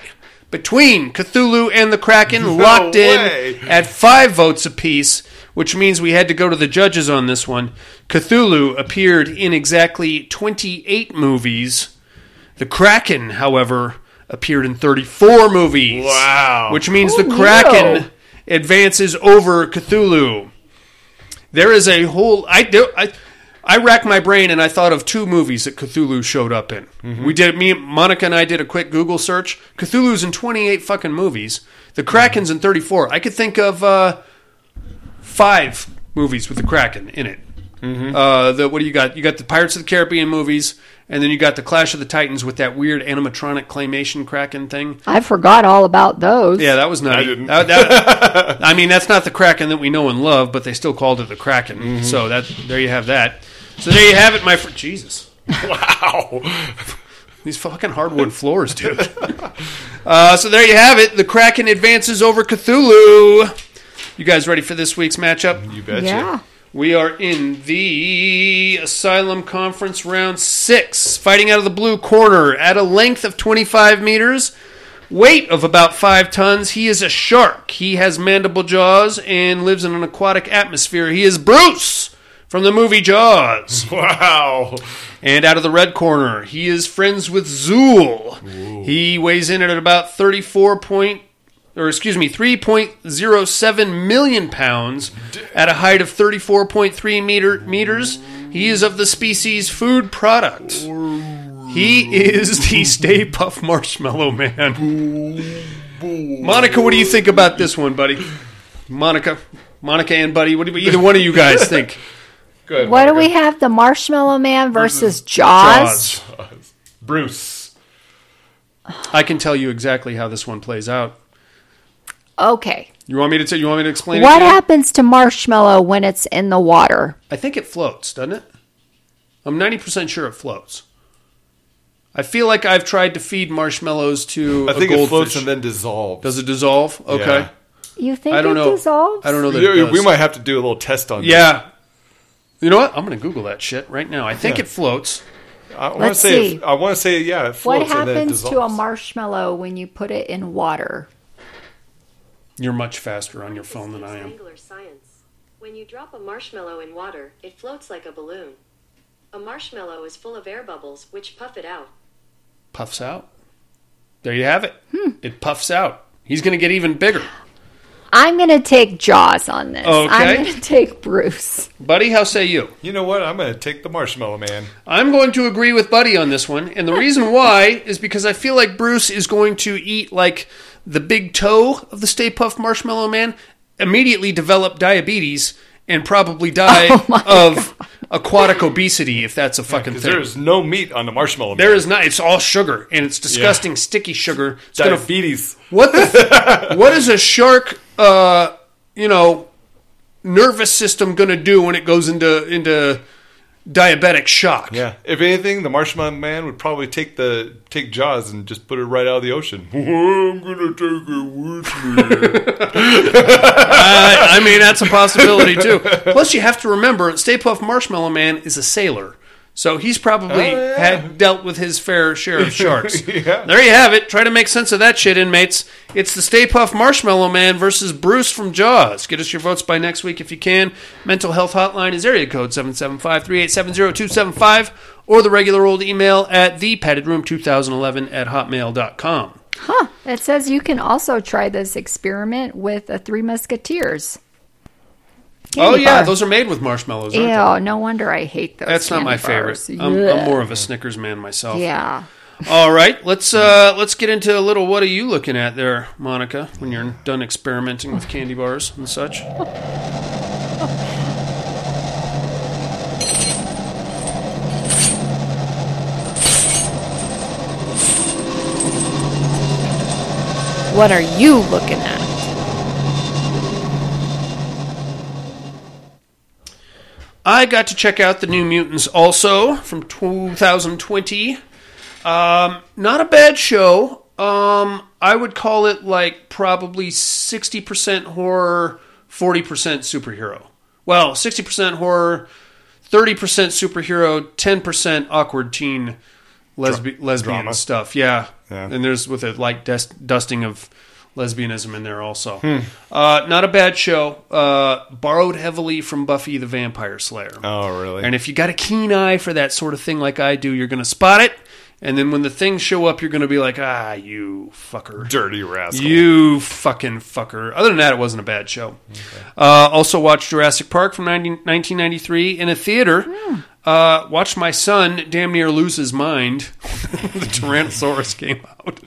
Speaker 1: between Cthulhu and the Kraken locked
Speaker 3: way.
Speaker 1: in at five votes apiece. which means we had to go to the judges on this one. Cthulhu appeared in exactly 28 movies. The Kraken, however, appeared in 34 movies.
Speaker 11: Wow.
Speaker 1: Which means the
Speaker 11: Who
Speaker 1: Kraken
Speaker 11: knew?
Speaker 1: advances over Cthulhu. There is a whole I do I I racked my brain and I thought of two movies that Cthulhu showed up in.
Speaker 11: Mhm.
Speaker 1: We did me Monica and I did a quick Google search. Cthulhu's in 28 fucking movies. The Kraken's in 34. I could think of uh, five movies with the Kraken in it. Uh, the what do you got? You got the Pirates of the Caribbean movies, and then you got the Clash of the Titans with that weird animatronic claymation Kraken thing.
Speaker 2: I forgot all about those.
Speaker 1: Yeah, that was not. I didn't. *laughs* I mean, that's not the Kraken that we know and love, but they still called it the Kraken. So that there you have that. So there you have it, my friend. Jesus. Wow. These fucking *laughs* hardwood floors, dude. uh, so there you have it. The Kraken advances over Cthulhu. You guys ready for this week's matchup? You
Speaker 3: betcha. Yeah.
Speaker 1: We are in the Asylum Conference round six, fighting out of the blue corner at a length of 25 meters, weight of about five tons. He is a shark. He has mandible jaws and lives in an aquatic atmosphere. He is Bruce from the movie Jaws. Wow. And out of the red corner, he is friends with Zool. He weighs in at about 34 point or excuse me, 3.07 million pounds at a height of 34.3 meter, meters. He is of the species food product. He is the Stay Puff Marshmallow Man. Monica, what do you think about this one, buddy? Monica, Monica and Buddy, what do either one of you guys think? Good.
Speaker 2: What do we have? The Marshmallow
Speaker 1: Mm-hmm.
Speaker 2: Man versus Jaws.
Speaker 1: Bruce. I can tell you exactly how this one plays out.
Speaker 2: Okay.
Speaker 1: You want me to tell? You want me to explain? it
Speaker 2: What
Speaker 1: to you?
Speaker 2: happens to Marshmallow when it's in the water?
Speaker 1: I think it floats, doesn't it? I'm 90% sure it floats. I feel like I've tried to feed marshmallows to
Speaker 3: I think
Speaker 1: a
Speaker 3: it
Speaker 1: goldfish.
Speaker 3: floats and then dissolves.
Speaker 1: Does it dissolve? Okay.
Speaker 3: Yeah.
Speaker 2: You think
Speaker 1: I don't
Speaker 2: it
Speaker 1: know.
Speaker 2: dissolves?
Speaker 1: I don't know that
Speaker 3: Yeah,
Speaker 1: it does.
Speaker 3: We might have to do a little test on
Speaker 1: Yeah. You know what? I'm going to Google that shit right now. I think
Speaker 3: Yeah.
Speaker 1: it floats.
Speaker 3: I wanna Let's say it- see. I want to say yeah. It
Speaker 2: What happens to a marshmallow when you put it in water?
Speaker 1: You're much faster on your phone than I am.
Speaker 12: Angular science. When you drop a marshmallow in water, it floats like a balloon. A marshmallow is full of air bubbles, which puff it out.
Speaker 1: Puffs out. There you have it.
Speaker 2: Hmm.
Speaker 1: It puffs out. He's going to get even bigger.
Speaker 2: I'm going to take Jaws on this.
Speaker 1: Okay.
Speaker 2: I'm going to *laughs* take Bruce.
Speaker 1: Buddy, how say you?
Speaker 3: You know what? I'm going to take the marshmallow man.
Speaker 1: I'm going to agree with Buddy on this one, and the reason why is because I feel like Bruce is going to eat like the big toe of the Stay Puff Marshmallow Man, immediately develop diabetes, and probably die of aquatic obesity if that's a fucking thing.
Speaker 3: There is no meat on the marshmallow man.
Speaker 1: There is not. It's all sugar, and it's disgusting, sticky sugar. It's gonna-
Speaker 3: Diabetes.
Speaker 1: what the? f- what is a shark? Uh, you know, nervous system going to do when it goes into into diabetic shock?
Speaker 3: Yeah. If anything, the marshmallow man would probably take the take Jaws and just put it right out of the ocean. *laughs* I'm gonna take it with me.
Speaker 1: I, I mean, that's a possibility
Speaker 11: *laughs*
Speaker 1: too. Plus, you have to remember, Stay Puft Marshmallow Man is a sailor, so he's probably
Speaker 11: Oh, yeah.
Speaker 1: had dealt with his fair share
Speaker 11: *laughs*
Speaker 1: of sharks. There you have it. Try to make sense of that shit, inmates. It's the Stay Puft Marshmallow Man versus Bruce from Jaws. Get us your votes by next week if you can. Mental Health Hotline is area code 775-3870275 or the regular old email at thepaddedroom2011 at hotmail.com.
Speaker 2: Huh. It says you can also try this experiment with the Three Musketeers.
Speaker 1: oh,
Speaker 2: Candy
Speaker 1: yeah.
Speaker 2: bar.
Speaker 1: Those are made with marshmallows, aren't they?
Speaker 2: Ew, no wonder I hate those.
Speaker 1: That's not
Speaker 2: candy
Speaker 1: my
Speaker 2: bars.
Speaker 1: favorite. I'm,
Speaker 2: Ugh.
Speaker 1: I'm more of a Snickers man myself.
Speaker 2: Yeah.
Speaker 1: All right, let's uh, let's get into a little. What are you looking at there, Monica? When you're done experimenting with candy bars and such.
Speaker 4: What are you looking at?
Speaker 1: I got to check out the New Mutants also from 2020. Um, not a bad show. Um, I would call it like probably 60% horror, 40% superhero. Well, 60% horror, 30% superhero, 10% awkward teen lesbi- lesbian
Speaker 11: drama.
Speaker 1: stuff. Yeah. And there's with a light dust- dusting of lesbianism in there also. Uh, not a bad show. Uh, borrowed heavily from Buffy the Vampire Slayer.
Speaker 3: Oh, really?
Speaker 1: And if you got a keen eye for that sort of thing like I do, you're going to spot it. And then when the things show up, you're going to be like, ah, you fucker.
Speaker 3: Dirty rascal.
Speaker 1: You fucking fucker. Other than that, it wasn't a bad show. Uh, also watched Jurassic Park from 19, 1993 in a theater. Uh, watched my son damn near lose his mind. *laughs* the Tyrannosaurus came out.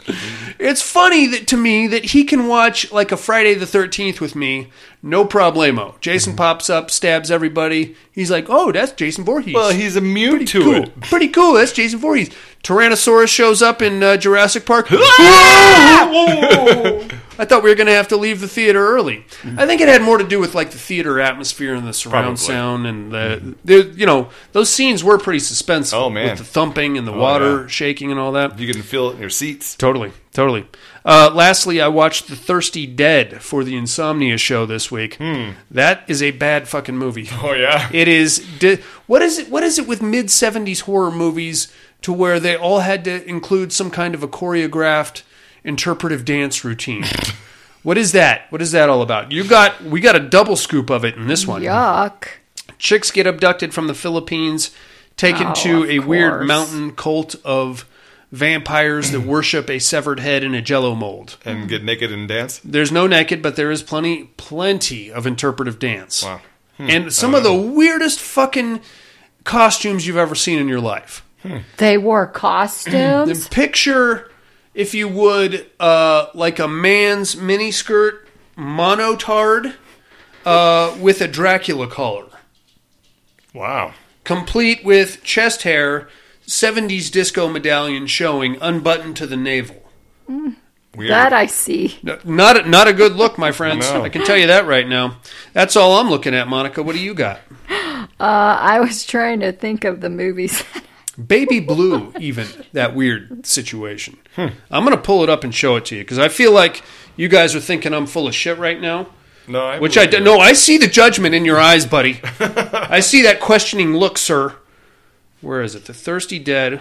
Speaker 1: It's funny that to me that he can watch like a Friday the 13th with me, no problemo. Jason pops up, stabs everybody. He's like, oh, that's Jason Voorhees.
Speaker 3: Well, he's immune to
Speaker 1: cool.
Speaker 3: it.
Speaker 1: Pretty cool. That's Jason Voorhees. Tyrannosaurus shows up in uh, Jurassic
Speaker 3: *laughs*
Speaker 1: Park. Whoa! I thought we were going to have to leave the theater early. I think it had more to do with like the theater atmosphere and the surround
Speaker 3: Probably. Mm-hmm.
Speaker 1: sound and the, the you know those scenes were pretty suspenseful.
Speaker 3: Oh, man.
Speaker 1: with the thumping and the water
Speaker 3: yeah.
Speaker 1: shaking and all that.
Speaker 3: You can feel it in your seats.
Speaker 1: Totally, totally. Uh, lastly, I watched The Thirsty Dead for the Insomnia show this week.
Speaker 3: Hmm.
Speaker 1: That is a bad fucking movie.
Speaker 3: Oh yeah.
Speaker 1: It is. Di- what is it? What is it with mid seventies horror movies to where they all had to include some kind of a choreographed interpretive dance routine? what is that? What is that all about? You got we got a double scoop of it in this one.
Speaker 2: Yuck.
Speaker 1: Chicks get abducted from the Philippines, taken
Speaker 2: Oh,
Speaker 1: to
Speaker 2: of
Speaker 1: a weird
Speaker 2: course.
Speaker 1: mountain cult of vampires that worship a severed head in a jello mold.
Speaker 3: And get naked and dance.
Speaker 1: There's no naked, but there is plenty, plenty of interpretive dance.
Speaker 3: Wow. Hmm. Uh.
Speaker 1: And some of the weirdest fucking costumes you've ever seen in your life.
Speaker 2: They wore
Speaker 1: Then *clears throat*
Speaker 2: costumes.
Speaker 1: picture, if you would, uh, like a man's miniskirt monotard uh, with a Dracula collar,
Speaker 3: Wow.
Speaker 1: complete with chest hair, 70s disco medallion showing, unbuttoned to the navel.
Speaker 3: Weird.
Speaker 2: that I see.
Speaker 1: No, Not a, not a good look, my friends.
Speaker 3: No.
Speaker 1: I can tell you that right now. That's all I'm looking at, Monica. What do you got?
Speaker 2: Uh, I was trying to think of the movies. *laughs*
Speaker 1: Baby Blue, even that weird situation. I'm gonna pull it up and show it to you because I feel like you guys are thinking I'm full of shit right now.
Speaker 3: no, I
Speaker 1: Which I
Speaker 3: believe
Speaker 1: d-
Speaker 3: you.
Speaker 1: no, I see the judgment in your eyes, buddy. I see that questioning look, sir. Where is it? The Thirsty Dead.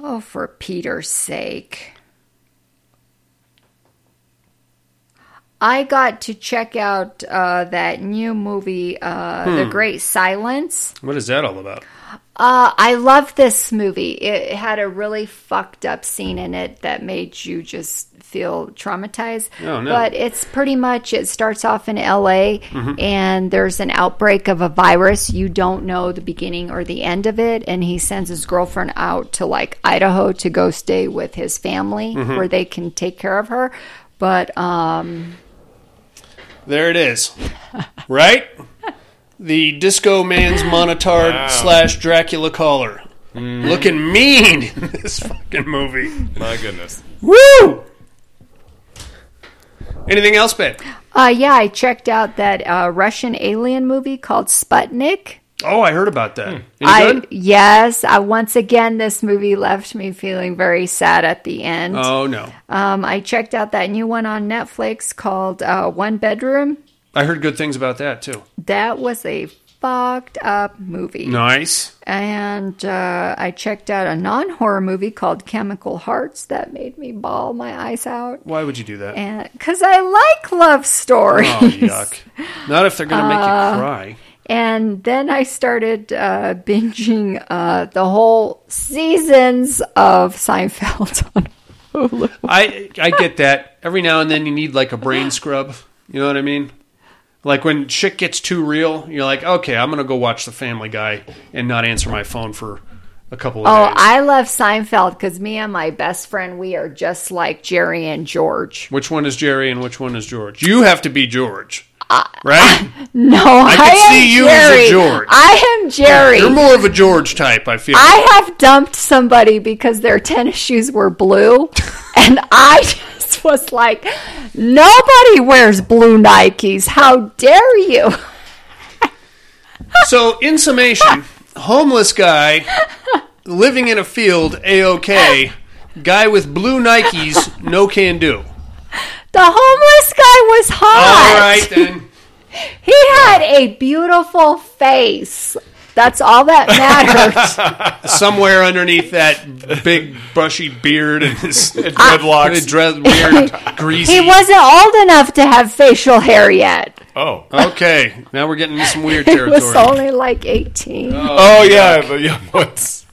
Speaker 2: oh, for Peter's sake. I got to check out uh, that new movie, uh, The Great Silence.
Speaker 1: What is that all about?
Speaker 2: Uh, I love this movie. It had a really fucked up scene in it that made you just feel traumatized.
Speaker 1: Oh, no.
Speaker 2: But it's pretty much it starts off in LA and there's an outbreak of a virus. You don't know the beginning or the end of it and he sends his girlfriend out to like Idaho to go stay with his family where they can take care of her. But um
Speaker 1: There it is. Right? the disco man's monotard slash Dracula collar. Looking mean in this fucking movie.
Speaker 3: My goodness.
Speaker 1: Woo! Anything else, babe?
Speaker 2: uh yeah, I checked out that uh Russian alien movie called Sputnik.
Speaker 1: Oh, I heard about that. Any
Speaker 2: I
Speaker 1: good?
Speaker 2: yes, I once again this movie left me feeling very sad at the end.
Speaker 1: Oh no,
Speaker 2: Um, I checked out that new one on Netflix called uh, One Bedroom.
Speaker 1: I heard good things about that too.
Speaker 2: That was a fucked up movie.
Speaker 1: Nice.
Speaker 2: And uh, I checked out a non horror movie called Chemical Hearts that made me bawl my eyes out.
Speaker 1: Why would you do that?
Speaker 2: And because I like love stories.
Speaker 1: *laughs* Oh yuck! Not if they're gonna make you cry.
Speaker 2: *laughs* And then I started uh, binging uh, the whole seasons of Seinfeld *laughs* on
Speaker 1: I I get that. Every now and then you need like a brain scrub. You know what I mean? Like when shit gets too real, you're like, okay, I'm gonna go watch The Family Guy and not answer my phone for a couple of
Speaker 2: Oh,
Speaker 1: days.
Speaker 2: I love Seinfeld because me and my best friend, we are just like Jerry and George.
Speaker 1: Which one is Jerry and which one is George? You have to be George, right?
Speaker 2: No, Uh, I,
Speaker 1: can
Speaker 2: am
Speaker 1: see you as a
Speaker 2: Jerry.
Speaker 1: George.
Speaker 2: I am Jerry.
Speaker 1: You're more of a George type. I feel.
Speaker 2: I have dumped somebody because their tennis shoes were blue, and I just was like, nobody wears blue Nikes. How dare you?
Speaker 1: So, in summation, homeless guy living in a field, a okay. Guy with blue Nikes, no can
Speaker 2: *laughs*
Speaker 1: do.
Speaker 2: The homeless guy was
Speaker 1: All
Speaker 2: hot.
Speaker 1: right then.
Speaker 2: He had a beautiful face. That's all that matters.
Speaker 1: Somewhere underneath that big brushy beard and his
Speaker 2: *laughs*
Speaker 3: dreadlocks.
Speaker 1: and dread, weird, greasy.
Speaker 2: he wasn't old enough to have facial hair yet.
Speaker 3: Oh,
Speaker 1: okay. Now we're getting into some weird
Speaker 2: *laughs* He
Speaker 1: territory.
Speaker 2: was only like 18.
Speaker 3: *laughs* Oh, yeah, the young ones.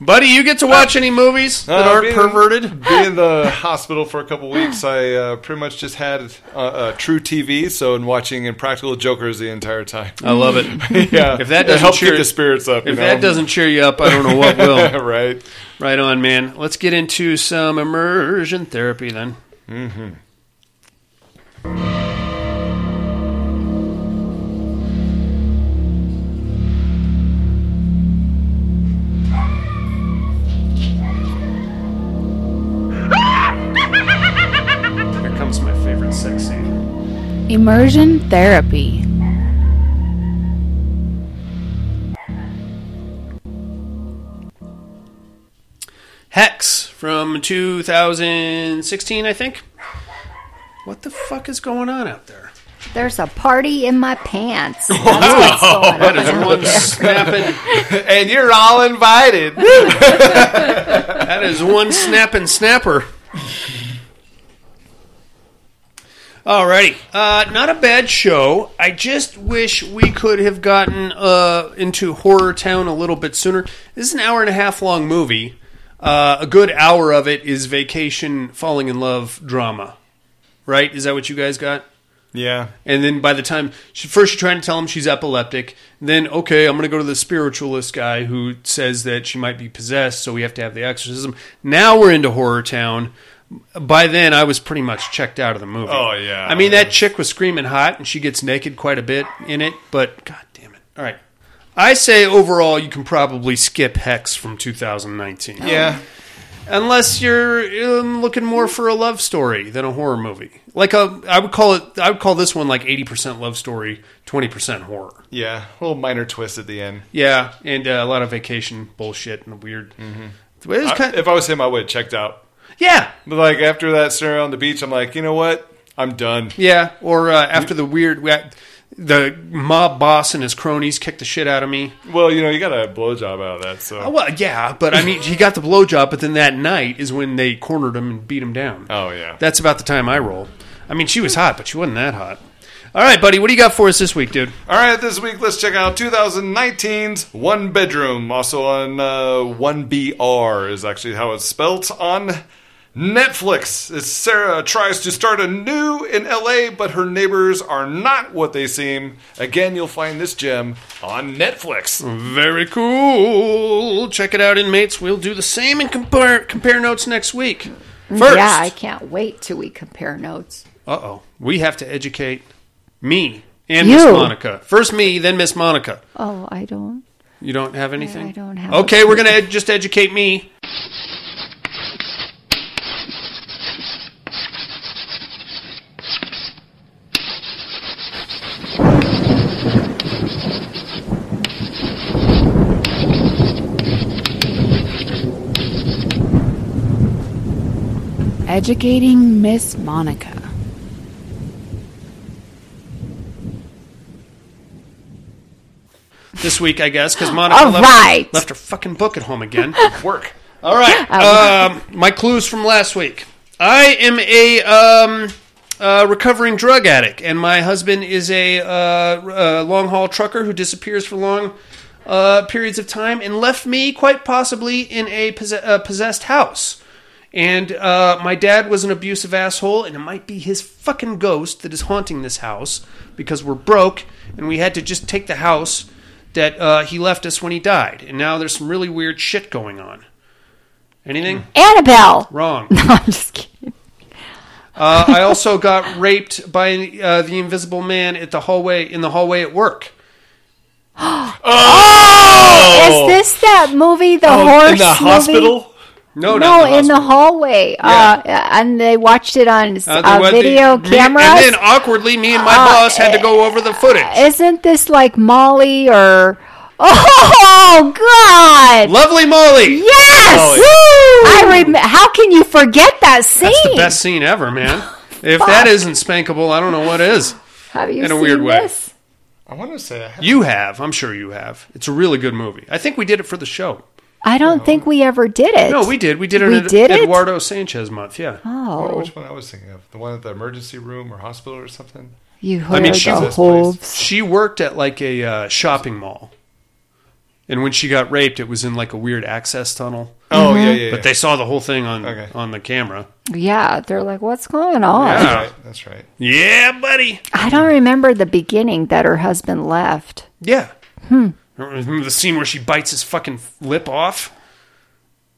Speaker 1: Buddy, you get to watch any movies that
Speaker 3: Uh,
Speaker 1: aren't
Speaker 3: being-
Speaker 1: perverted?
Speaker 3: Being in the hospital for a couple weeks, I uh, pretty much just had uh, uh, True TV, so and watching Impractical Jokers the entire time.
Speaker 1: I love it.
Speaker 3: *laughs* yeah,
Speaker 1: If that
Speaker 3: It
Speaker 1: doesn't
Speaker 3: helps
Speaker 1: cheer-
Speaker 3: keep the spirits up, you
Speaker 1: If
Speaker 3: know?
Speaker 1: that
Speaker 3: *laughs*
Speaker 1: doesn't Oh. cheer you up, I don't know what *laughs* will.
Speaker 3: right.
Speaker 1: right on, man. Let's get into some immersion therapy then. Here comes my favorite sex scene.
Speaker 4: Immersion therapy.
Speaker 1: Hex from 2016, I think. What the fuck is going on out there?
Speaker 2: There's a party in my pants. That's what's going on.
Speaker 1: One snapping.
Speaker 3: And you're all invited. *laughs*
Speaker 1: That is one snapping snapper. Alrighty, uh, not a bad show. I just wish we could have gotten uh, into Horror Town a little bit sooner. This is an hour and a half long movie. Uh, a good hour of it is vacation, falling in love drama. Right? Is that what you guys got?
Speaker 3: yeah.
Speaker 1: And then by the time she, first she's trying to tell him she's epileptic, then okay, I'm going to go to the spiritualist guy who says that she might be possessed, so we have to have the exorcism. Now we're into horror town. By then, I was pretty much checked out of the movie.
Speaker 3: Oh, yeah.
Speaker 1: I mean that chick was screaming hot, and she gets naked quite a bit in it. But god damn it! All right, I say overall, you can probably skip Hex from 2019,
Speaker 3: Yeah.
Speaker 1: unless you're um, looking more for a love story than a horror movie. Like a, I would call it. I would call this one like eighty percent love story, twenty percent horror.
Speaker 3: Yeah. A little minor twist at the end.
Speaker 1: Yeah, and uh, a lot of vacation bullshit and weird. It was
Speaker 3: Mm-hmm. I-
Speaker 1: kind-
Speaker 3: if I was him, I would have checked out.
Speaker 1: yeah,
Speaker 3: But like after that scenario on the beach, I'm like, you know what? I'm done.
Speaker 1: yeah. Or uh, after the weird, we had- the mob boss and his cronies kicked the shit out of me.
Speaker 3: Well, you know, you got a blowjob out of that, so.
Speaker 1: Oh, well, yeah, but I mean, he got the blowjob, but then that night is when they cornered him and beat him down.
Speaker 3: Oh, yeah.
Speaker 1: That's about the time I roll. I mean, she was hot, but she wasn't that hot. All right, buddy, what do you got for us this week, dude?
Speaker 3: All right, this week let's check out 2019's One Bedroom, also on uh, 1BR is actually how it's spelt on Netflix. It's Sarah tries to start anew in LA, but her neighbors are not what they seem. Again, you'll find this gem on Netflix.
Speaker 1: Very cool. Check it out, inmates. We'll do the same and compare compare notes next week. First,
Speaker 2: Yeah, I can't wait till we compare notes.
Speaker 1: uh oh, we have to educate me and
Speaker 2: You.
Speaker 1: Miss Monica. First me, then Miss Monica.
Speaker 2: Oh, I don't.
Speaker 1: You don't have anything.
Speaker 2: I don't have
Speaker 1: Okay, we're gonna ed- just educate me.
Speaker 4: Educating Miss Monica.
Speaker 1: this week, I guess, because Monica
Speaker 2: All
Speaker 1: left,
Speaker 2: right.
Speaker 1: left her fucking book at home again. *laughs* Work. All
Speaker 2: *laughs*
Speaker 1: right.
Speaker 2: Oh.
Speaker 1: Um, my clues from last week. I am a um, uh, recovering drug addict, and my husband is a uh, uh, long haul trucker who disappears for long uh, periods of time and left me quite possibly in a posse- uh, possessed house. And uh, my dad was an abusive asshole, and it might be his fucking ghost that is haunting this house because we're broke and we had to just take the house that uh, he left us when he died. And now there's some really weird shit going on. Anything
Speaker 3: Mm.
Speaker 2: Annabelle. *laughs*
Speaker 1: wrong?
Speaker 2: No, I'm just kidding.
Speaker 1: Uh, I also got raped by uh, the Invisible Man at the hallway in the hallway at work.
Speaker 2: Is
Speaker 1: Oh.
Speaker 2: this that movie, the horse
Speaker 3: in the
Speaker 2: movie?
Speaker 3: hospital?
Speaker 1: No,
Speaker 2: No,
Speaker 1: not
Speaker 2: in the hallway. Uh, and they watched it on s-
Speaker 1: Uh,
Speaker 2: uh,
Speaker 1: they went- they-
Speaker 2: video Uh,
Speaker 1: me-
Speaker 2: cameras.
Speaker 1: And then awkwardly, me and my boss had to go over the footage.
Speaker 2: Isn't this like Molly or? *laughs* Oh God!
Speaker 1: Lovely Molly.
Speaker 2: Yes!
Speaker 3: Molly.
Speaker 2: Woo! I rem- How can you forget that scene?
Speaker 1: That's the best scene
Speaker 2: *laughs*
Speaker 1: ever, man. If that isn't spankable, I don't know what is.
Speaker 2: Have you
Speaker 1: in a
Speaker 2: seen
Speaker 1: weird way.
Speaker 2: this?
Speaker 3: I want to say I have.
Speaker 1: You have. I'm sure you have. It's a really good movie. I think we did it for the show.
Speaker 2: I don't think we ever did it.
Speaker 1: No, we did. We did it
Speaker 2: We
Speaker 1: in
Speaker 2: did it?
Speaker 1: Eduardo Sanchez month. Yeah.
Speaker 2: Oh.
Speaker 3: Which one I was thinking of? The one at the emergency room or hospital or something?
Speaker 2: You
Speaker 1: I mean, she,
Speaker 2: heard the
Speaker 3: Jesus,
Speaker 2: whole
Speaker 1: she worked at like a uh, shopping mall. And when she got raped, it was in like a weird access tunnel.
Speaker 3: Oh, yeah, yeah, yeah.
Speaker 1: Mm-hmm. But they saw the whole thing on on the camera.
Speaker 2: Yeah, they're like, what's going on?
Speaker 1: Yeah.
Speaker 3: Right, that's right.
Speaker 1: Yeah, buddy.
Speaker 2: I don't remember the beginning that her husband left.
Speaker 1: Yeah.
Speaker 2: Hmm.
Speaker 1: Remember the scene where she bites his fucking lip off?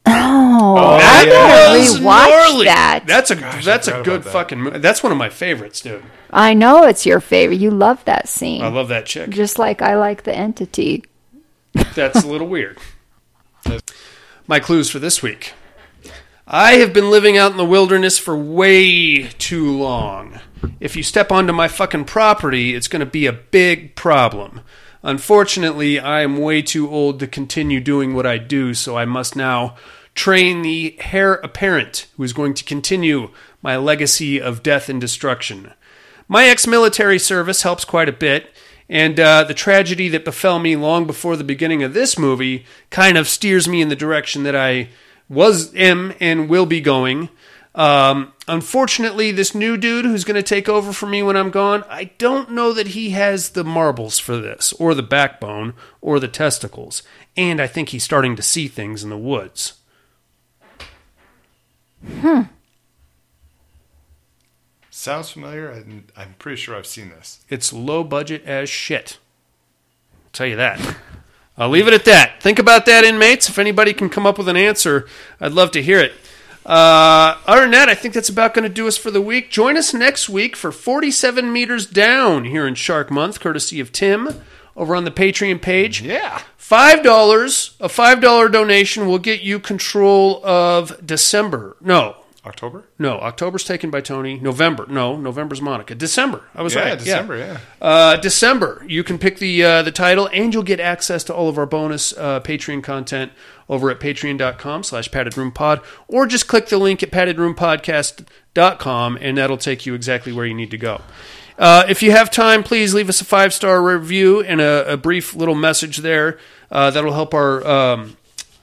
Speaker 2: Oh, I
Speaker 1: That
Speaker 2: gotta
Speaker 1: was
Speaker 2: rewatch
Speaker 1: gnarly.
Speaker 2: that.
Speaker 1: That's a that's a good fucking movie. That's one of my favorites, dude.
Speaker 2: I know it's your favorite. You love that scene.
Speaker 1: I love that chick.
Speaker 2: Just like I like the entity.
Speaker 1: That's a little weird. My clues for this week. I have been living out in the wilderness for way too long. If you step onto my fucking property, it's going to be a big problem. Unfortunately, I am way too old to continue doing what I do, so I must now train the heir apparent who is going to continue my legacy of death and destruction. My ex military service helps quite a bit, and uh, the tragedy that befell me long before the beginning of this movie kind of steers me in the direction that I was, am, and will be going. Um, unfortunately, this new dude who's going to take over for me when I'm gone, I don't know that he has the marbles for this, or the backbone, or the testicles. And I think he's starting to see things in the woods.
Speaker 3: Sounds familiar. and I'm pretty sure I've seen this.
Speaker 1: It's low budget as shit. I'll tell you that. I'll leave it at that. Think about that, inmates. If anybody can come up with an answer, I'd love to hear it. Uh, other than that, I think that's about going to do us for the week. Join us next week for 47 Meters Down here in Shark Month, courtesy of Tim over on the Patreon page.
Speaker 3: Yeah.
Speaker 1: Five dollars, a five dollar donation will get you control of December. No,
Speaker 3: October?
Speaker 1: no, October's taken by Tony. November, no, November's Monica. December, I was
Speaker 3: Yeah,
Speaker 1: right.
Speaker 3: December, yeah.
Speaker 1: Uh, December, you can pick the uh, the title, and you'll get access to all of our bonus uh, Patreon content over at patreon.com slash paddedroompod, or just click the link at paddedroompodcast.com, and that'll take you exactly where you need to go. Uh, if you have time, please leave us a five star review and a, a brief little message there. Uh, that'll help our um,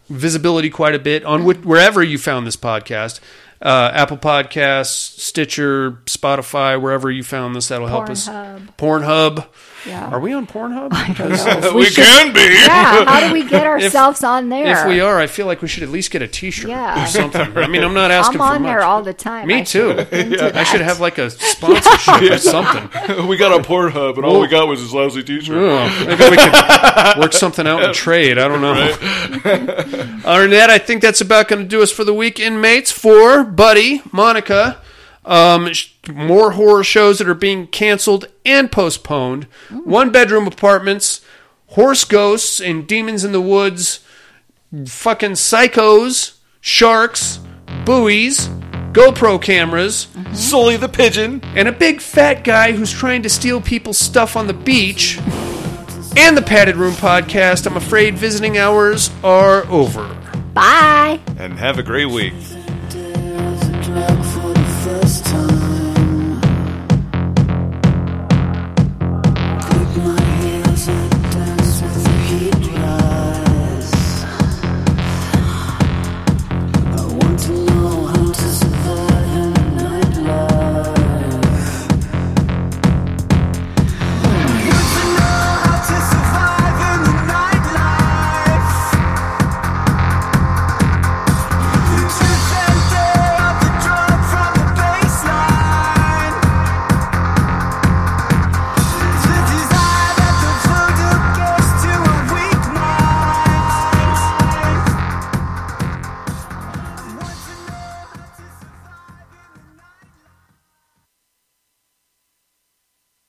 Speaker 1: visibility quite a bit on wh- wherever you found this podcast uh, Apple Podcasts, Stitcher, Spotify, wherever you found this. That'll help us.
Speaker 2: Pornhub.
Speaker 1: Pornhub.
Speaker 2: Yeah.
Speaker 1: Are we on
Speaker 2: *laughs*
Speaker 1: Pornhub? I
Speaker 2: don't know. We should- Yeah, how do we
Speaker 1: *laughs*
Speaker 2: get ourselves on there?
Speaker 1: If we are, I feel like we should at least get a T-shirt
Speaker 2: Yeah.
Speaker 1: or something. I mean, I'm not asking
Speaker 2: *laughs* I'm on
Speaker 1: for much.
Speaker 2: there all the time.
Speaker 1: Me
Speaker 2: I *laughs*
Speaker 1: too. *laughs*
Speaker 2: should-
Speaker 1: I should have like a
Speaker 2: *laughs*
Speaker 1: sponsorship
Speaker 3: Yeah.
Speaker 1: or something.
Speaker 3: *laughs* we got a Pornhub, and all we got was this lousy T-shirt.
Speaker 1: Yeah,
Speaker 3: *laughs*
Speaker 1: maybe we could work something out and trade. I don't know. *laughs* Arnett, I think that's about going to do us for the week, inmates. For Buddy, Monica, um, sh- more horror shows that are being canceled and postponed, one bedroom apartments, horse ghosts and demons in the woods, fucking psychos, sharks, buoys, GoPro cameras,
Speaker 3: Sully the pigeon,
Speaker 1: and a big fat guy who's trying to steal people's stuff on the beach. And the Padded Room podcast. I'm afraid visiting hours are over.
Speaker 2: Bye.
Speaker 3: and have a great week.
Speaker 11: drug for the first time.